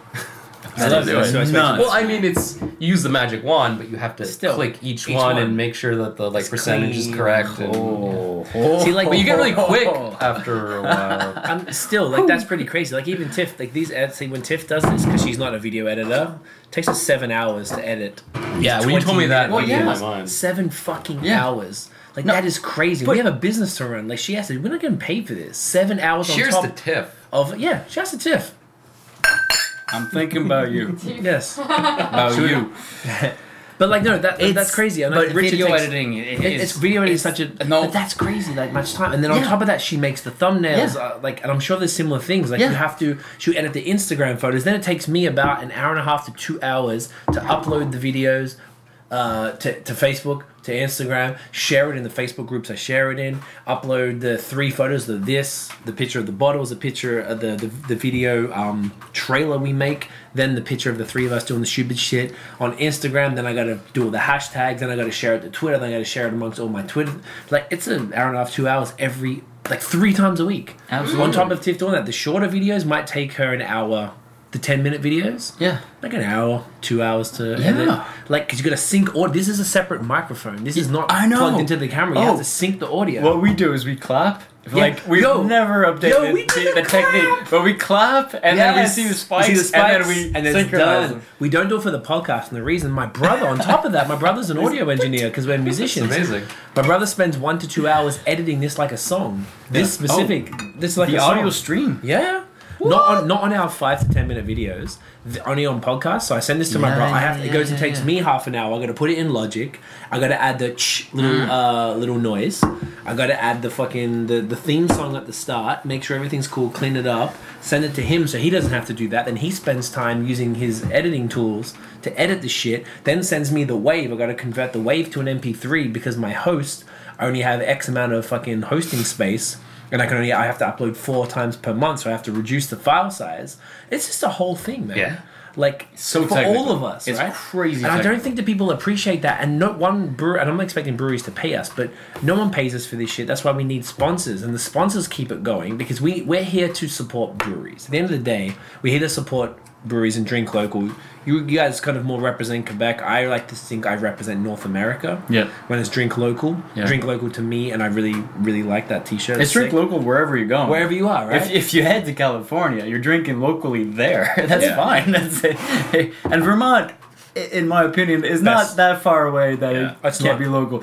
S2: I
S3: That
S2: love
S3: is
S2: it. That's what I expected.
S3: nuts.
S4: Well, I mean, it's you use the magic wand, but you have to
S3: Still,
S4: click each,
S3: each
S4: one,
S3: one.
S4: and make sure that the like percentage is
S2: clean.
S4: correct. And,
S2: See, like,
S4: But you get really quick
S2: Oh.
S4: after a while.
S2: I'm still like that's pretty crazy. Like even Tiff, like these ads. See when Tiff does this because she's not a video editor, it takes her seven hours to edit.
S4: yeah, when you told me that,
S2: Well,
S4: it blew
S2: yeah,
S4: my mind.
S2: seven fucking
S3: Yeah.
S2: hours. Like that is crazy. we have a business to run. Like she has to. We're not getting paid for this. Seven hours
S4: Cheers
S2: on
S4: to
S2: top
S4: Tiff.
S2: of yeah. She has to Tiff.
S3: i'm thinking about you
S2: Yes.
S3: about you
S2: But like no, that
S3: It's-
S2: that's crazy. And
S3: but
S2: like, Richard
S3: video
S2: takes-
S3: editing, it,
S2: it-
S3: is-
S2: it's video editing is such a
S3: no.
S2: But that's crazy. That much time, and then on
S3: Yeah.
S2: top of that, she makes the thumbnails.
S3: Yeah.
S2: Uh, like, and I'm sure there's similar things. Like
S3: Yeah.
S2: you have to shoot edit the Instagram photos. Then it takes me about an hour and a half to two hours to upload the videos. Uh, to, to Facebook, to Instagram, share it in the Facebook groups I share it in, upload the three photos the this, the picture of the bottles, the picture of the, the, the video um, trailer we make, then the picture of the three of us doing the stupid shit on Instagram, then I gotta do all the hashtags, then I gotta share it to Twitter, then I gotta share it amongst all my Twitter. Like, it's an hour and a half, two hours every, like three times a week.
S3: Absolutely.
S2: On top of Tiff doing that, the shorter videos might take her an hour, the 10 minute videos
S3: yeah.
S2: like an hour, two hours to
S3: Yeah.
S2: edit. Like, because you got to sync audio. This is a separate microphone. This is not
S3: I know.
S2: plugged into the camera. You
S3: Oh.
S2: have to sync the audio.
S3: What we do is we clap. Like we've
S2: Yo.
S3: never updated
S2: Yo, we
S3: the,
S2: did
S3: the
S2: the clap.
S3: technique, but we clap and then we
S2: Yes.
S3: see the
S2: We
S3: spikes, and then we
S2: and it's done.
S3: synchronize them.
S2: We don't do it for the podcast, and the reason my brother, on top of that, my brother's an audio engineer because we're musicians.
S4: amazing.
S2: My brother spends one to two hours editing this like a song. This
S3: Yeah. Oh.
S2: specific, this like
S3: The
S2: a
S3: audio
S2: song.
S3: stream.
S2: Yeah. Not on, not on our five to ten minute videos, th- only on podcasts. So I send this to my
S3: Yeah,
S2: brother. I
S3: yeah,
S2: have to,
S3: yeah,
S2: it goes
S3: yeah,
S2: and takes
S3: yeah.
S2: me half an hour. I got to put it in Logic. I got to add the ch little
S3: Mm.
S2: uh, little noise. I got to add the fucking the, the theme song at the start. Make sure everything's cool. Clean it up. Send it to him so he doesn't have to do that. Then he spends time using his editing tools to edit the shit. Then sends me the wave. I got to convert the wave to an MP3 because my host I only have X amount of fucking hosting space, and I can only I have to upload four times per month, so I have to reduce the file size. It's just a whole thing, man.
S4: Yeah.
S2: Like
S3: So
S2: for
S3: technical.
S2: all of us,
S3: It's
S2: right?
S3: crazy
S2: And I
S3: technical.
S2: don't think that people appreciate that. And not one brewer, and I'm not expecting breweries to pay us, but no one pays us for this shit. That's why we need sponsors, and the sponsors keep it going because we we're here to support breweries. At the end of the day, we're here to support breweries and drink local. You, you guys kind of more represent Quebec. I like to think I represent North America.
S3: Yeah.
S2: When it's drink local,
S3: Yeah.
S2: drink local to me, and I really really like that T-shirt.
S3: It's drink
S2: sick.
S3: local wherever you're going.
S2: wherever you are, right?
S3: If, if you head to California, you're drinking locally there. That's
S2: Yeah.
S3: fine. That's it. And Vermont, i- in my opinion, is not
S2: That's-
S3: that far away that
S2: Yeah.
S3: it
S2: It's
S3: can't
S2: not.
S3: be local.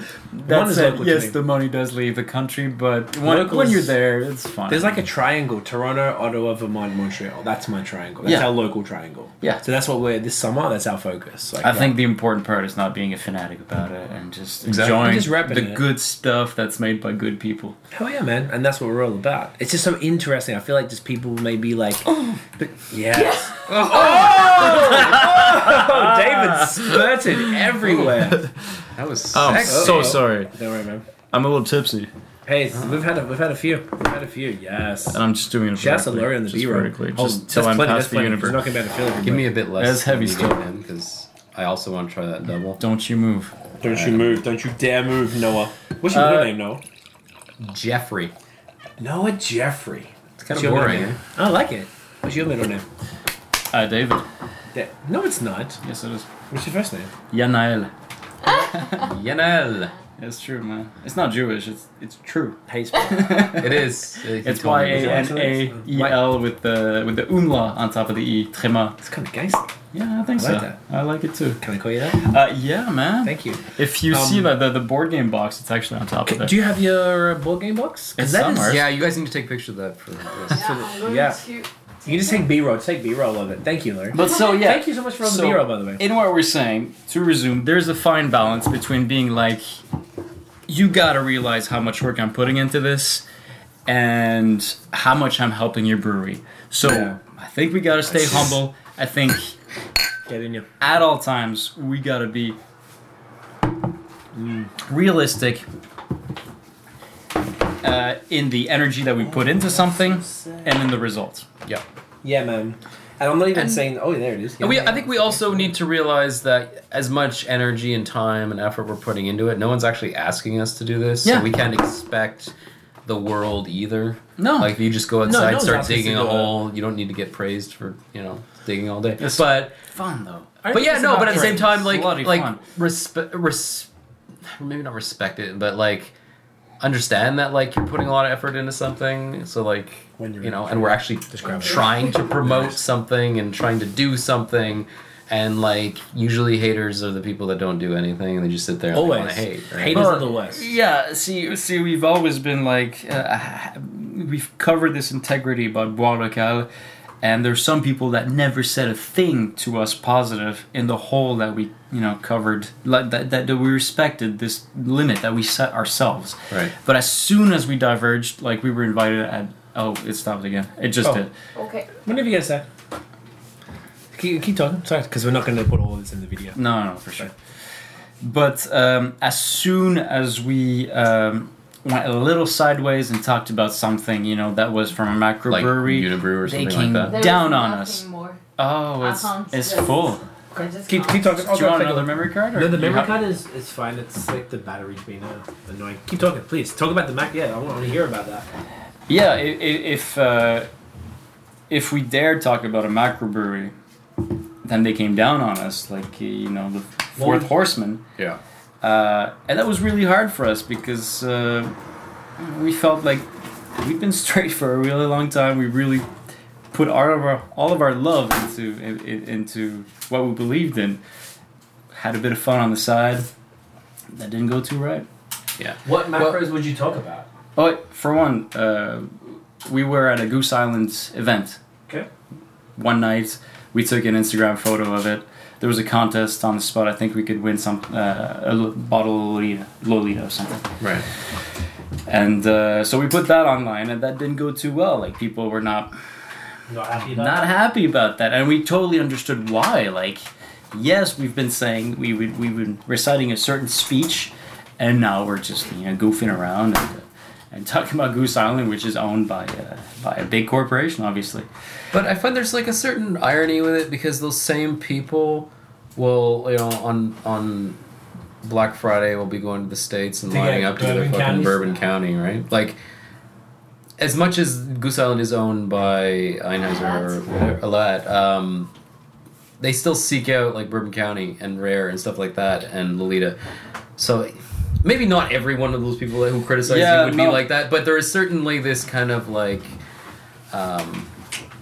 S3: That
S2: is
S3: said,
S2: local to
S3: yes,
S2: me.
S3: the money does leave the country, but when,
S2: Local
S3: when
S2: is-
S3: you're there, it's fine.
S2: There's like a triangle: Toronto, Ottawa, Vermont, Montreal. That's my triangle. That's
S3: Yeah.
S2: our local triangle.
S3: Yeah.
S2: So that's what we're this summer. That's our focus. Like,
S3: I think the important part is not being a fanatic about it and just
S4: Exactly.
S3: enjoying
S2: Just repping
S3: the
S2: it.
S3: good stuff that's made by good people.
S2: hell yeah, man! And that's what we're all about. It's just so interesting. I feel like just people may be like,
S3: Oh.
S2: but yes. oh, David spurted
S3: Oh.
S2: everywhere.
S4: That was
S2: so
S3: sorry.
S2: Don't worry, man.
S3: I'm a little tipsy,
S2: Hey, we've had a, we've had a few. We've had a few. Yes.
S3: I'm just doing it.
S2: Shout out to Laurie on the Oh, B roll. You're not gonna be able to feel it.
S4: Give me a bit less.
S3: That's heavy
S4: than you
S3: stuff.
S4: gave him, 'cause I also want to try that double.
S3: Don't you move.
S2: Don't you move. Don't you dare move, Noah. What's
S3: Uh,
S2: your middle name, Noah?
S4: Jeffrey.
S2: Noah Jeffrey.
S4: It's kind
S2: What's
S4: of
S2: your middle
S4: boring.
S2: name? I like it. What's your middle name?
S3: Uh, David.
S2: Da- No, it's not.
S3: Yes, it is.
S2: What's your first name?
S3: Yanael.
S4: Yanel.
S3: It's true, man. It's not Jewish. It's it's true.
S2: How you spell it?
S4: It is. Uh, he
S3: It's
S4: told
S3: Y
S4: me.
S3: A N A E L with the with the umla on top of the e. Trema.
S2: It's kind of gangster.
S3: Yeah, I think
S2: I like
S3: so.
S2: that.
S3: I like it too.
S2: Can I call you that?
S3: Uh, yeah, man.
S2: Thank you.
S3: If you
S2: Um,
S3: see the, the the board game box, it's actually on top of it.
S2: Do you have your uh, board game box? 'Cause
S3: It's
S2: that is-
S3: somewhere.
S4: Yeah, you guys need to take a picture of that for. Yes.
S5: Yeah, I'm going
S2: Yeah.
S5: to.
S2: you can just take B roll. Take B roll of it. Thank you, Larry.
S3: but so yeah.
S2: Thank you so much for all the
S3: So-
S2: B roll, by the way.
S3: in what we're saying, to resume, there's a fine balance between being like, you gotta realize how much work I'm putting into this and how much I'm helping your brewery. So
S2: Yeah.
S3: I think we gotta stay humble. I think
S2: Get in your.
S3: at all times we gotta be realistic uh, in the energy that we put into something and in the result.
S4: Yeah.
S2: Yeah, man. And I'm not even saying. Oh, there it is.
S4: And we, I think we also need to realize that as much energy and time and effort we're putting into it, no one's actually asking us to do this.
S3: Yeah.
S4: So we can't expect the world either.
S3: No.
S4: Like if you just go outside,
S2: one's
S4: start
S2: asking us
S4: digging
S2: to
S4: a
S2: do that.
S4: hole, you don't need to get praised for, you know, digging all day. But
S3: Fun though.
S4: but yeah, no, but at the same time, like
S3: Bloody fun.
S4: like respect, res- maybe not respect it, but like understand that like you're putting a lot of effort into something. So like
S2: When you're
S4: you know, and we're actually
S2: grab it.
S4: trying to promote something and trying to do something. And like usually haters are the people that don't do anything and they just sit there and
S2: always
S4: want to hate. right?
S2: Haters are the worst.
S3: Yeah, see, see, we've uh, always been like, uh, we've covered this integrity about Bois Local, And there's some people that never said a thing to us positive in the whole that we, you know, covered. Like that, that, that we respected this limit that we set ourselves.
S4: Right.
S3: But as soon as we diverged, like we were invited at. Oh, it stopped again. It just
S2: Oh.
S3: did.
S5: Okay.
S2: Whenever you guys say. Keep, keep talking. Sorry, because we're not going to put all this in the video.
S3: No, no, no for sure. But um, as soon as we um, went a little sideways and talked about something, you know, that was from a
S4: Like
S3: microbrewery,
S4: Unibrew or
S3: they
S4: something
S3: came-
S4: like that.
S5: There is
S3: Down on
S5: nothing
S3: us.
S5: More.
S3: Oh,
S5: I
S3: it's
S5: can't-
S3: it's
S5: there's-
S3: full.
S5: I just
S2: Keep,
S5: can't.
S2: keep talking. Oh, I'll
S3: Do you
S2: go take
S3: want
S2: a
S3: another
S2: look.
S3: memory card? Or
S2: No, the
S3: you
S2: memory
S3: have-
S2: card is, is fine. It's like the battery's being uh, annoying. Keep talking, please. Talk about the Mac. Yeah, I want to hear about that.
S3: Yeah, i- i- if uh, if we dared talk about a microbrewery, then they came down on us like you know the fourth
S2: would-
S3: horseman.
S4: Yeah.
S3: uh, and that was really hard for us because uh, we felt like we've been straight for a really long time. We really put all of our all of our love into in, in- into what we believed in. Had a bit of fun on the side. That didn't go too right.
S2: What macros
S3: macros
S2: would you talk about?
S3: Oh, for one, uh, we were at a Goose Island event.
S2: Okay.
S3: One night, we took an Instagram photo of it. There was a contest on the spot. I think we could win some uh, a l- bottle of Lolita, Lolita or something.
S4: Right.
S3: And uh, so we put that online, and that didn't go too well. Like people were not
S2: Not happy about
S3: not
S2: that?
S3: happy about that, and we totally understood why. Like, yes, we've been saying we would we would reciting a certain speech, and now we're just you know goofing around and, and talking about Goose Island, which is owned by uh, by a big corporation, obviously.
S4: But I find there's like a certain irony with it because those same people will, you know, on on Black Friday will be going to the states and
S2: To get
S4: lining up to get their
S2: Bourbon
S4: fucking
S2: Counties?
S4: Bourbon County, right? Like, as much as Goose Island is owned by Einheiser or whatever, Alat, um, they still seek out like Bourbon County and Rare and stuff like that and Lolita. So maybe not every one of those people who criticize
S3: Yeah,
S4: you would
S3: no.
S4: be like that, but there is certainly this kind of like. Um,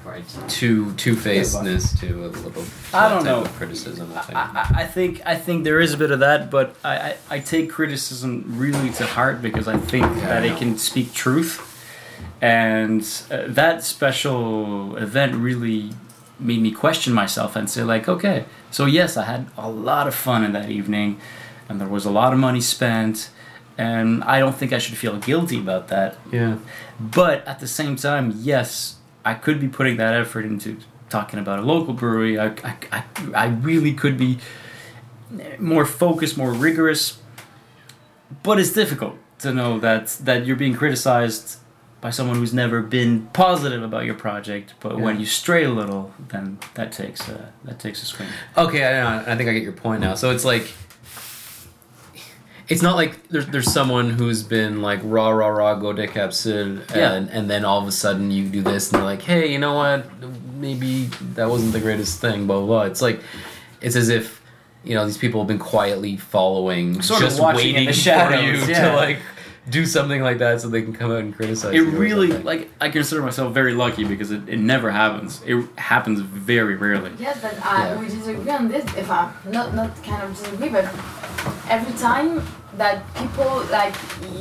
S3: Right.
S4: two two facedness to a little.
S3: I don't
S4: that type
S3: know.
S4: of criticism. I think.
S3: I, I- I think I think there is a bit of that, but I, I, I take criticism really to heart because I think
S4: Yeah,
S3: that
S4: I
S3: it
S4: know.
S3: can speak truth, and uh, that special event really made me question myself and say like, okay, so yes, I had a lot of fun in that evening, and there was a lot of money spent, and I don't think I should feel guilty about that.
S4: yeah,
S3: But at the same time, yes, I could be putting that effort into talking about a local brewery. I, I, I, I really could be more focused, more rigorous. But it's difficult to know that that you're being criticized by someone who's never been positive about your project. But when
S4: Yeah.
S3: you stray a little, then that takes a, that takes a swing.
S4: Okay, I know. I think I get your point now. So it's like, it's not like there's there's someone who's been like rah rah rah go dick absurd, and
S3: Yeah.
S4: and then all of a sudden you do this and they're like, hey, you know what? Maybe that wasn't the greatest thing. Blah blah. blah. It's like, it's as if. You know these people have been quietly following,
S3: Sort of
S4: just
S3: watching in
S4: waiting
S3: the shadows,
S4: for you
S3: yeah.
S4: to like do something like that, so they can come out and criticize.
S3: It
S4: you or
S3: really
S4: something.
S3: like I consider myself very lucky because it, it never happens. It happens very rarely.
S5: Yes, but I,
S4: Yeah.
S5: we disagree on this. If I'm not not kind of disagree, but every time that people like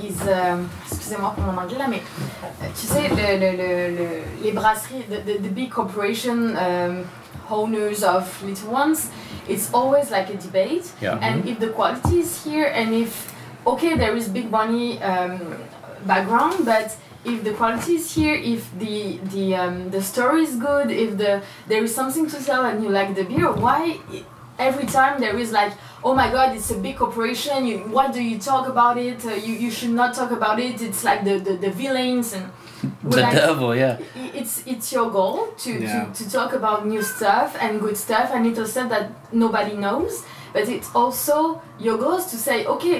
S5: is um, excusez-moi pour mon anglais là, mais euh, tu sais le, le, le, le- les brasseries, the, the, the big corporation um, owners of little ones, it's always like a debate.
S4: Yeah.
S5: And if the quality is here, and if okay, there is big money um, background, but if the quality is here, if the the um, the story is good, if the there is something to sell and you like the beer, why i- every time there is like, oh my god, it's a big corporation. You, why do you talk about it? Uh, you you should not talk about it. It's like the the, the villains and. we
S3: The
S5: like-
S3: devil, yeah.
S5: i- it's it's your goal to,
S2: Yeah.
S5: to, to talk about new stuff and good stuff and little stuff that nobody knows but it's also your goal is to say okay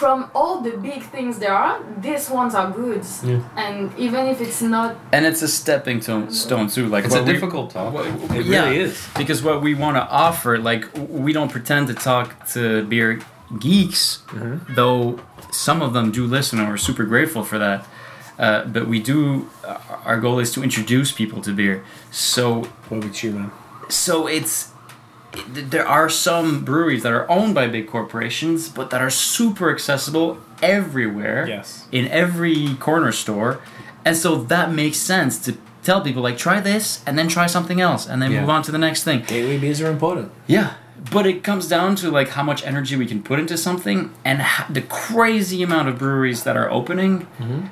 S5: from all the big things there are these ones are good
S4: Yeah.
S5: and even if it's not
S3: And it's a stepping to- stone too. Like
S4: it's
S3: what
S4: a
S3: we-
S4: difficult topic.
S2: It
S3: Yeah.
S2: really is.
S3: because what we want to offer, like w- we don't pretend to talk to beer geeks,
S2: Mm-hmm.
S3: though some of them do listen and we're super grateful for that. Uh, but we do. uh, Our goal is to introduce people to beer. So
S2: What about you, man?
S3: so it's it- there are some breweries that are owned by big corporations but that are super accessible everywhere
S2: Yes.
S3: in every corner store and so that makes sense to tell people like try this and then try something else and then
S2: Yeah.
S3: move on to the next thing.
S2: Gateway beers are important.
S3: Yeah, but it comes down to like how much energy we can put into something and h- the crazy amount of breweries that are opening,
S4: Mm-hmm.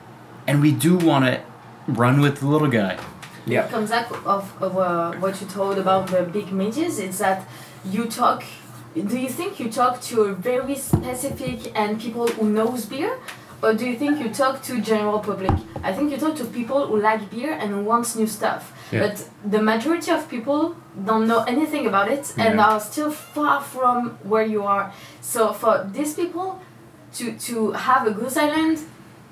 S3: and we do want to run with the little guy.
S2: Yeah.
S5: comes back of, of uh, what you told about the big meetings is that you talk do you think you talk to a very specific and people who knows beer or do you think you talk to general public i think you talk to people who like beer and who wants new stuff
S4: Yeah.
S5: but the majority of people don't know anything about it and
S3: Yeah.
S5: are still far from where you are so for these people to to have a goose island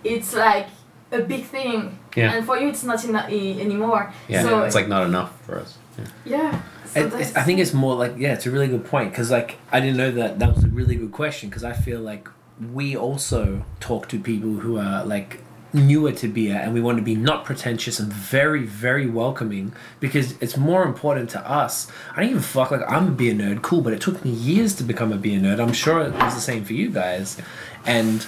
S5: it's like a big thing
S4: Yeah.
S5: and for you it's not enough eh, anymore
S4: Yeah,
S5: so
S4: it's like not enough for us. Yeah.
S5: yeah.
S2: I,
S5: So
S2: I think it's more like yeah, it's a really good point because like I didn't know that that was a really good question because I feel like we also talk to people who are like newer to beer and we want to be not pretentious and very very welcoming because it's more important to us. I don't even fuck like I'm a beer nerd, cool, but it took me years to become a beer nerd. I'm sure it was the same for you guys, and.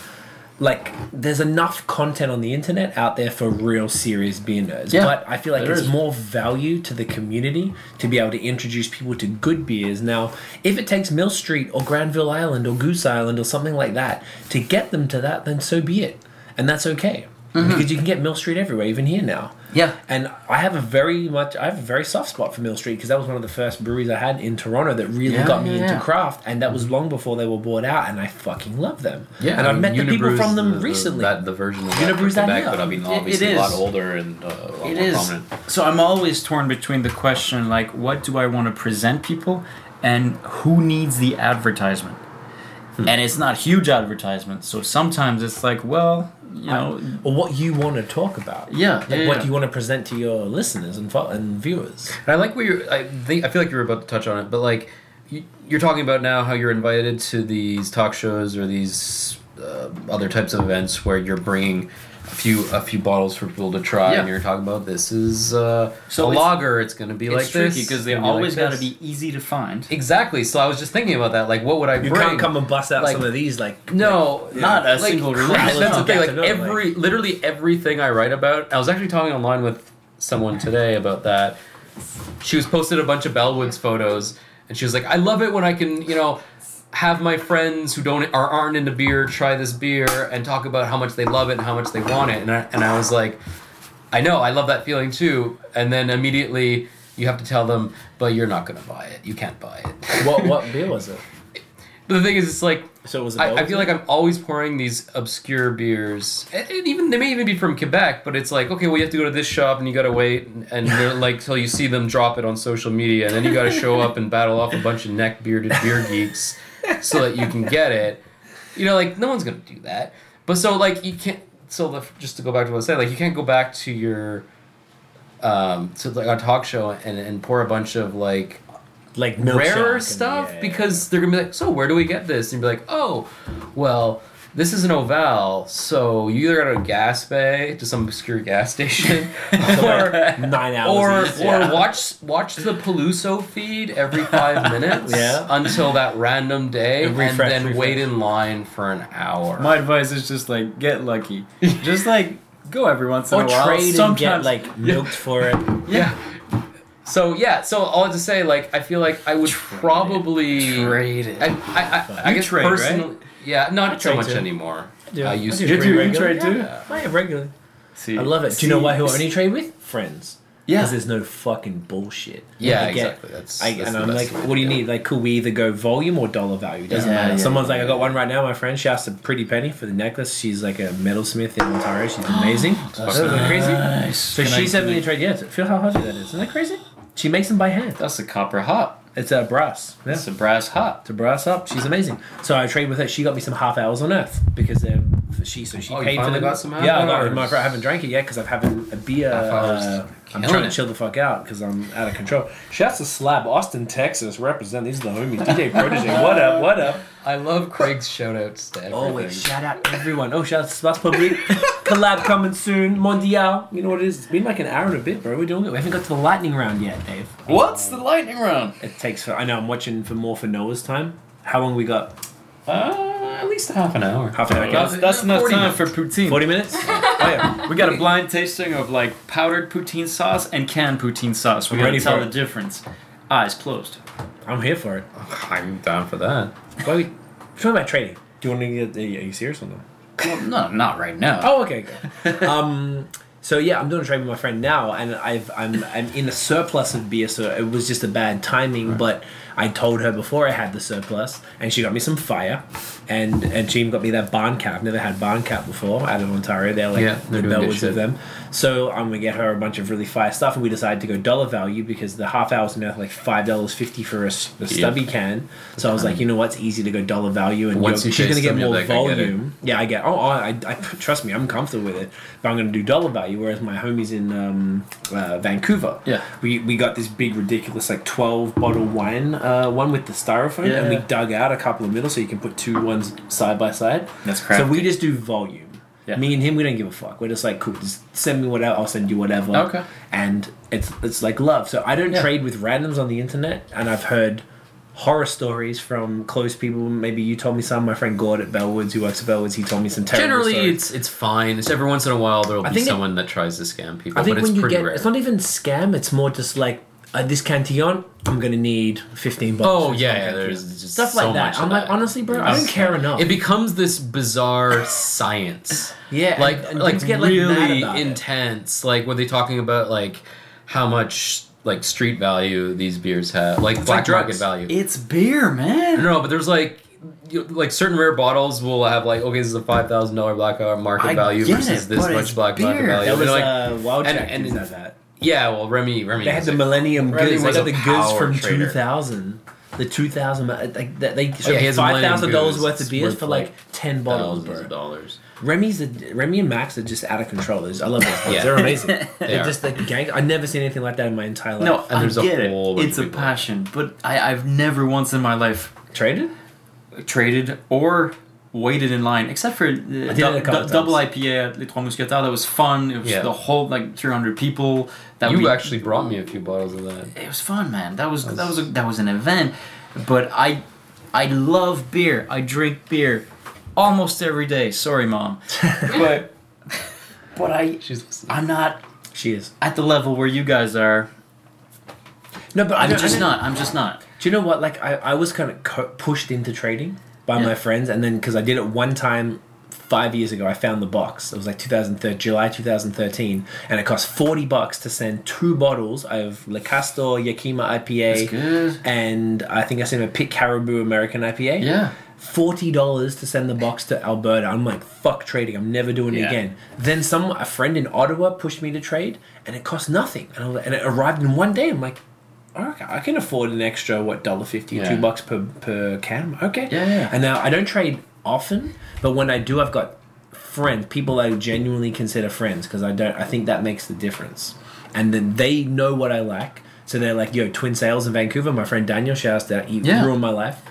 S2: Like, there's enough content on the internet out there for real serious beer nerds.
S3: Yeah.
S2: but I feel like
S3: There
S2: it's
S3: is.
S2: more more value to the community to be able to introduce people to good beers. Now, if it takes Mill Street or Granville Island or Goose Island or something like that to get them to that, then so be it. And that's okay.
S3: Mm-hmm.
S2: Because you can get Mill Street everywhere, even here now.
S3: Yeah.
S2: And I have a very much, I have a very soft spot for Mill Street because that was one of the first breweries I had in Toronto that really
S3: Yeah,
S2: got me
S3: yeah,
S2: into
S3: yeah.
S2: craft. And that was long before they were bought out. And I fucking love them.
S3: Yeah,
S2: And I've met the people
S4: Unibrew's
S2: from them
S4: the- the-
S2: recently.
S4: that, the version of
S2: Unibrew's
S4: that,
S2: that
S4: back,
S2: now.
S4: but I mean,
S3: It- it
S4: obviously a lot
S3: is.
S4: older and uh, a lot
S3: It
S4: more
S3: is.
S4: prominent.
S3: So I'm always torn between the question like, what do I want to present people, and who needs the advertisement? And it's not huge advertisement, so sometimes it's like, well, you know,
S2: or what you want to talk about.
S3: yeah,
S2: Like,
S3: yeah,
S2: what
S3: yeah.
S2: do you want to present to your listeners and, fo- and viewers?
S4: And I like what you're. I think I feel like you're about to touch on it, but like you, you're talking about now how you're invited to these talk shows or these uh, other types of events where you're bringing a few a few bottles for people to try, and
S3: Yeah.
S4: you're talking about this is uh,
S3: So
S4: a
S3: it's-
S4: lager. It's going to be
S3: It's
S4: like
S3: tricky
S4: this
S3: because they
S4: it's gonna
S3: always got
S4: like
S3: to
S4: this.
S3: be easy to find.
S4: exactly. So I was just thinking about that. Like, what would I
S2: You
S4: bring?
S2: can't come and bust out
S4: like-
S2: some of these like
S4: No,
S3: Not a
S4: like,
S3: single
S4: crap,
S3: religious
S4: That's the thing. Like
S2: Yeah, like-
S4: every, literally everything I write about. I was actually talking online with someone today about that. She was posted a bunch of Bellwoods photos, and she was like, "I love it when I can, you know." Have my friends who don't are aren't into beer try this beer and talk about how much they love it and how much they want it and I, and I was like, I know, I love that feeling too. And then immediately you have to tell them, but you're not gonna buy it. You can't buy it.
S2: what what beer was it?
S4: But the thing is, it's like
S2: So it was. a
S4: I, I
S2: Belgian?
S4: feel like I'm always pouring these obscure beers, and, and even they may even be from Quebec, but it's like okay, well you have to go to this shop and you gotta wait, and, and they're like till you see them drop it on social media, and then you gotta show up and battle off a bunch of neck bearded beer geeks so that you can get it. You know, like no one's gonna do that. But so like you can't. So the, just to go back to what I said, like you can't go back to your um to like a talk show and and pour a bunch of like
S2: like milkshake
S4: rarer
S2: and-
S4: stuff
S2: yeah, yeah,
S4: because they're gonna be like, so where do we get this? And be like, oh, well, this is an Oval, so you either go to a gas bay to some obscure gas station, or
S2: yeah. nine
S4: or,
S2: hours. each,
S4: or watch watch the Paluso feed every five minutes
S2: Yeah.
S4: until that random day,
S2: And
S4: and,
S2: refresh,
S4: then wait
S2: refresh.
S4: in line for an hour.
S3: My advice is just like get lucky. just like go every once in
S2: or
S3: a while.
S2: trade and get
S3: Sometimes
S2: like milked for it.
S4: yeah. So yeah, so all to say, like I feel like I would probably
S3: trade it.
S4: I, I, I, I
S3: You
S4: guess
S3: trade, right?
S4: personally, yeah, not so
S2: trade
S4: much
S2: too.
S4: anymore.
S2: Yeah.
S4: I used
S2: I do
S4: to
S3: Did
S4: trade.
S3: you, you
S2: regular?
S3: trade too?
S2: Yeah. I have regular.
S3: See,
S2: I love it. Do you know why? Who I
S3: see,
S2: only trade with friends?
S3: Yeah.
S2: because there's no fucking bullshit.
S4: Yeah,
S2: Like, I get-
S4: exactly. That's,
S2: I,
S4: that's
S2: and
S4: the
S2: I'm
S4: best
S2: like,
S4: way to
S2: what do you
S4: go.
S2: need? Like, could we either go volume or dollar value? Doesn't
S3: Yeah,
S2: matter.
S3: yeah,
S2: Someone's like, I got one right now. My friend, she asked a pretty penny for the necklace. She's like a metalsmith in Ontario. She's amazing. Isn't that crazy?
S3: Nice.
S2: So
S3: Can I-
S2: she sent
S3: can
S2: me
S3: I-
S2: a trade. Yeah, feel how heavy that is. Isn't that crazy? She makes them by hand.
S3: That's a copper hot.
S2: It's a brass. Yeah.
S3: That's a brass hot.
S2: to brass up. She's amazing. So I trade with her. She got me some half hours on Earth because they're she. So she
S4: Oh, you
S2: paid for
S4: finally
S2: them.
S4: got some half
S2: yeah, I got
S4: hours.
S2: it. My fr- I haven't drank it yet because I've having a beer.
S4: Half hours.
S2: Uh, I'm
S4: Killing
S2: trying
S4: it.
S2: to chill the fuck out because I'm out of control. Shouts to Slab, Austin, Texas. Represent. These are the homies. DJ Protege. What up? What up?
S4: I love Craig's shout outs to everything.
S2: Oh wait, shout out everyone. Oh, shout out to Spas Public. Collab coming soon. Mondial. You know what it is? It's been like an hour and a bit, bro. We're doing it. We haven't got to the lightning round yet, Dave.
S3: What's the lightning round?
S2: It takes. For, I know. I'm watching for more for Noah's time. How long we got?
S3: Uh,
S4: at least half an hour.
S2: Half an hour.
S4: Yeah.
S3: That's, that's enough
S4: 40
S3: time for poutine.
S2: Forty minutes.
S3: Oh, yeah. We got a blind tasting of like powdered poutine sauce and canned poutine sauce. We're
S2: I'm
S3: gonna
S2: ready
S3: tell
S2: for
S3: the
S2: it.
S3: difference. Eyes closed.
S2: I'm here for it.
S4: I'm down for that.
S2: Why are we we're talking about trading? Do you want to get? Are you serious or not?
S3: Well, no, not right now.
S2: Oh, okay. good. um, so yeah, I'm doing a trade with my friend now, and I've I'm I'm in a surplus of beer, so it was just a bad timing. But I told her before I had the surplus, and she got me some fire, and and she even got me that barn cat. I've never had barn cat before out of Ontario. They're like
S4: Yeah, they're
S2: the
S4: doing good
S2: Bellwoods
S4: shit.
S2: of them. So I'm gonna get her a bunch of really fire stuff, and we decided to go dollar value because the half hour's now like five dollars fifty for a, s- a stubby can. So I was like, you know what? It's easy to go dollar value, and
S4: Once
S2: you're-
S4: you
S2: she's gonna
S4: taste
S2: get
S4: them, you're
S2: more
S4: like, I get it.
S2: volume. Yeah, I get. Oh, I, I, I trust me. I'm comfortable with it. But I'm going to do dollar value. Whereas my homies in um, uh, Vancouver,
S3: Yeah.
S2: we we got this big ridiculous like twelve bottle wine, uh, one with the styrofoam,
S3: Yeah,
S2: and we
S3: yeah.
S2: dug out a couple of middle so you can put two ones side by side.
S3: That's
S2: So we
S3: crafty.
S2: just do volume.
S3: Yeah.
S2: Me and him, we don't give a fuck. We're just like, cool. Just send me whatever. I'll send you whatever.
S3: Okay.
S2: And it's it's like love. So I don't
S3: Yeah.
S2: trade with randoms on the internet, and I've heard horror stories from close people. Maybe you told me some. My friend Gord at Bellwoods, who works at Bellwoods, he told me some terrible
S4: Generally,
S2: stories.
S4: it's it's fine. It's every once in a while there will
S2: I
S4: be
S2: think it-
S4: someone that tries to scam people,
S2: I think
S4: but it's
S2: when you
S4: pretty
S2: get,
S4: rare.
S2: it's not even scam. It's more just like uh, this cantillon. I'm gonna need fifteen bucks.
S4: Oh
S2: for this
S4: yeah,
S2: one
S4: yeah,
S2: Cantillon.
S4: there's just
S2: stuff
S4: so
S2: like that.
S4: much
S2: I'm
S4: of
S2: like,
S4: that.
S2: honestly, bro, I don't care enough.
S4: It becomes this bizarre science.
S2: Yeah,
S4: like
S2: and- and
S4: like
S2: dudes get, like, mad
S4: really
S2: about it.
S4: intense. Like were they talking about like how much like street value these beers have, like black market
S3: drugs.
S4: value.
S3: It's beer, man.
S4: no, but there's like. You, like certain rare bottles will have like okay this is a five thousand dollar black market
S3: I
S4: value
S3: get
S4: versus
S3: it,
S4: this
S3: but
S4: much
S3: it's
S4: black market
S3: beer.
S4: value.
S2: that
S4: And
S2: was
S4: they're like,
S2: uh, wild
S4: and-
S2: Jack
S4: and-
S2: dudes had that.
S4: yeah, well Remy Remy
S2: They had
S4: was
S2: the
S4: like-
S2: Millennium
S4: Really
S2: Goods. They
S4: was
S2: got
S4: a
S2: the goods
S4: power
S2: from
S4: trader. Oh,
S2: two thousand. The two thousand, uh, like that- they
S4: yeah, he
S2: showed
S4: has
S2: five thousand dollars
S4: Millennium
S2: worth
S4: Goose
S2: of beers
S4: worth,
S2: for like
S4: like,
S2: ten bottles,
S4: thousands of
S2: bro.
S4: dollars.
S2: Remy's, the, Remy and Max are just out of control. Those- I love those guys.
S4: Yeah.
S2: They're amazing. They're
S4: are.
S2: just like gang. I've never seen anything like that in my entire life.
S3: No,
S4: And there's
S3: I
S4: a
S3: get it.
S4: whole bunch of
S3: It's a
S4: people.
S3: passion, but I, I've never once in my life
S4: uh,
S2: traded.
S3: traded or waited in line, except for uh, du-
S2: it a couple
S3: du- double IPA at Les Trois Mousquetaires. That was fun. It was
S4: Yeah.
S3: the whole like 300 people. That
S4: You
S3: we,
S4: actually brought me a few bottles of that.
S3: it was fun, man. That was
S4: That's-
S3: that was a, that was an event. But I I love beer. I drink beer almost every day. Sorry, mom, but but I
S4: She's listening.
S3: I'm not
S2: She is.
S3: at the level where you guys are.
S2: No, but I
S3: I'm
S2: don't,
S3: just
S2: I don't,
S3: not. I'm just not.
S2: Do you know what? Like, I, I was kind of co- pushed into trading by
S3: Yeah.
S2: my friends, and then because I did it one time five years ago, I found the box. It was like 2013, July 2013, and it cost 40 bucks to send two bottles of Le Castor Yakima
S3: That's
S2: IPA,
S3: good.
S2: and I think I sent a Pit Caribou American IPA.
S3: Yeah.
S2: Forty dollars to send the box to Alberta. I'm like, fuck trading. I'm never doing it
S3: Yeah.
S2: again. Then some a friend in Ottawa pushed me to trade, and it cost nothing. And, I was, and it arrived in one day. I'm like, okay, I can afford an extra what dollar fifty,
S4: Yeah.
S2: two bucks per per cam. Okay.
S3: Yeah, yeah.
S2: And now I don't trade often, but when I do, I've got friends, people I genuinely consider friends, because I don't. I think that makes the difference, and then they know what I like. So they're like, "Yo, Twin Sales in Vancouver." My friend Daniel shouts out, "You
S3: Yeah.
S2: ruined my life."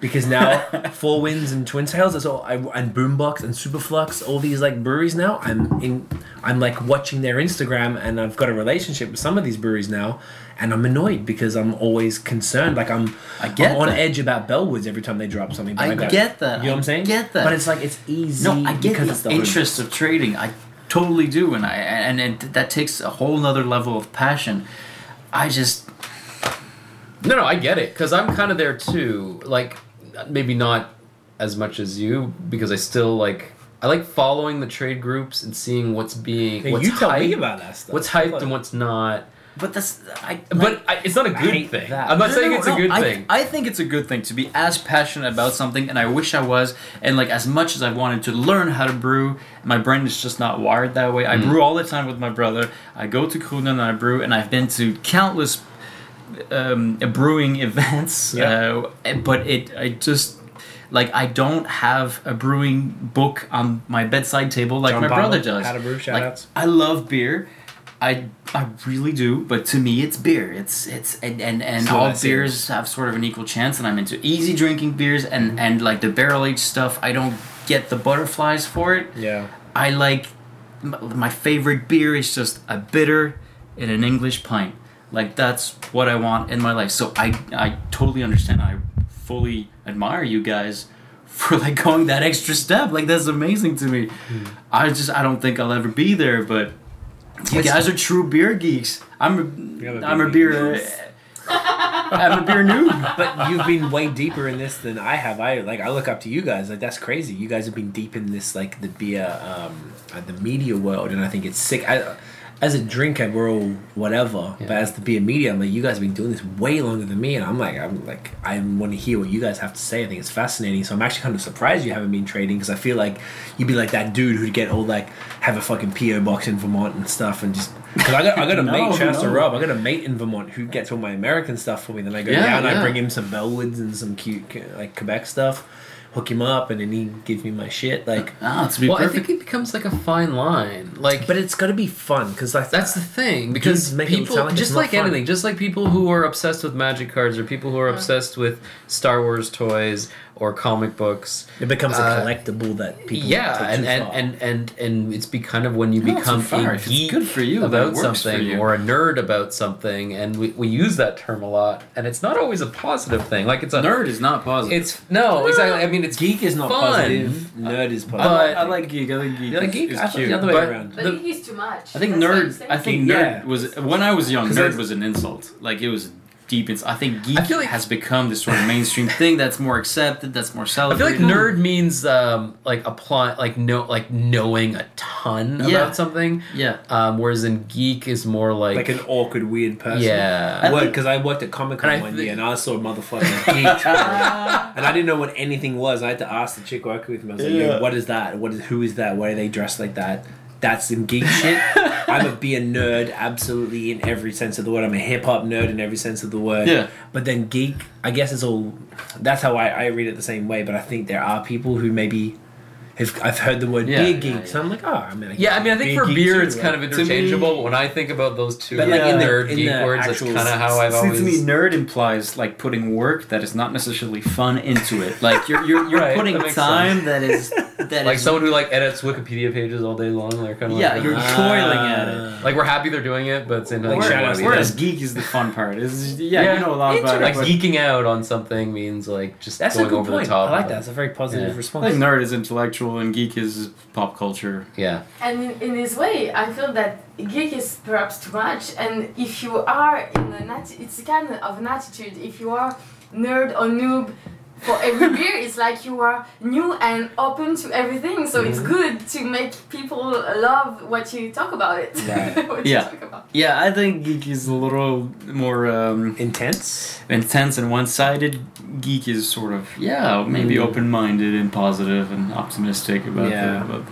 S2: Because now Four Winds and Twin Tails is all, I, and Boombox and Superflux, all these like breweries now. I'm in, I'm like watching their Instagram, and I've got a relationship with some of these breweries now, and I'm annoyed because I'm always concerned. Like I'm,
S3: I get
S2: I'm on
S3: that.
S2: edge about Bellwoods every time they drop something.
S3: I
S2: like
S3: get that.
S2: You know what I'm saying?
S3: I get that.
S2: But it's like it's easy.
S3: No, I get
S2: because
S3: the,
S2: it's the interest.
S3: interest of trading. I totally do, and I and it, that takes a whole nother level of passion. I just
S4: No, no, I get it because I'm kind of there too. Like, maybe not as much as you because I still like I like following the trade groups and seeing what's being what's
S2: you tell
S4: hyped,
S2: me about that stuff.
S4: what's hyped and what's not.
S3: but that's I.
S4: But I, it's not a good
S2: hate
S4: thing.
S2: that.
S4: I'm not
S3: No,
S4: saying
S3: no,
S4: it's
S3: no,
S4: a good
S3: I,
S4: thing.
S3: I think it's a good thing to be as passionate about something, and I wish I was. And like as much as I wanted to learn how to brew, my brain is just not wired that way. I brew all the time with my brother. I go to Kronen and I brew, and I've been to countless um, brewing events.
S2: Yeah.
S3: Uh, but it, I just like I don't have a brewing book on my bedside table like
S2: John
S3: my brother
S2: Palmer,
S3: does.
S2: How to Brew, shout
S3: Like,
S2: outs.
S3: I love beer. I I really do, but to me it's beer. It's it's and and, and
S2: So
S3: all
S2: that's it.
S3: beers have sort of an equal chance and I'm into easy drinking beers and and like the barrel aged stuff. I don't get the butterflies for it.
S2: Yeah.
S3: I like m- my favorite beer is just a bitter in an English pint. Like that's what I want in my life. So I I totally understand. I fully admire you guys for like going that extra step. Like that's amazing to me. I just I don't think I'll ever be there, but you guys are true beer geeks. I'm
S2: We have
S3: a,
S2: a
S3: I'm a
S2: beer
S3: beer. I'm a beer noob.
S2: But you've been way deeper in this than I have. I like I look up to you guys. Like that's crazy. You guys have been deep in this like the beer, um, uh, the media world, and I think it's sick. I, as a drinker, we're all whatever. But as the beer media, I'm like, you guys have been doing this way longer than me, and I'm like, I'm like, I want to hear what you guys have to say. I think it's fascinating. So I'm actually kind of surprised you haven't been trading because I feel like you'd be like that dude who'd get all like have a fucking PO box in Vermont and stuff, and just because I got I got a
S3: No,
S2: mate, shout out to
S3: no.
S2: Rob, I got a mate in Vermont who gets all my American stuff for me. Then I go
S4: Yeah,
S2: down, I
S4: yeah.
S2: bring him some Bellwoods and some cute like Quebec stuff, hook him up, and then he gives me my shit. Like,
S3: Ah, to be
S4: well, I
S3: perfect.
S4: think it becomes like a fine line. Like,
S2: but it's got to be fun because like
S4: That's the thing because
S2: Dudes make it
S4: people
S2: sound like it's
S4: just
S2: not
S4: like
S2: fun.
S4: anything, just like people who are obsessed with magic cards or people who are obsessed with Star Wars toys or comic books.
S2: it becomes a
S4: Uh,
S2: collectible that people
S4: yeah,
S2: take
S4: and
S2: too
S4: and,
S2: far.
S4: and and and it's be kind of when you
S3: Not
S4: become
S3: too far.
S4: a
S3: If it's
S4: geek
S3: good for you, then it
S4: about
S3: works for
S4: something
S3: you.
S4: or a nerd about something, and we, we use that term a lot, and it's not always a positive thing. Like it's a
S3: Nerd is not positive.
S4: It's no, exactly. I mean, it's
S2: geek is not
S4: fun,
S2: positive, nerd is positive.
S4: but-
S3: I like geek. I like geek.
S2: You like
S3: It's-
S2: geek?
S3: it's
S2: I thought
S3: cute.
S2: the other way
S4: but-
S2: around.
S5: But
S4: The-
S5: it is too much.
S3: I think
S5: That's what I'm
S3: nerd.
S5: saying.
S3: I think
S2: Yeah.
S3: nerd was when I was young.
S2: 'Cause
S3: Nerd
S2: I-
S3: was an insult. Like it was deep. Ins- I think geek
S4: I feel like-
S3: has become this sort of mainstream thing that's more accepted. That's more
S4: I feel like
S3: celebrated.
S4: nerd means um, like apply, like know, like knowing a ton
S3: Yeah.
S4: about something.
S3: Yeah.
S4: Um, whereas in geek is more like,
S2: like an awkward, weird person.
S4: yeah,
S2: Work because I worked at Comic Con
S4: And I
S2: one
S4: thi-
S2: year and I saw a motherfucking geek, trailer. and I didn't know what anything was. I had to ask the chick working with me. I was like, "Yo,
S3: Yeah.
S2: "What is that? What is who is that? Why are they dressed like that?" That's some geek shit. I'm a be a nerd, absolutely in every sense of the word. I'm a hip hop nerd in every sense of the word.
S3: Yeah.
S2: But then geek, I guess it's all. That's how I, I read it the same way. But I think there are people who maybe. have I've heard the word
S4: Yeah,
S2: beer
S4: yeah,
S2: geek, so I'm like, oh, I mean, I
S4: yeah. I mean, I think for
S2: geek
S4: beer,
S2: too,
S4: it's kind
S2: like-
S4: of
S3: to me-
S4: interchangeable. but when I think about those two
S2: But, like, in the-
S4: nerd
S2: in
S4: geek
S2: the
S4: words, that's
S2: actual-
S4: kind of how I've
S3: See,
S4: always.
S3: to me, nerd implies like putting work that is not necessarily fun into it. Like you're you're, you're
S4: Right,
S3: putting
S4: that makes
S3: time that is that
S4: like
S3: is-
S4: someone who like edits Wikipedia pages all day long, they're kind of
S3: yeah,
S4: like,
S3: you're
S4: "Ah."
S3: toiling at it.
S2: Ah.
S4: like we're happy they're doing it, but it's in like,
S2: Or- shout out
S3: Whereas,
S2: to
S3: whereas
S2: them.
S3: geek is the fun part. Is yeah, you know a lot about
S4: like
S3: it. but-
S4: geeking out on something means like just
S2: That's
S4: going
S2: a good
S4: over
S2: point.
S4: the top.
S2: I like
S4: of
S2: that.
S4: it.
S2: It's a very positive
S4: Yeah.
S2: response.
S3: I think nerd is intellectual and geek is pop culture.
S4: Yeah,
S5: And in, in this way, I feel that geek is perhaps too much. And if you are in an atti- it's kind of an attitude. If you are nerd or noob for every beer, it's like you are new and open to everything. So it's good to make people love what you talk about it.
S2: Right.
S5: what you
S3: Yeah.
S5: talk about.
S3: Yeah, I think geek is a little more um,
S2: intense.
S3: intense and one-sided. Geek is sort of yeah, maybe open-minded and positive and optimistic about
S2: Yeah.
S3: yeah. the, about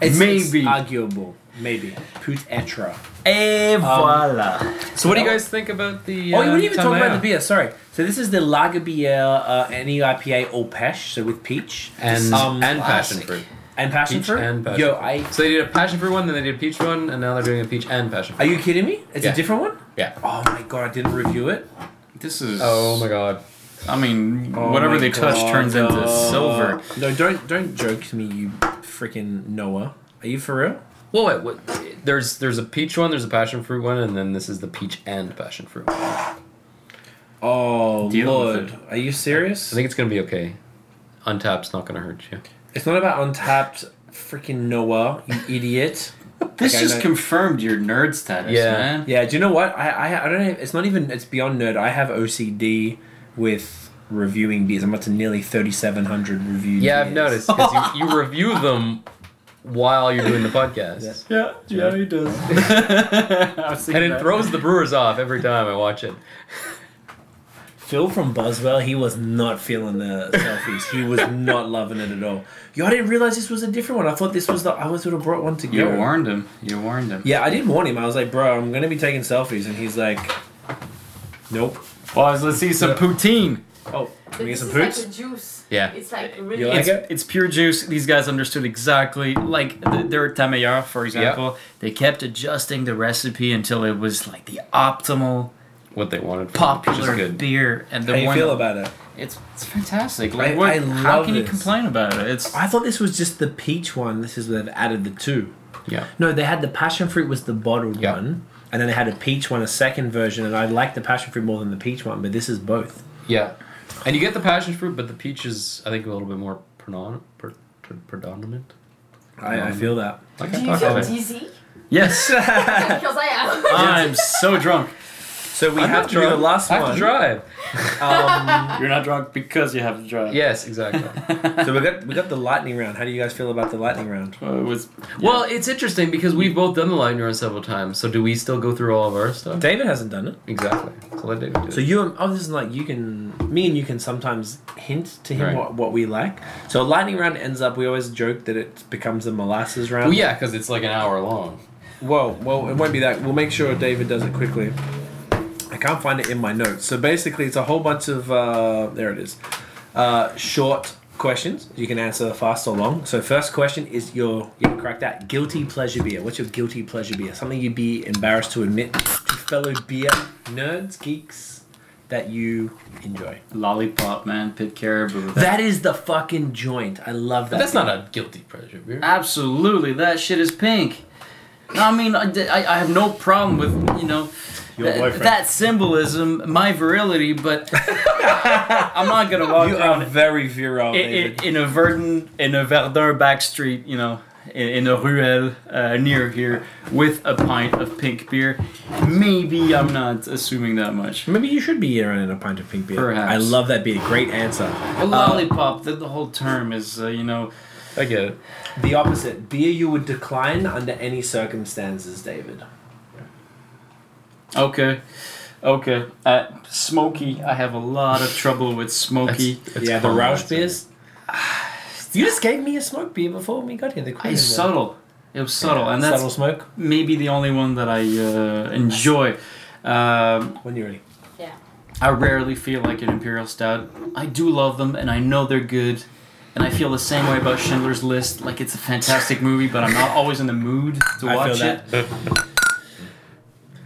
S2: It's,
S3: Maybe.
S2: it's arguable. Maybe. Put etra.
S3: Et
S2: voilà.
S4: Um, So what do you guys think about the?
S2: oh, you
S4: uh,
S2: didn't even talk about the
S4: Tamayo?
S2: beer. Sorry. So this is the lager beer, uh, any IPA or pesh, so with peach
S4: and
S2: Um,
S4: and passion fruit.
S2: and passion
S4: Peach
S2: fruit.
S4: and passion
S2: Yo,
S4: fruit.
S2: I.
S4: So they did a passion fruit one, then they did a peach one, and now they're doing a peach and passion fruit.
S2: Are you kidding me? It's
S4: Yeah.
S2: a different one.
S4: Yeah.
S2: Oh my god! I didn't review it.
S3: This is
S4: Oh my god.
S3: I mean,
S2: Oh
S3: whatever
S2: my
S3: they touch
S2: God, Oh.
S3: turns into
S2: no.
S3: silver.
S2: No, don't don't joke to me, you freaking Noah. Are you for real?
S4: Well, wait, what, there's there's a peach one, there's a passion fruit one, and then this is the peach and passion fruit. I
S2: Oh
S3: Deal with
S2: lord,
S3: it.
S2: are you serious?
S4: think it's gonna be okay. Untapped's not gonna hurt you.
S2: It's not about untapped freaking Noah, you idiot.
S3: This
S2: Like, I
S3: just
S2: know-
S3: confirmed your nerd status,
S4: Yeah.
S3: man.
S2: Yeah, do you know what? I, I I don't know. It's not even. It's beyond nerd. I have OCD with reviewing beers. I'm up to nearly thirty seven hundred reviews.
S4: Yeah, I've noticed because you, you review them while you're doing the podcast,
S3: Yeah, yeah, he does. I was
S4: and
S3: thinking
S4: it
S3: that.
S4: throws the brewers off every time I watch it.
S2: Phil from Boswell, he was not feeling the selfies. he was not loving it at all. Yo, I didn't realize this was a different one. I thought this was the. I was would have brought one to
S3: You
S2: Giro.
S3: warned him. You warned him.
S2: Yeah, I did warn him. I was like, bro, I'm gonna be taking selfies, and he's like, nope.
S3: Boys, let's see some poutine.
S2: Oh,
S5: But
S2: can we get
S5: this
S2: some
S5: is
S2: poots?
S5: like a juice.
S4: Yeah.
S5: It's like really.
S2: You like
S3: It's,
S2: it?
S3: it's pure juice. These guys understood exactly. Like th- their Tamaya, for example, they kept adjusting the recipe until it was like the optimal
S4: What they wanted, from it, which is
S3: popular
S4: good.
S3: beer. And the
S2: How you
S3: one
S2: feel about it?
S3: it's it's fantastic.
S2: I-
S3: Like what,
S2: I
S3: how
S2: love
S3: can you
S2: this.
S3: complain about it? It's
S2: I thought this was just the peach one. This is where they've added the two.
S4: Yeah.
S2: No, they had the passion fruit was the bottled
S4: Yeah.
S2: one, and then they had a peach one, a second version, and I like the passion fruit more than the peach one, but this is both.
S4: Yeah. And you get the passion fruit, but the peach is, I think, a little bit more predominant. Pre- pre- predominant.
S2: I, I feel that.
S4: I
S5: Do
S4: can
S5: you
S4: talk
S5: feel
S4: about it.
S5: dizzy?
S3: Yes.
S5: because I am.
S4: I'm so drunk.
S2: So we
S4: I'm
S2: have
S4: not
S2: to do the
S4: drunk.
S2: last
S4: I have
S2: one. Um,
S4: to drive.
S3: You're not drunk because you have to drive.
S4: Yes, exactly.
S2: so we got we got the lightning round. How do you guys feel about the lightning round?
S3: Uh, it was
S4: Well, it's interesting because we've both done the lightning round several times. So do we still go through all of our stuff?
S2: David hasn't done it.
S4: Exactly. So let David do
S2: So
S4: it.
S2: you and others like you can me and you can sometimes hint to him
S4: Right.
S2: what, what we like. So a lightning round ends up. We always joke that it becomes a molasses round.
S4: Well, yeah, because it's like an hour long.
S2: Whoa, well, it won't be that. We'll make sure David does it quickly. I can't find it in my notes. So basically, it's a whole bunch of uh, there it is. Uh, short questions. You can answer fast or long. So first question is your you cracked out guilty pleasure beer. What's your guilty pleasure beer? Something you'd be embarrassed to admit to fellow beer nerds, geeks that you enjoy.
S3: lollipop, man. Pit caribou.
S2: That is the fucking joint. I love that.
S4: But that's not a guilty pleasure beer.
S3: Absolutely, that shit is pink. No, I mean, I, I, I have no problem with you know
S2: Your
S3: th-
S2: boyfriend.
S3: that symbolism, my virility, but I'm not gonna walk
S2: you
S3: around
S2: are very virile,
S3: in,
S2: David.
S3: in, in a Verdun in a Verdun back street, you know, in, in a ruelle uh, near here with a pint of pink beer. Maybe I'm not assuming that much.
S2: Maybe you should be around in a pint of pink beer.
S3: Perhaps.
S2: I love that beer. Great answer.
S3: A lollipop, the, the whole term is, uh, you know,
S4: I get it.
S2: The opposite beer you would decline under any circumstances, David.
S3: okay. Okay, uh, smoky. I have a lot of trouble with smoky.
S2: yeah, the
S4: common,
S2: Roush
S4: I'd say.
S2: beers. You just gave me a smoke beer before we got here. The Queen
S3: It's
S2: one.
S3: subtle. It was subtle, and that's
S2: subtle smoke.
S3: maybe the only one that I uh, enjoy. Um,
S2: When you're ready.
S3: I rarely feel like an imperial stout. I do love them, and I know they're good, and I feel the same way about Schindler's List. Like it's a fantastic movie, but I'm not always in the mood to
S2: I
S3: watch
S2: feel
S3: it.
S2: that.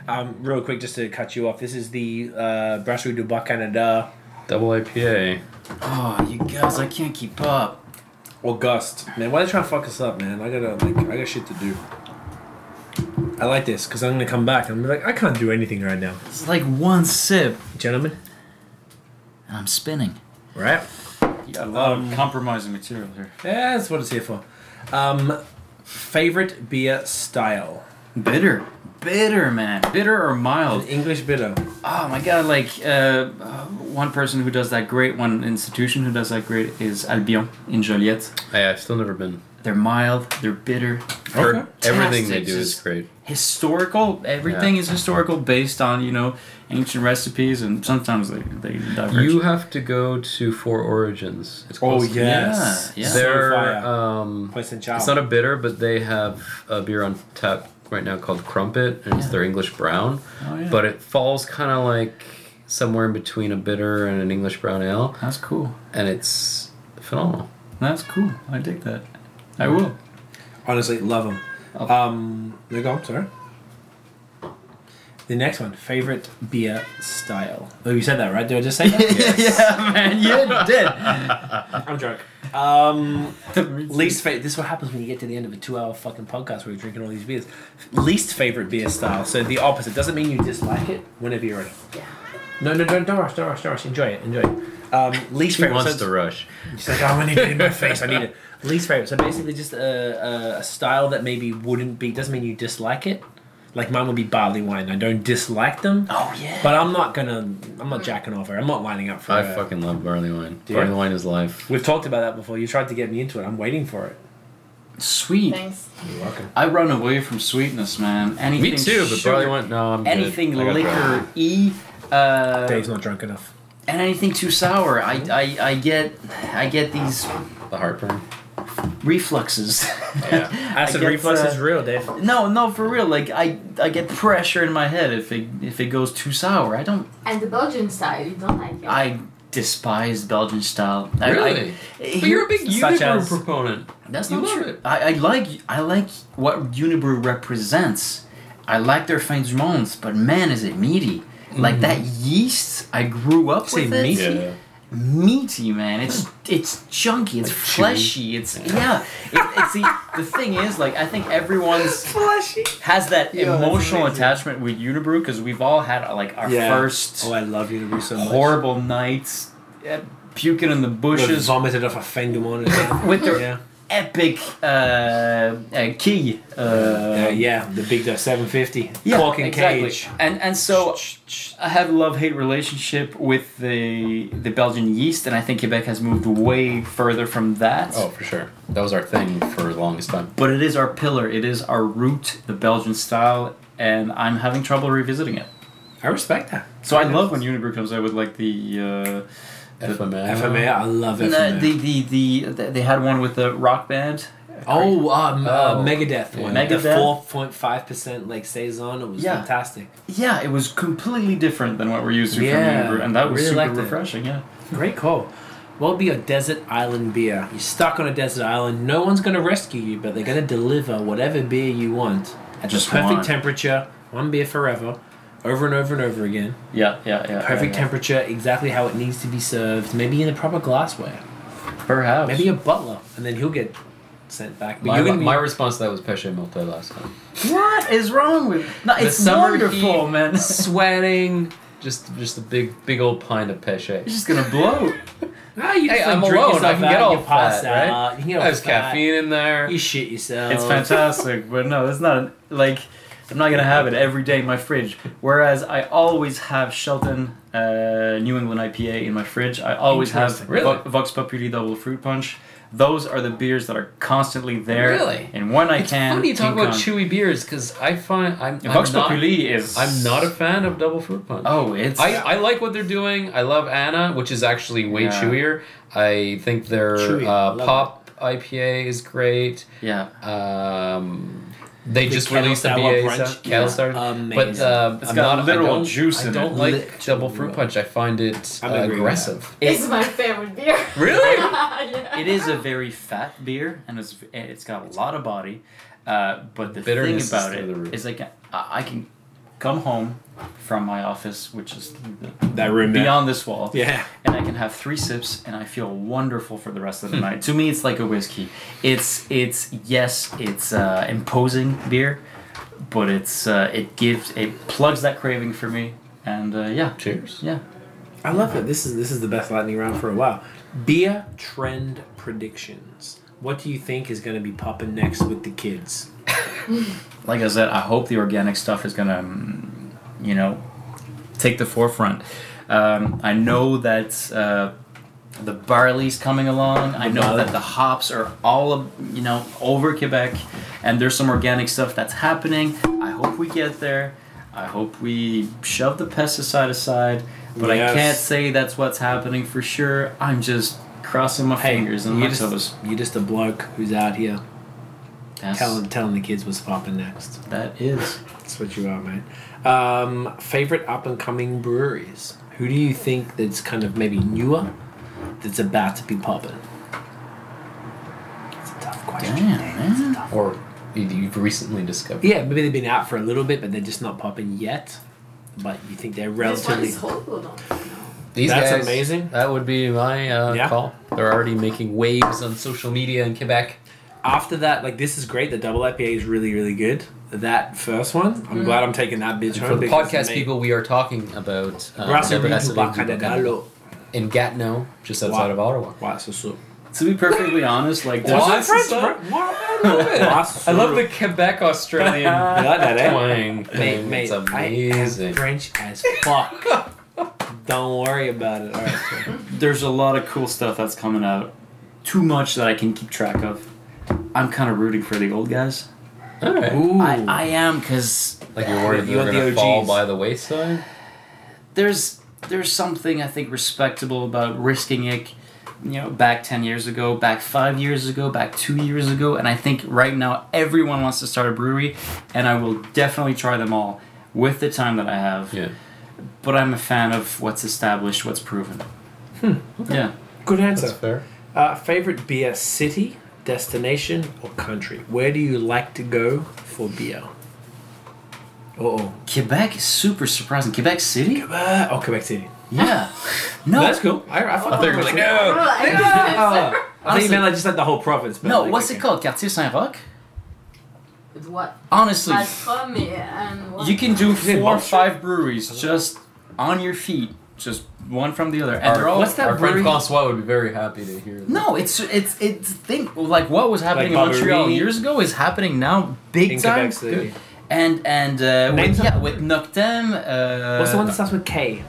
S2: Um, real quick, just to cut you off. This is the uh, Brasserie du Bac Canada
S4: Double IPA.
S3: Oh, you guys, I can't keep up.
S2: August. Man, why are they trying to fuck us up, man? I gotta like, I got shit to do. I like this because I'm gonna come back and be like, I can't do anything right now,
S3: It's like one sip,
S2: gentlemen.
S3: and I'm spinning. Um,
S2: Right?
S3: You got a lot of compromising material here.
S2: Yeah, that's what it's here for. Um, favorite beer style.
S3: Bitter, bitter, man. Bitter or mild?
S2: An English bitter.
S3: Oh my god! Like uh, uh, one person who does that great, one institution who does that great is Albion in Joliet.
S4: Hey, I've still never been.
S3: They're mild, they're bitter,
S4: Heard
S2: Okay.
S4: everything they
S3: Fantastic,
S4: do is
S3: just-
S4: great.
S3: historical. Everything is historical, based on you know ancient recipes, and sometimes they they diverge.
S4: You have to go to Four Origins. It's
S2: Oh
S4: close to-
S2: yes,
S3: Yeah, yeah.
S4: They're
S2: Fire.
S4: um,
S2: Place in Chow.
S4: it's not a bitter, but they have a beer on tap right now called Crumpet, and it's
S3: Yeah.
S4: their English brown.
S3: oh, yeah.
S4: But it falls kind of like somewhere in between a bitter and an English brown ale,
S3: that's cool.
S4: and it's phenomenal.
S3: That's cool. I dig that. I will.
S2: honestly love them.
S3: Oh.
S4: Uh,
S2: Um, there you go. Sorry. The next one, favorite beer style. Oh, you said that right? Did I just say that?
S3: yeah, man, you did.
S2: I'm drunk. Um, least favorite. This is what happens when you get to the end of a two-hour fucking podcast where you're drinking all these beers. Least favorite beer style. So the opposite doesn't mean you dislike it. Whenever you're ready.
S5: Yeah.
S2: No, no, don't, don't rush, don't rush, don't rush. Enjoy it, enjoy it. Um, least
S4: She
S2: favorite.
S4: wants
S2: so-
S4: to rush.
S2: She's like, oh, I need it in my face. I need it. Least favorite. So basically, just a, a, a style that maybe wouldn't be doesn't mean you dislike it. Like mine would be barley wine. I don't dislike them,
S3: Oh yeah.
S2: but I'm not gonna. I'm not jacking off her. I'm not lining up for
S4: I
S2: her.
S4: fucking love barley wine.
S2: Do you?
S4: Barley wine is life.
S2: We've talked about that before. You tried to get me into it. I'm waiting for it.
S3: Sweet.
S5: Thanks.
S2: You're welcome.
S3: I run away from sweetness, man. Anything
S4: Me too, but
S3: sugar-
S4: barley wine. No, I'm good.
S3: anything
S4: I got barley.
S3: liquor e uh,
S2: Dave's not drunk enough.
S3: and anything too sour I,
S4: Mm-hmm.
S3: I i get i get these
S4: The heartburn.
S3: refluxes
S4: Yeah.
S2: Acid
S3: get,
S2: reflux
S3: uh,
S2: is real, Dave.
S3: no no for real like i i get pressure in my head if it if it goes too sour i don't
S5: And the Belgian style, you don't like it.
S3: i despise belgian style I- I-
S4: Really? But you're a big
S2: Such
S4: Unibrew
S2: as-
S4: proponent.
S3: that's
S4: you
S3: not
S4: love
S3: true
S4: it.
S3: I, I like i like what unibrew represents i like their fins du monde but man is it meaty
S4: Mm-hmm.
S3: like that yeast i grew up
S2: Say
S3: with it.
S2: meaty?
S4: Yeah.
S3: meaty, man. It's it's chunky. It's fleshy. It's yeah. It, it's the the thing is like I think everyone's fleshy has that emotional attachment with Unibrew because we've all had like uh, our first
S2: Oh, I love Unibrew Oh, so much.
S3: horrible nights uh, puking in the bushes
S2: vomited off a finger monitor.
S3: with their
S2: yeah.
S3: epic uh, uh, key. Uh,
S2: Uh, yeah, the big uh, 750.
S3: yeah,
S2: Cork and
S3: exactly.
S2: cage.
S3: And and so I have a love hate relationship with the the Belgian yeast, and I think Quebec has moved way further from that.
S4: Oh, for sure. That was our thing for the longest time.
S3: But it is our pillar, it is our root, the Belgian style, and I'm having trouble revisiting it.
S2: I respect that.
S3: So I love when Unibrew comes out with like the. Uh,
S4: FML.
S2: FMA, I love
S3: No,
S2: FMA.
S3: the, the, the, they had one with the rock band.
S2: oh, um, uh,
S4: Oh.
S2: Megadeth one.
S3: Yeah.
S2: The
S3: Megadeth.
S2: 4.5% like Saison. It was
S3: Yeah.
S2: fantastic.
S3: Yeah, it was completely different than what we're used to
S2: Yeah,
S3: from Unibrew, and that was
S2: really liked
S3: super
S2: it.
S3: refreshing. Yeah,
S2: Great call. What would be a desert island beer? You're stuck on a desert island. No one's going to rescue you, but they're going to deliver whatever beer you want at
S3: Just
S2: the perfect
S3: one.
S2: temperature. One beer forever, over and over and over again.
S3: yeah, yeah,
S4: Oh,
S3: yeah.
S2: Perfect
S3: yeah, yeah.
S2: temperature, exactly how it needs to be served. Maybe in the proper glassware.
S3: Perhaps.
S2: Maybe a butler, and then he'll get sent back. But
S4: My,
S2: you're gonna be-
S4: my response to that was Peche Molte last time.
S3: What is wrong with? No,
S4: The
S3: it's
S4: summer
S3: wonderful,
S4: heat,
S3: man. It's
S4: Sweating. Just just a big big old pint of Peche.
S3: just gonna blow.
S2: Ah, you
S4: Hey,
S2: just, like,
S4: I'm
S2: drink
S4: alone,
S2: yourself
S4: I can
S2: out,
S4: get
S2: you
S4: all
S2: get passed
S4: fat,
S2: out, You can get all
S4: There's
S2: fat,
S4: caffeine in there.
S2: You shit yourself.
S3: It's fantastic, but no, it's not like I'm not gonna have it every day in my fridge. Whereas I always have Shelton uh, New England IPA in my fridge. I always have
S2: Interesting.
S4: Really?
S3: Vo- Vox Populi Double Fruit Punch. Those are the beers that are constantly there.
S4: Really?
S3: And when I
S4: It's
S3: can.
S4: funny you talk
S3: think
S4: about
S3: on.
S4: chewy beers because I find I'm, I'm
S3: Vox
S4: not
S3: Populi is.
S4: I'm not a fan of double fruit punch.
S3: Oh, it's.
S4: I, I like what they're doing. I love Anna, which is actually way
S3: Yeah.
S4: chewier. I think their
S2: Chewy,
S4: uh,
S2: love
S4: pop IPA is great.
S3: yeah.
S4: Um, they
S2: The
S4: just
S2: Kettle
S4: released a
S2: Sour
S4: BA
S2: Brunch.
S4: sour- Kettle
S2: Yeah.
S4: Sour. But
S2: Amazing.
S4: uh,
S3: It's
S4: I'm
S3: got
S4: not,
S3: literal
S4: I don't,
S3: juice
S4: I
S3: in
S4: don't
S3: it.
S4: like
S2: Literal.
S4: double fruit punch. I find it
S2: I'm
S4: uh,
S2: agreeing with
S4: aggressive.
S5: It's my favorite beer.
S4: Really?
S5: Yeah.
S3: It is a very fat beer, and it's it's got a lot of body. Uh, but the
S4: Bitterness is
S3: thing about
S4: through
S3: it
S4: the roof.
S3: is like I, I can come home from my office, which is
S4: Mm-hmm.
S2: that room.
S3: beyond this wall,
S2: Yeah.
S3: and I can have three sips, and I feel wonderful for the rest of the night. To me, it's like a whiskey. It's it's yes, it's uh, imposing beer, but it's uh, it gives it plugs that craving for me, and uh, yeah,
S4: Cheers.
S3: yeah.
S2: I love it. This is this is the best lightning round for a while. Beer trend predictions. What do you think is going to be popping next with the kids?
S3: like I said, I hope the organic stuff is gonna, um, you know, take the forefront. Um, I know that uh, the barley's coming along. I know
S2: barley.
S3: that the hops are all, of- you know, over Quebec, and there's some organic stuff that's happening. I hope we get there. I hope we shove the pesticide aside. But
S2: Yes.
S3: I can't say that's what's happening for sure. I'm just crossing my fingers and
S2: you
S3: my
S2: just,
S3: toes.
S2: You're just a bloke who's out here
S3: That's,
S2: telling telling the kids what's popping next.
S3: that is.
S2: That's what you are, man. Um, favorite up and coming breweries. Who do you think that's kind of maybe newer that's about to be popping? It's a tough question.
S3: Damn,
S2: Dang, it's a
S3: man.
S2: tough
S4: Or you- you've recently discovered.
S2: Yeah, maybe they've been out for a little bit, but they're just not popping yet. But you think they're
S5: This one
S2: relatively.
S5: is whole good.
S4: These
S2: That's
S4: guys,
S2: amazing.
S4: That would be my uh,
S2: Yeah.
S4: call. They're already making waves on social media in Quebec.
S2: After that, like this is great. The double IPA is really, really good. That first one,
S4: Mm.
S2: I'm glad I'm taking that bitch
S4: And
S2: home.
S4: for the
S2: because
S4: podcast
S2: they-
S4: people, we are talking about uh,
S2: Brasserie
S4: Deborah
S2: du
S4: Hasselhoff
S2: Bacchanalo.
S4: in Gatineau, just outside
S2: Wow.
S4: of Ottawa.
S2: Wow, so so.
S3: To be perfectly honest, like there's
S4: What? I love the Quebec Australian
S2: I like that, eh?
S4: twang
S2: Mate,
S4: thing.
S2: mate,
S4: it's
S2: I am
S4: amazing.
S2: French as fuck. Don't worry about it. All right. so-
S3: there's a lot of cool stuff that's coming out. Too much that I can keep track of. I'm kind of rooting for the old guys.
S4: All right.
S2: Ooh.
S3: I, I am because
S4: Like you're worried
S2: You
S4: they're
S2: want the
S4: gonna fall
S2: OGs.
S4: by the wayside.
S3: there's there's something I think respectable about risking it. You know, back ten years ago, back five years ago, back two years ago, and I think right now everyone wants to start a brewery, and I will definitely try them all with the time that I have.
S4: Yeah.
S3: But I'm a fan of what's established, what's proven.
S4: Hmm,
S3: Yeah.
S2: Good
S4: That's
S2: answer.
S4: fair.
S2: Uh, favorite beer city, destination, or country? Where do you like to go for beer? Oh,
S3: Quebec is super surprising. Quebec City?
S2: uh, oh, Quebec City.
S3: Yeah. No,
S2: That's cool. I, I,
S4: I
S2: fuck
S4: think
S2: with
S4: like
S2: Quebec City.
S4: no.
S2: Oh, I think
S3: Honestly-
S2: you meant like just like the whole province. But
S3: No,
S2: like,
S3: what's
S2: okay.
S3: it called? Quartier Saint Roch?
S5: What?
S3: Honestly,
S5: Alstom and what?
S3: you can do
S2: it
S3: four or
S2: Monster?
S3: five breweries just on your feet, just one from the other, and
S4: Our-
S3: they're all.
S2: what's that
S4: Our friend
S2: brewery-
S4: Francois would be very happy to hear. that.
S3: No, it's it's it's think like what was happening
S6: Like
S3: in Montreal
S6: Barberini?
S3: years ago is happening now, big
S6: In Quebec
S3: time.
S6: City.
S3: And and uh,
S6: Name
S3: with,
S6: some-
S3: yeah, with Noctem. Uh,
S2: What's the one that starts with K?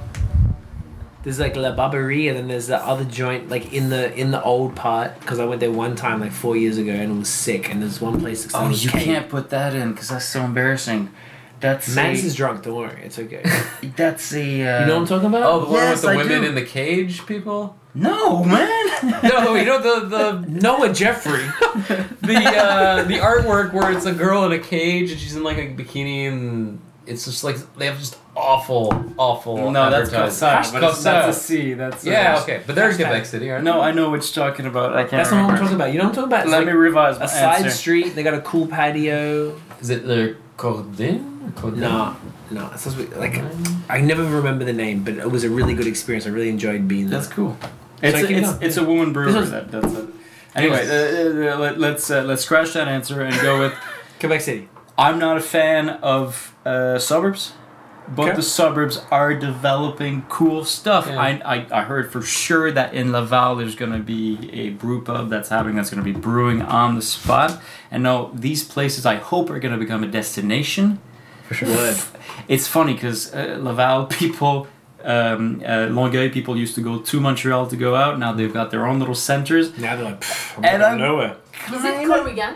S2: There's like La Barberie, and then there's the other joint, like in the in the old part, because I went there one time, like four years ago, and it was sick. And there's one place that
S3: Oh,
S2: starts
S3: you
S2: with K.
S3: can't put that in because that's so embarrassing. That's
S2: Max
S3: a,
S2: is drunk. Don't worry, it's okay.
S3: that's a. Uh,
S2: You know what I'm talking about?
S4: Oh, the one
S3: Yes,
S4: with the
S3: I
S4: women
S3: do.
S4: in the cage, people.
S3: No, man.
S4: No, you know the the
S2: Noah Jeffrey.
S4: the uh, the artwork where it's a girl in a cage and she's in like a bikini and it's just like they have just awful, awful.
S3: no, that's
S4: advertising.
S3: Kossar, but it's, that's a
S4: Kossar.
S3: C. That's a-
S4: Yeah, okay, but there's Quebec City, right?
S3: No, I know what you're talking about. I can't.
S2: That's not
S3: remember.
S2: what I'm talking about. You know what I'm talking about? It's
S3: Let
S2: like
S3: me revise my
S2: a side
S3: answer.
S2: street. They got a cool patio.
S4: is it the Cordin? Cordin?
S2: No, no. It's supposed to be, like I never remember the name, but it was a really good experience. I really enjoyed being there.
S3: That's cool. It's
S2: Check
S3: a,
S2: it
S3: it's,
S2: out.
S3: it's a woman brewer.
S2: This was-
S3: that, that's it. Anyway, uh, uh, uh, let, let's uh, let's scratch that answer and go with.
S2: Quebec City.
S3: I'm not a fan of uh, suburbs, but
S2: Okay.
S3: the suburbs are developing cool stuff.
S4: Yeah.
S3: I, I I heard for sure that in Laval there's gonna be a brew pub that's happening that's gonna be brewing on the spot. And now these places I hope are gonna become a destination.
S2: For sure. Word.
S3: It's funny because uh, Laval people, um, uh, Longueuil people used to go to Montreal to go out. Now they've got their own little centers.
S2: Now they're like, "Pff, I'm
S3: And
S2: out of
S3: I'm-
S2: nowhere.
S5: Is it Corrigan?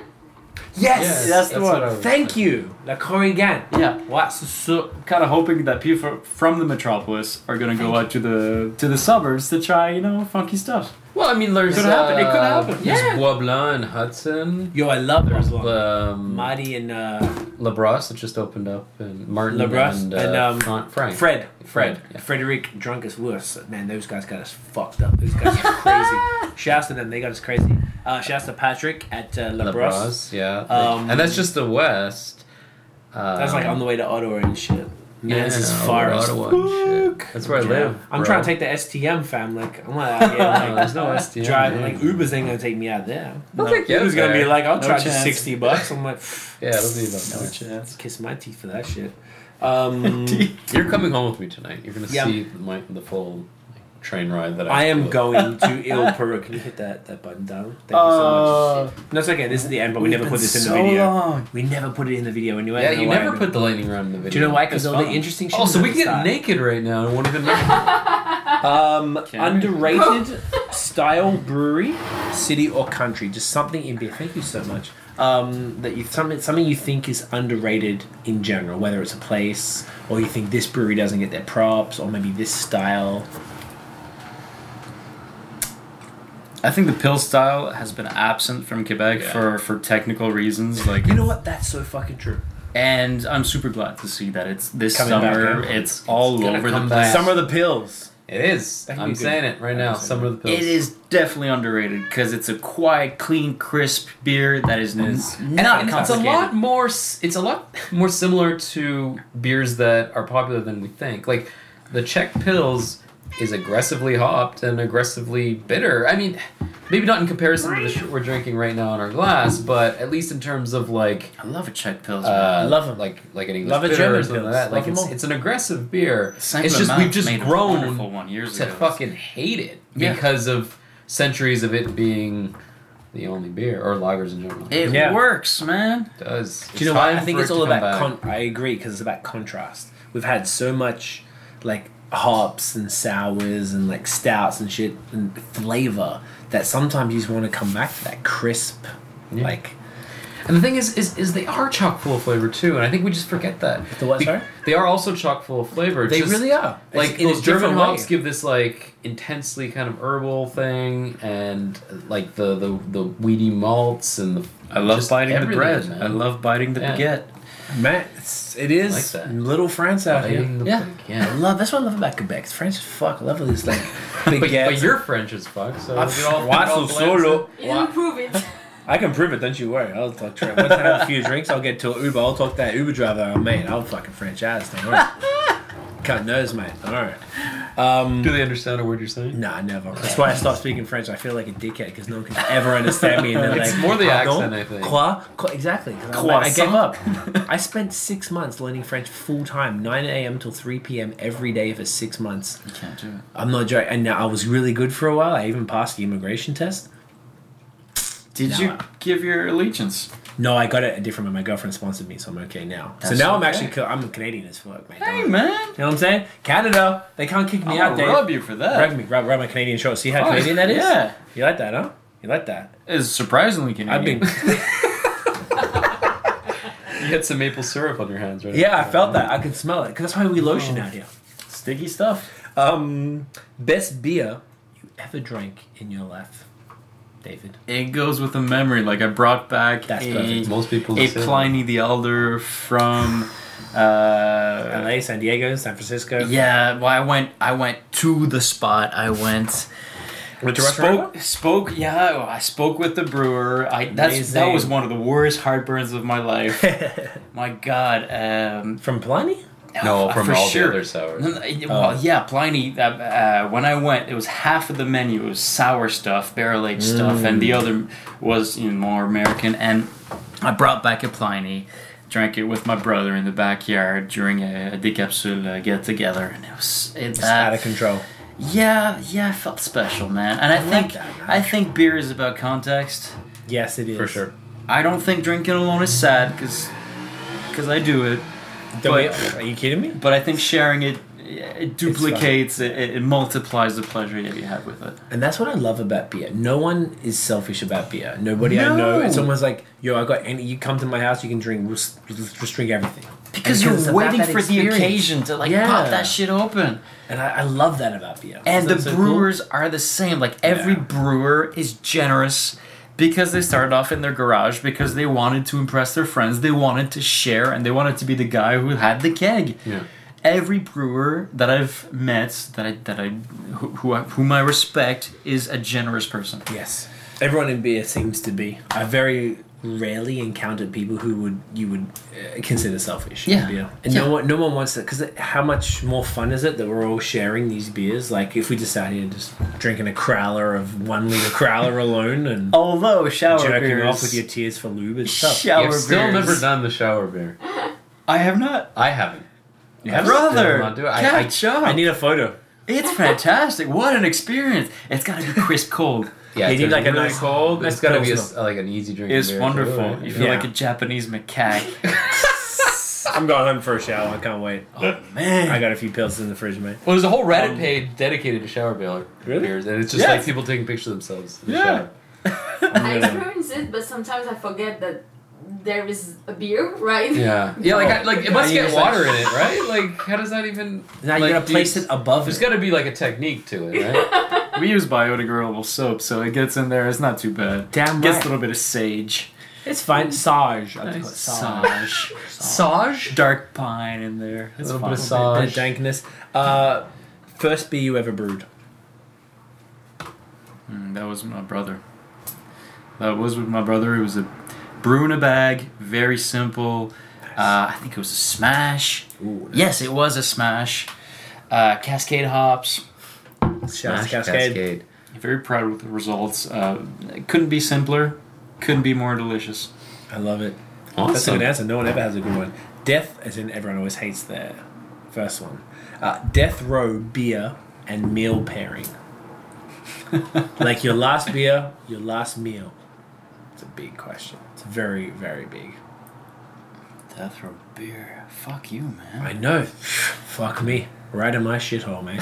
S2: Yes,
S3: that's the one.
S4: what I was
S2: Thank
S4: thinking.
S2: you, La Corrigan.
S3: Yeah,
S2: Wow.
S3: so, so kind of hoping that people from the metropolis are gonna go out to the to the suburbs to try you know funky stuff.
S4: Well, I mean, there's.
S3: Could happen, it could
S4: uh,
S3: happen.
S4: There's
S3: Yeah.
S4: Bois Blanc and Hudson.
S2: Yo, I love her as well.
S4: Um,
S2: Marty and uh,
S4: Labrosse that just opened up, and Martin
S2: Labrosse
S4: and, uh,
S2: and, um,
S4: Fran- Frank.
S2: Fred.
S4: Fred, yeah.
S2: Frederick, drunk as worse. Man, those guys got us fucked up. Those guys are crazy. Shouts to them. They got us crazy. Uh, shouts to Patrick at uh, La Brosse.
S4: Labrosse, yeah.
S2: Um,
S4: and that's just the West. Uh,
S2: That's like on the way to Ottawa and shit. Man, this is
S4: no,
S2: far as
S4: Ottawa and shit. That's where I live.
S2: I'm
S4: bro.
S2: trying to take the STM fam. Like, I'm not out here. Like,
S4: No, there's no STM,
S2: Driving,
S4: man.
S2: like, Uber's ain't gonna take me out there.
S4: They'll take you
S2: Uber's gonna
S4: there.
S2: be like, I'll
S3: No
S2: charge
S3: chance.
S2: you 60 bucks. I'm like,
S4: Yeah, it'll be about
S3: No
S4: that.
S3: chance.
S2: kiss my teeth for that shit. Um,
S4: You're coming home with me tonight. You're gonna
S2: Yeah.
S4: see my, the full like, train ride that I.
S2: I am
S4: took.
S2: going to ill Peru. Can you hit that, that button down? Thank you so
S3: Uh,
S2: much. No, it's okay. This is the end, but we
S3: we've
S2: never
S3: been
S2: put this in the
S3: so
S2: video.
S3: long.
S2: We never put it in the video anyway.
S4: Yeah,
S2: I don't
S4: you
S2: know why
S4: never
S2: I
S4: put the lightning round in the video.
S2: Do you know why? Because
S3: It's
S2: all the
S3: fun.
S2: interesting shit.
S4: Oh, so
S2: is
S4: we
S2: at
S4: can
S2: the
S4: get
S2: start.
S4: naked right now. and won't even know.
S2: Um,
S3: Okay.
S2: underrated style brewery, city or country, just something in beer. Thank you so much. Um, that you something something you think is underrated in general, whether it's a place or you think this brewery doesn't get their props, or maybe this style.
S3: I think the pill style has been absent from Quebec
S4: Yeah.
S3: for for technical reasons. Like,
S2: You know what? That's so fucking true.
S3: and I'm super glad to see that it's this
S2: Coming back,
S3: summer.
S2: huh?
S3: It's all
S4: gonna
S3: over the
S4: come
S3: place.
S4: back. Summer
S2: of the pills.
S4: it is.
S2: That could
S4: I'm
S2: be good.
S4: saying it right now. Summer of the pills.
S3: It is definitely underrated because it's a quiet, clean, crisp beer that is,
S4: is.
S3: n-
S4: And
S3: not
S4: it's- it's a
S3: complicated.
S4: lot more. s- It's a lot more similar to beers that are popular than we think. Like the Czech Pills is aggressively hopped and aggressively bitter. I mean, maybe not in comparison to the shit we're drinking right now in our glass, but at least in terms of like
S3: I love a Czech Pils.
S4: uh,
S3: man.
S4: love them like like an English
S2: Love a
S4: bitter
S2: German
S4: or something
S2: Pils.
S4: like that. Like
S2: Love 'em
S4: it's
S2: all.
S4: it's an aggressive beer.
S3: Saint
S4: it's just
S3: Laurent
S4: we've just
S3: made a
S4: grown
S3: wonderful one years
S4: to
S3: ago.
S4: fucking hate it
S3: Yeah.
S4: because of centuries of it being the only beer or lagers in general.
S3: It
S2: Yeah.
S3: works, man.
S4: does.
S2: Do you know what? I think it's all about.
S4: con-
S2: Con- I agree because it's about contrast. We've had so much, like hops and sours and like stouts and shit and flavor that sometimes you just want to come back to that crisp, like
S4: and the thing is, is, is they are chock full of flavor too, and I think we just forget that.
S2: The what,
S4: Be-
S2: sorry?
S4: They are also chock full of flavor. It's
S2: they
S4: just-
S2: really are.
S4: Like
S2: It's in a
S4: those German
S2: different way.
S4: hops give this like intensely kind of herbal thing, and uh, like the the, the weedy malts and the.
S3: I love
S4: just
S3: biting the
S4: everything,
S3: bread.
S4: man.
S3: I love biting the
S4: Yeah.
S3: baguette.
S2: Man, it's, it is
S4: like that.
S2: little France out here.
S4: biting the
S3: Yeah.
S2: I
S4: yeah.
S2: love that's what I love about Quebec. It's French as fuck. I love all these like big
S4: But,
S2: gets.
S4: but you're French as fuck, so
S2: I'm
S4: it all- it all
S2: Wassel
S4: blends
S2: solo.
S5: You didn't prove it.
S2: I can prove it. Don't you worry. I'll talk to him. Once I have a few drinks, I'll get to an Uber. I'll talk to that Uber driver. Oh, mate, I'll fucking French ass. Don't worry. Cut nose, mate. All right. Um,
S4: Do they understand a word you're saying?
S2: Nah, never. That's why I stopped speaking French. I feel like a dickhead because no one can ever understand me. And they're
S4: It's
S2: like,
S4: more the
S2: "Pardon?
S4: accent, I think.
S2: Quoi? Quoi? Exactly. 'cause I'm like, I gave up. I spent six months learning French full time, 9 a.m. till 3 p.m. every day for six months.
S3: You can't do it.
S2: I'm not joking. And now I was really good for a while. I even passed the immigration test.
S3: Did
S2: No.
S3: you give your allegiance?
S2: No, I got it different when my girlfriend sponsored me, so I'm okay now. so
S3: That's
S2: now I'm
S3: okay.
S2: actually, co- I'm a Canadian as fuck, man.
S3: Hey
S2: you
S3: man,
S2: know what I'm saying? Canada, they can't kick
S3: I'm
S2: me out,
S3: gonna
S2: Dave.
S3: rub you for that.
S2: Rub me, rub, rub my Canadian shorts. See how
S3: Fuck,
S2: Canadian that is?
S3: Yeah,
S2: You like that, huh? You like that?
S3: it's surprisingly Canadian.
S2: I've been
S4: You had some maple syrup on your hands, right?
S2: Yeah, I felt that. I could smell it. Because that's why we lotion out here.
S3: sticky stuff.
S2: Oh. Um, best beer you ever drank in your life, David?
S3: It goes with a memory. Like I brought back
S2: That's
S3: a,
S2: perfect.
S4: Most people
S3: a
S4: say that.
S3: Pliny the Elder from. Uh,
S2: LA, San Diego, San Francisco.
S3: Yeah, well, I went. I went to the spot. I went.
S2: Went to
S3: spoke.
S2: restaurant?
S3: Spoke. Yeah, oh, I spoke with the brewer. I that's, that
S2: Amazing.
S3: was one of the worst heartburns of my life. my God. Um,
S2: From Pliny?
S4: No,
S3: uh,
S4: from
S3: for
S4: all
S3: sure.
S4: the other sours.
S3: No, no, it- Well,
S2: Oh.
S3: yeah, Pliny. Uh, uh, when I went, it was half of the menu was sour stuff, barrel aged stuff, and
S2: Mm.
S3: the other was you know, more American. And I brought back a Pliny, drank it with my brother in the backyard during a, a decapsule uh, get together, and it was it,
S2: It's out
S3: uh,
S2: of control.
S3: yeah, yeah, I felt special, man. And I, think
S2: that, man.
S3: I think beer is about context.
S2: Yes, it is.
S4: For sure.
S3: I don't think drinking alone is sad because I do it,
S2: Don't we-
S3: But-
S2: are you kidding me?
S3: but I think sharing it it duplicates, it, it, it multiplies the pleasure that you have with it.
S2: And that's what I love about beer. No one is selfish about beer. Nobody I
S3: No.
S2: know. It's almost like, yo, I got any. You come to my house, you can drink. We'll s- we'll just, just drink everything.
S3: Because
S2: And it's
S3: you're
S2: about
S3: waiting
S2: that
S3: for the
S2: experience.
S3: occasion to like
S2: Yeah.
S3: pop that shit open.
S2: And I, I love that about beer.
S3: And
S2: Isn't
S3: the
S2: that so cool?
S3: brewers are the same. Like every
S2: Yeah.
S3: brewer is generous because they started off in their garage because they wanted to impress their friends. They wanted to share and they wanted to be the guy who had the keg.
S4: Yeah.
S3: Every brewer that I've met that I that I who, who I, whom I respect is a generous person.
S2: Yes. Everyone in beer seems to be. I very rarely encountered people who would you would uh, consider selfish. in
S3: Yeah.
S2: Beer. And
S3: Yeah.
S2: no one, no one wants that because how much more fun is it that we're all sharing these beers? Like if we just sat here just drinking a crowler of one liter crowler alone and
S3: Although shower
S2: jerking
S3: beers,
S2: off with your tears for lube and stuff.
S3: shower
S4: I've still
S3: beers-
S4: never done the shower beer.
S3: I have not.
S4: I haven't. You
S3: Brother,
S4: Not do it. I, I,
S3: catch up.
S2: I need a photo.
S3: It's fantastic. What an experience. It's got to be crisp cold.
S4: yeah,
S2: You
S4: it's
S2: need like a
S4: really
S2: nice-
S4: cold.
S2: nice
S4: it's got to be a,
S2: pilsner.
S4: like an easy drink.
S3: It's
S4: beer.
S3: wonderful. You feel
S2: Yeah.
S3: like a Japanese macaque.
S2: I'm going home for a shower. I can't wait.
S3: Man.
S2: I got a few pills in the fridge, mate.
S4: Well, there's a whole Reddit page dedicated to shower beer,
S2: Really?
S4: beers, and it's just
S3: Yeah.
S4: like people taking pictures of themselves. In the
S3: Yeah.
S4: shower.
S5: I experience it, but sometimes I forget that there is a beer, right?
S4: Yeah. Yeah, like Oh. I, like it must
S2: Yeah, you
S4: get
S2: just, like-
S4: water in it, right? Like how does that even?
S2: Now
S4: like,
S2: you gotta
S4: do
S2: place it above.
S4: There's
S2: It.
S4: got to be like a technique to it, right?
S3: We use biodegradable soap, so it gets in there. It's not too bad.
S2: Damn
S3: Gets
S2: right.
S3: a little bit of sage.
S2: It's fine. Sage. I
S3: Nice.
S2: nice. Sage.
S3: Sage.
S4: Sage.
S3: Dark pine in there.
S4: A
S3: It's
S4: little bit of
S3: fine.
S2: Bit of
S4: sage.
S2: dankness. Uh, first beer you ever brewed.
S3: Mm, that was my brother. That was with my brother. It was a brew in a bag. Very simple. Uh, I think it was a smash.
S2: Ooh,
S3: Yes, it was a smash. Uh, Cascade hops.
S2: Shout out to
S4: Smash
S2: Cascade.
S3: Very proud with the results. Uh, it couldn't be simpler. Couldn't be more delicious.
S2: I love it. That's a
S4: Awesome.
S2: good answer. No one ever has a good one. Death, as in everyone always hates their first one. Uh, death row beer and meal pairing. like your last beer, your last meal. It's a big question. It's very, very big.
S3: Death row beer. Fuck you, man.
S2: I know. Fuck me. Right in my shithole, man.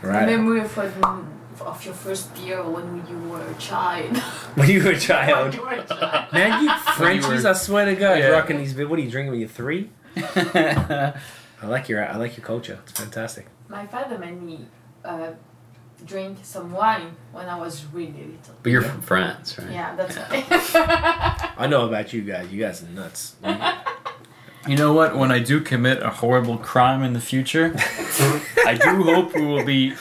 S5: The
S2: Right.
S5: memory of, of your first beer when you were a child.
S2: When you were a
S5: when
S2: child.
S5: you were a child.
S2: Man, you Frenchies, I swear to God,
S3: Yeah.
S2: rocking these beers. What are you drinking when you're three?
S3: yeah,
S2: I like your I like your culture. It's fantastic.
S5: My father made me uh, drink some wine when I was really little.
S4: But you're from France, right? Uh,
S5: Yeah, that's why.
S2: I know about you guys. You guys are nuts. Mm-hmm.
S3: You know what? When I do commit a horrible crime in the future, I do hope we will be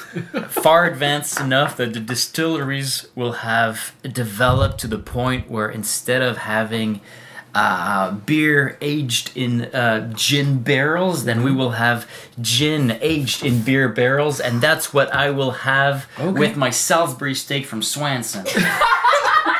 S3: far advanced enough that the distilleries will have developed to the point where instead of having uh, beer aged in uh, gin barrels, then we will have gin aged in beer barrels, and that's what I will have with my Salisbury steak from Swanson.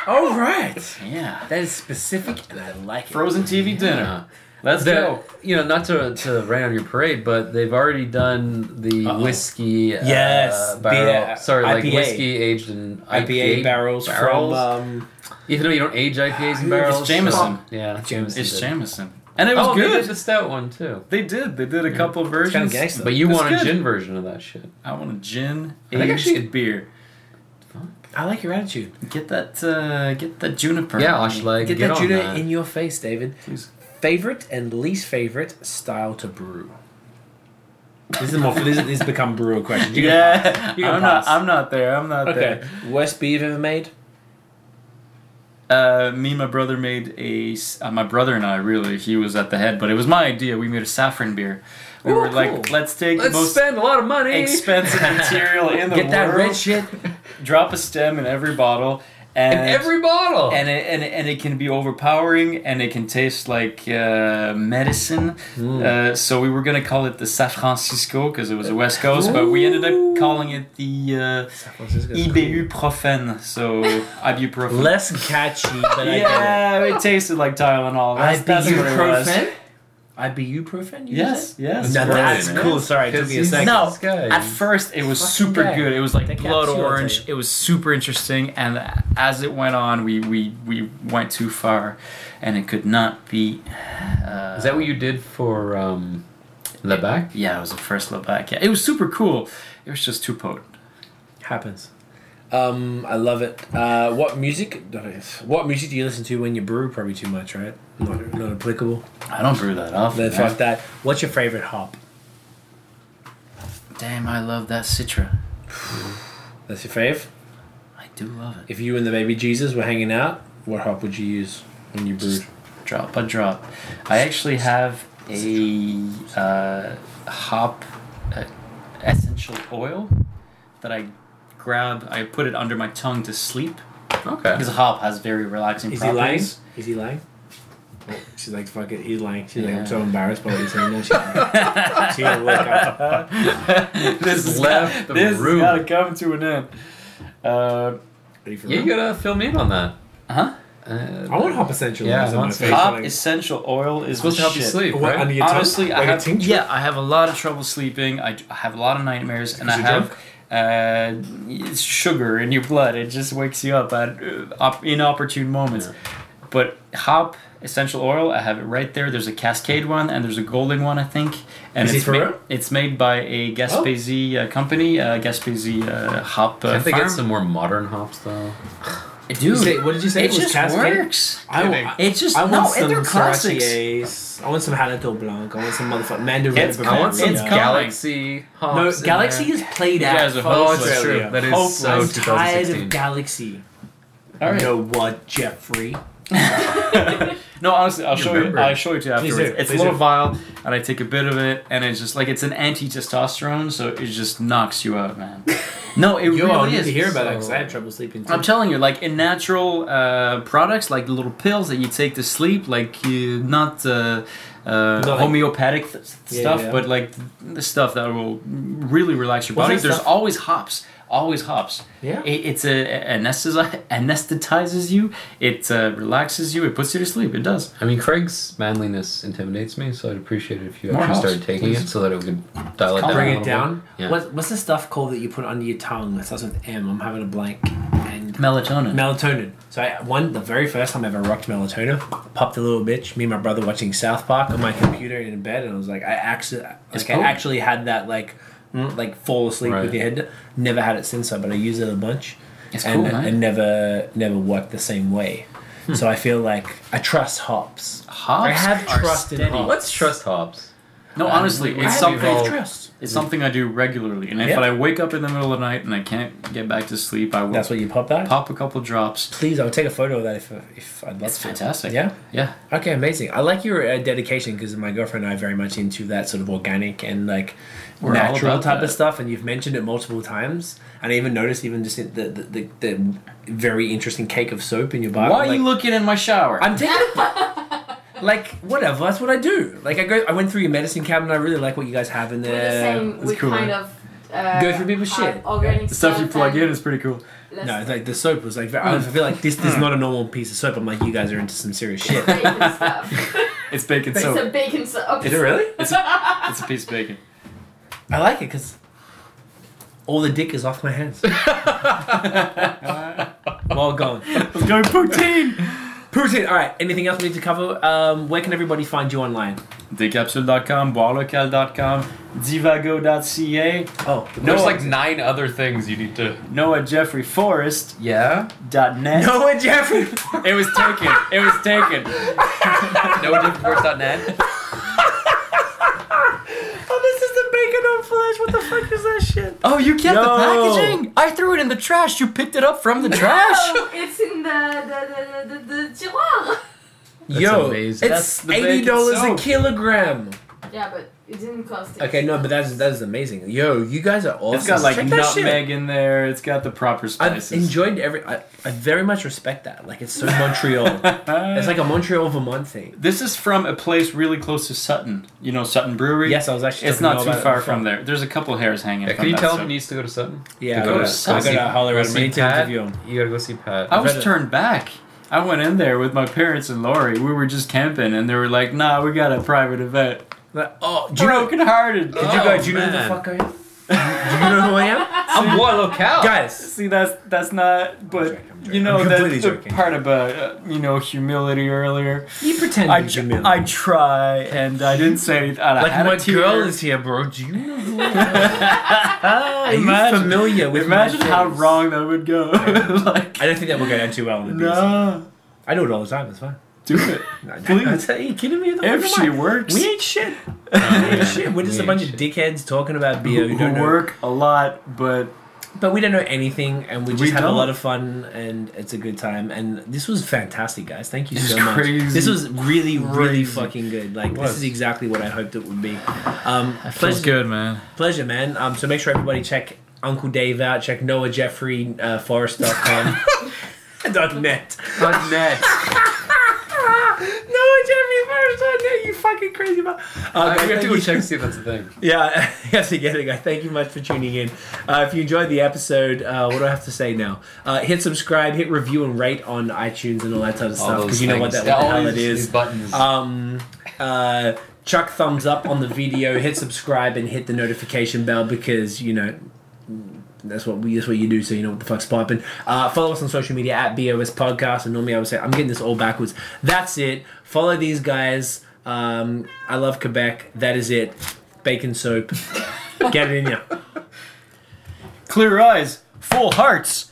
S2: All right.
S3: yeah.
S2: That is specific, and I like it.
S3: Frozen TV dinner.
S4: Yeah. Let's
S3: go.
S4: You know, not to to rain on your parade, but they've already done the whiskey. uh,
S3: Yes,
S4: barrel.
S3: the, uh,
S4: sorry, like
S3: IPA.
S4: whiskey aged in IPA,
S3: IPA barrels from, uh,
S2: Um,
S4: Even though you don't age IPAs in barrels, Oh,
S3: It's Jameson.
S4: Yeah, Jameson.
S3: It's
S4: did.
S3: Jameson. And it was
S4: Oh, they
S3: good.
S4: did the stout one too.
S3: They did. They did a couple of
S2: it's kind
S3: versions.
S2: of gangster.
S4: But you
S3: It's
S4: want a
S3: good.
S4: gin version of that shit.
S3: I want a gin
S4: I think I
S3: aged
S4: should-
S3: beer.
S2: I like your attitude.
S3: Get that. Uh, get that juniper.
S4: Yeah, Oshleg,
S2: Get,
S4: get,
S2: that
S4: on
S2: Juno
S4: that.
S2: in your face, David. Favorite and least favorite style to brew. This is more. this, is, this has become brewer question. You go-
S3: Yeah,
S2: You can
S3: I'm not.
S2: pass.
S3: I'm not there. I'm not
S2: Okay. Worst beer you've ever made?
S3: there. Uh, me and my brother made a. s- Uh, my brother and I really. He was at the head, but it was my idea. We made a saffron beer. We
S2: Ooh,
S3: were
S2: cool.
S3: like, let's take the
S4: Let's
S3: most
S4: spend a lot of money.
S3: expensive material in the
S2: Get
S3: world.
S2: that red shit.
S3: drop a stem in every bottle, and
S4: in every bottle.
S3: and it, and, it- and it can be overpowering and it can taste like uh, medicine. Uh, so we were gonna call it the San Francisco because it was a West Coast, but we ended up calling it the uh, IBU Profen, so ibuprofen.
S2: Less catchy, but
S3: yeah, it tasted like Tylenol. That's, that's what it was.
S2: Ibuprofen? You
S3: Yes, yes.
S2: Now
S3: right.
S2: that's
S4: Right.
S2: cool. Sorry, it took me a second.
S3: No,
S4: This guy.
S3: At first, it was
S2: Fucking
S3: super
S2: guy.
S3: good. It was like
S2: The
S3: blood
S2: capsule, I'll
S3: orange.
S2: tell
S3: It was super interesting, and as it went on, we we we went too far, and it could not be. Uh,
S4: Is that what you did for um, the back?
S3: Yeah, it was the first Lebec. Yeah, it was super cool. It was just too potent.
S2: Happens. Um, I love it. Uh, what music? What music do you listen to when you brew? Probably too much, right? Not, not applicable.
S3: I don't brew that often.
S2: Then
S3: man.
S2: fuck that. What's your favorite hop?
S3: Damn, I love that Citra.
S2: That's your fave.
S3: I do love it.
S2: If you and the baby Jesus were hanging out, what hop would you use when you brewed?
S3: Drop by drop. I actually have a uh, hop uh, essential oil that I grab. I put it under my tongue to sleep
S4: Okay.
S3: because hop has very relaxing
S2: Is he lying?
S3: properties.
S2: Is he lying? Oh, She's like, fuck it, he's lying. She's like,
S3: Yeah.
S2: I'm so embarrassed by what he's saying. No, she's lying. She's gonna wake up.
S3: this
S4: Just
S3: is
S4: left the
S3: this
S4: room.
S3: has got to come to an end. Uh,
S2: Ready for
S4: Yeah, you
S2: room?
S4: gotta fill me in on that.
S3: huh?
S4: Uh,
S2: I want hop essential.
S4: Yeah,
S2: oils
S4: I
S2: on my
S4: want some
S2: face.
S3: Hop
S2: Like-
S3: essential oil is
S4: supposed
S3: the
S4: to help you
S3: shit.
S4: sleep,
S2: What,
S4: right?
S2: under your tongue?
S3: Honestly, I
S2: Like a
S3: have
S2: tincture?
S3: yeah, I have a lot of trouble sleeping. I, I have a lot of nightmares, and I
S2: you're
S3: have uh, it's sugar in your blood. It just wakes you up at uh, op- inopportune moments. But hop essential oil, I have it right there. There's a Cascade one, and there's a Golden one, I think. And
S2: Is it
S3: it's
S2: for
S3: made,
S2: real?
S3: It's made by a Gaspésie uh, company, uh, Gaspésie uh, hop. Uh,
S4: Can't they
S3: farm.
S4: get some more modern hops though?
S2: You say- what did you say?
S3: it just
S2: Cascade?
S3: works.
S2: I,
S4: Kidding.
S2: wa-
S3: It just
S2: I
S3: no,
S2: want some
S3: and they're classics.
S2: Sirachiers. I want some Hanetel Blanc. I want some motherfucking Mandarin.
S3: It's- I
S2: Bavaria.
S3: want some
S2: Yeah.
S3: Gal-
S4: Galaxy
S2: No,
S4: hops. in
S2: Galaxy
S4: there.
S2: is played
S3: You
S2: out.
S3: guys are
S2: folks.
S4: Oh, it's
S3: Australia.
S4: true. That is
S3: Hopeless.
S4: so
S2: I'm tired
S4: 2016.
S2: of Galaxy.
S3: All right.
S2: You know what, Jeffrey?
S3: No, honestly, I'll
S4: You
S3: show
S4: remember
S3: you.
S4: it.
S3: I'll show it to you
S2: Please
S3: afterwards.
S2: do,
S3: It's a
S2: please
S3: little
S2: do.
S3: vial, and I take a bit of it, and it's just like it's an anti-testosterone, so it just knocks you out, man. No, it
S2: Yo, I
S3: really
S2: need
S3: is.
S2: to hear about it
S3: So-
S2: because I had trouble sleeping too.
S3: I'm telling you, like in natural uh, products, like the little pills that you take to sleep, like you, not uh, uh,
S2: like-
S3: homeopathic th-
S2: Yeah,
S3: stuff,
S2: yeah.
S3: but like th- the stuff that will really relax your
S2: What's
S3: body.
S2: that
S3: There's
S2: stuff?
S3: always hops, always hops.
S2: Yeah.
S3: it, it's a, a- anesthesi- anesthetizes you. It uh, relaxes you. It puts you to sleep. It does.
S4: I mean, Craig's manliness intimidates me, so I'd appreciate it if you
S3: More
S4: actually
S3: hops,
S4: started taking
S3: please.
S4: it so that it could dial it down.
S2: Bring
S4: a
S2: it
S4: little
S2: down.
S4: bit. Yeah.
S2: What, what's the stuff called that you put under your tongue that starts with M? I'm having a blank. And
S3: Melatonin.
S2: melatonin. So I, one, the very first time I ever rocked melatonin, popped a little bitch. Me and my brother watching South Park on my computer in bed, and I was like, I actually,
S3: It's
S2: like,
S3: cool.
S2: I actually had that like, mm, like fall asleep
S4: Right.
S2: with your head. Never had it since, so but I use it a bunch,
S3: It's
S2: and
S3: cool, man. Hmm.
S2: and never never worked the same way. So I feel like I trust hops.
S3: hops.
S2: I have
S3: are
S2: trust in
S3: steady.
S2: hops.
S4: What's trust hops?
S3: No, honestly,
S2: I
S3: it's
S2: have
S3: something.
S2: faith trust.
S3: It's something I do regularly, and if
S2: Yeah.
S3: I wake up in the middle of the night and I can't get back to sleep, I will
S2: That's what you pop that.
S3: pop a couple drops.
S2: Please, I'll take a photo of that if if I'd love
S3: That's
S2: to.
S3: fantastic.
S2: Yeah.
S3: Yeah.
S2: Okay, amazing. I like your uh, dedication because my girlfriend and I are very much into that sort of organic and like
S3: We're all
S2: natural
S3: about
S2: type
S3: that.
S2: of stuff, and you've mentioned it multiple times. And I even noticed, even just in the the, the, the very interesting cake of soap in your bar.
S3: Why are
S2: like,
S3: you looking in my shower?
S2: I'm taking. A, like whatever. That's what I do. Like I go, I went through your medicine cabinet. I really like what you guys have in
S5: We're the
S2: there.
S5: same.
S2: It's
S5: We
S2: cool.
S5: kind of uh,
S2: Go through people's
S5: have
S2: shit.
S5: Organic
S4: The stuff you
S5: stuff
S4: plug
S5: and
S4: in is pretty cool.
S5: let's
S2: No, it's like the soap was like. I
S3: Hmm.
S2: feel like this, this is not a normal piece of soap. I'm like, you guys are into some serious shit.
S5: bacon stuff.
S4: It's bacon
S5: It's
S4: soap.
S5: a bacon soap.
S2: Is it really?
S4: It's a piece of bacon.
S2: I like it because all the dick is off my hands. Uh, well gone.
S4: Let's go poutine.
S2: Poutine. All right. Anything else we need to cover? Um, where can everybody find you online?
S3: Decapsule.com, barlocal.com, divago.ca,
S2: Oh,
S4: There's like nine other things you need to.
S3: noahjeffreyforrest.net.
S4: Yeah.
S2: Noah Jeffrey.
S3: It was taken. It was taken.
S4: NoDiffForce.net.
S2: oh, this is the bacon on flesh. What the fuck is that shit?
S3: Oh, you kept
S2: No.
S3: the packaging? I threw it in the trash. You picked it up from the trash.
S5: Oh, it's in the the the, the, the, the tiroir.
S2: Yo,
S4: amazing.
S2: it's
S3: That's the
S2: eighty
S3: bacon
S2: dollars a
S3: soap.
S2: kilogram.
S5: Yeah, but it didn't cost. It.
S2: Okay, no, but that's that is amazing. Yo, you guys are awesome.
S3: It's got like
S2: Check that shit.
S3: nutmeg in there. It's got the proper
S2: I've
S3: spices.
S2: enjoyed every. I, I very much respect that. Like it's so Montreal. it's like a Montreal Vermont thing.
S3: This is from a place really close to Sutton. You know Sutton Brewery.
S2: Yes, I was actually.
S3: it's
S2: talking
S3: not too
S2: about it
S3: far
S2: before.
S3: from there. There's a couple hairs hanging.
S4: Yeah,
S3: from
S4: can you
S3: that,
S4: tell
S3: so-
S4: him he needs to go to Sutton?
S2: Yeah,
S4: To
S2: go
S4: go
S2: to,
S4: to-
S2: I
S4: go see-
S2: gotta holler
S4: go
S2: at him. I
S4: see
S2: need to
S4: Pat.
S2: interview him.
S4: You gotta go see Oh, Pat.
S3: I was
S2: read it.
S3: turned back. I went in there with my parents and Lori. We were just camping, and they were like, "Nah, we got a private event."
S2: Like, oh, do you know?
S3: Broken hearted.
S2: Did you
S4: Oh,
S2: go? Do you know
S4: man.
S2: who the fuck I am? do you know who I am,
S4: I'm one locale.
S2: guys?
S3: See, that's that's not. But
S2: joking, I'm joking.
S3: you know
S2: I'm completely
S3: that's the
S2: joking.
S3: part about uh, you know humility earlier.
S2: You pretend
S3: I,
S2: to be
S3: tr-
S2: Jamil.
S3: I try, and I didn't say anything. and I
S2: like
S3: had a
S2: my
S3: tear.
S2: girl is here, bro. Do you know who I am? "Ah, Are
S3: Ah, Imagine-
S2: you familiar with my
S3: Imagine how
S2: face?
S3: wrong that would go. like,
S2: I don't think that will go down too well on the BBC.
S3: no,
S2: I do it all the time. It's fine.
S3: do it. Please.
S2: Are you kidding me? The
S3: If
S2: fuck am
S3: she
S2: I?
S3: works,
S2: we ain't shit.
S4: Oh,
S2: Hey,
S4: yeah.
S2: shit, we're just a
S4: Yeah,
S2: bunch
S4: shit.
S2: of dickheads talking about beer who
S3: who
S2: don't know,
S3: work a lot, but
S2: but we don't know anything, and we just
S3: We
S2: have a
S3: don't.
S2: lot of fun, and it's a good time. And this was fantastic, guys. Thank you
S3: This
S2: so
S3: is
S2: much.
S3: crazy.
S2: This was really, really
S3: Crazy.
S2: fucking good. Like this
S4: was.
S2: is exactly what I hoped it would be. Um, pleasure,
S3: good, man.
S2: pleasure, man. Um, so make sure everybody check Uncle Dave out. Check Noah Jeffrey uh, Forrest.com. dot net.
S4: Net.
S2: Noah Jeffrey Forrest dot net. You fucking crazy man.
S4: I
S2: Okay,
S4: have
S2: Uh, thank
S4: to go
S2: you.
S4: check and see if that's a thing.
S2: Yeah, yes, to get it. guys. Thank you much for tuning in. Uh, if you enjoyed the episode, uh, what do I have to say now? Uh, hit subscribe, hit review, and rate on iTunes and all that type of stuff because you know what that what the hell it is.
S4: buttons.
S2: Um, uh, chuck thumbs up on the video, hit subscribe, and hit the notification bell because you know. That's what we. That's what you do, so you know what the fuck's popping. Uh, follow us on social media at BOS Podcast. And normally I would say I'm getting this all backwards. That's it. Follow these guys. Um, I love Quebec. That is it. Bacon soap. Get it in ya.
S3: Clear eyes, full hearts.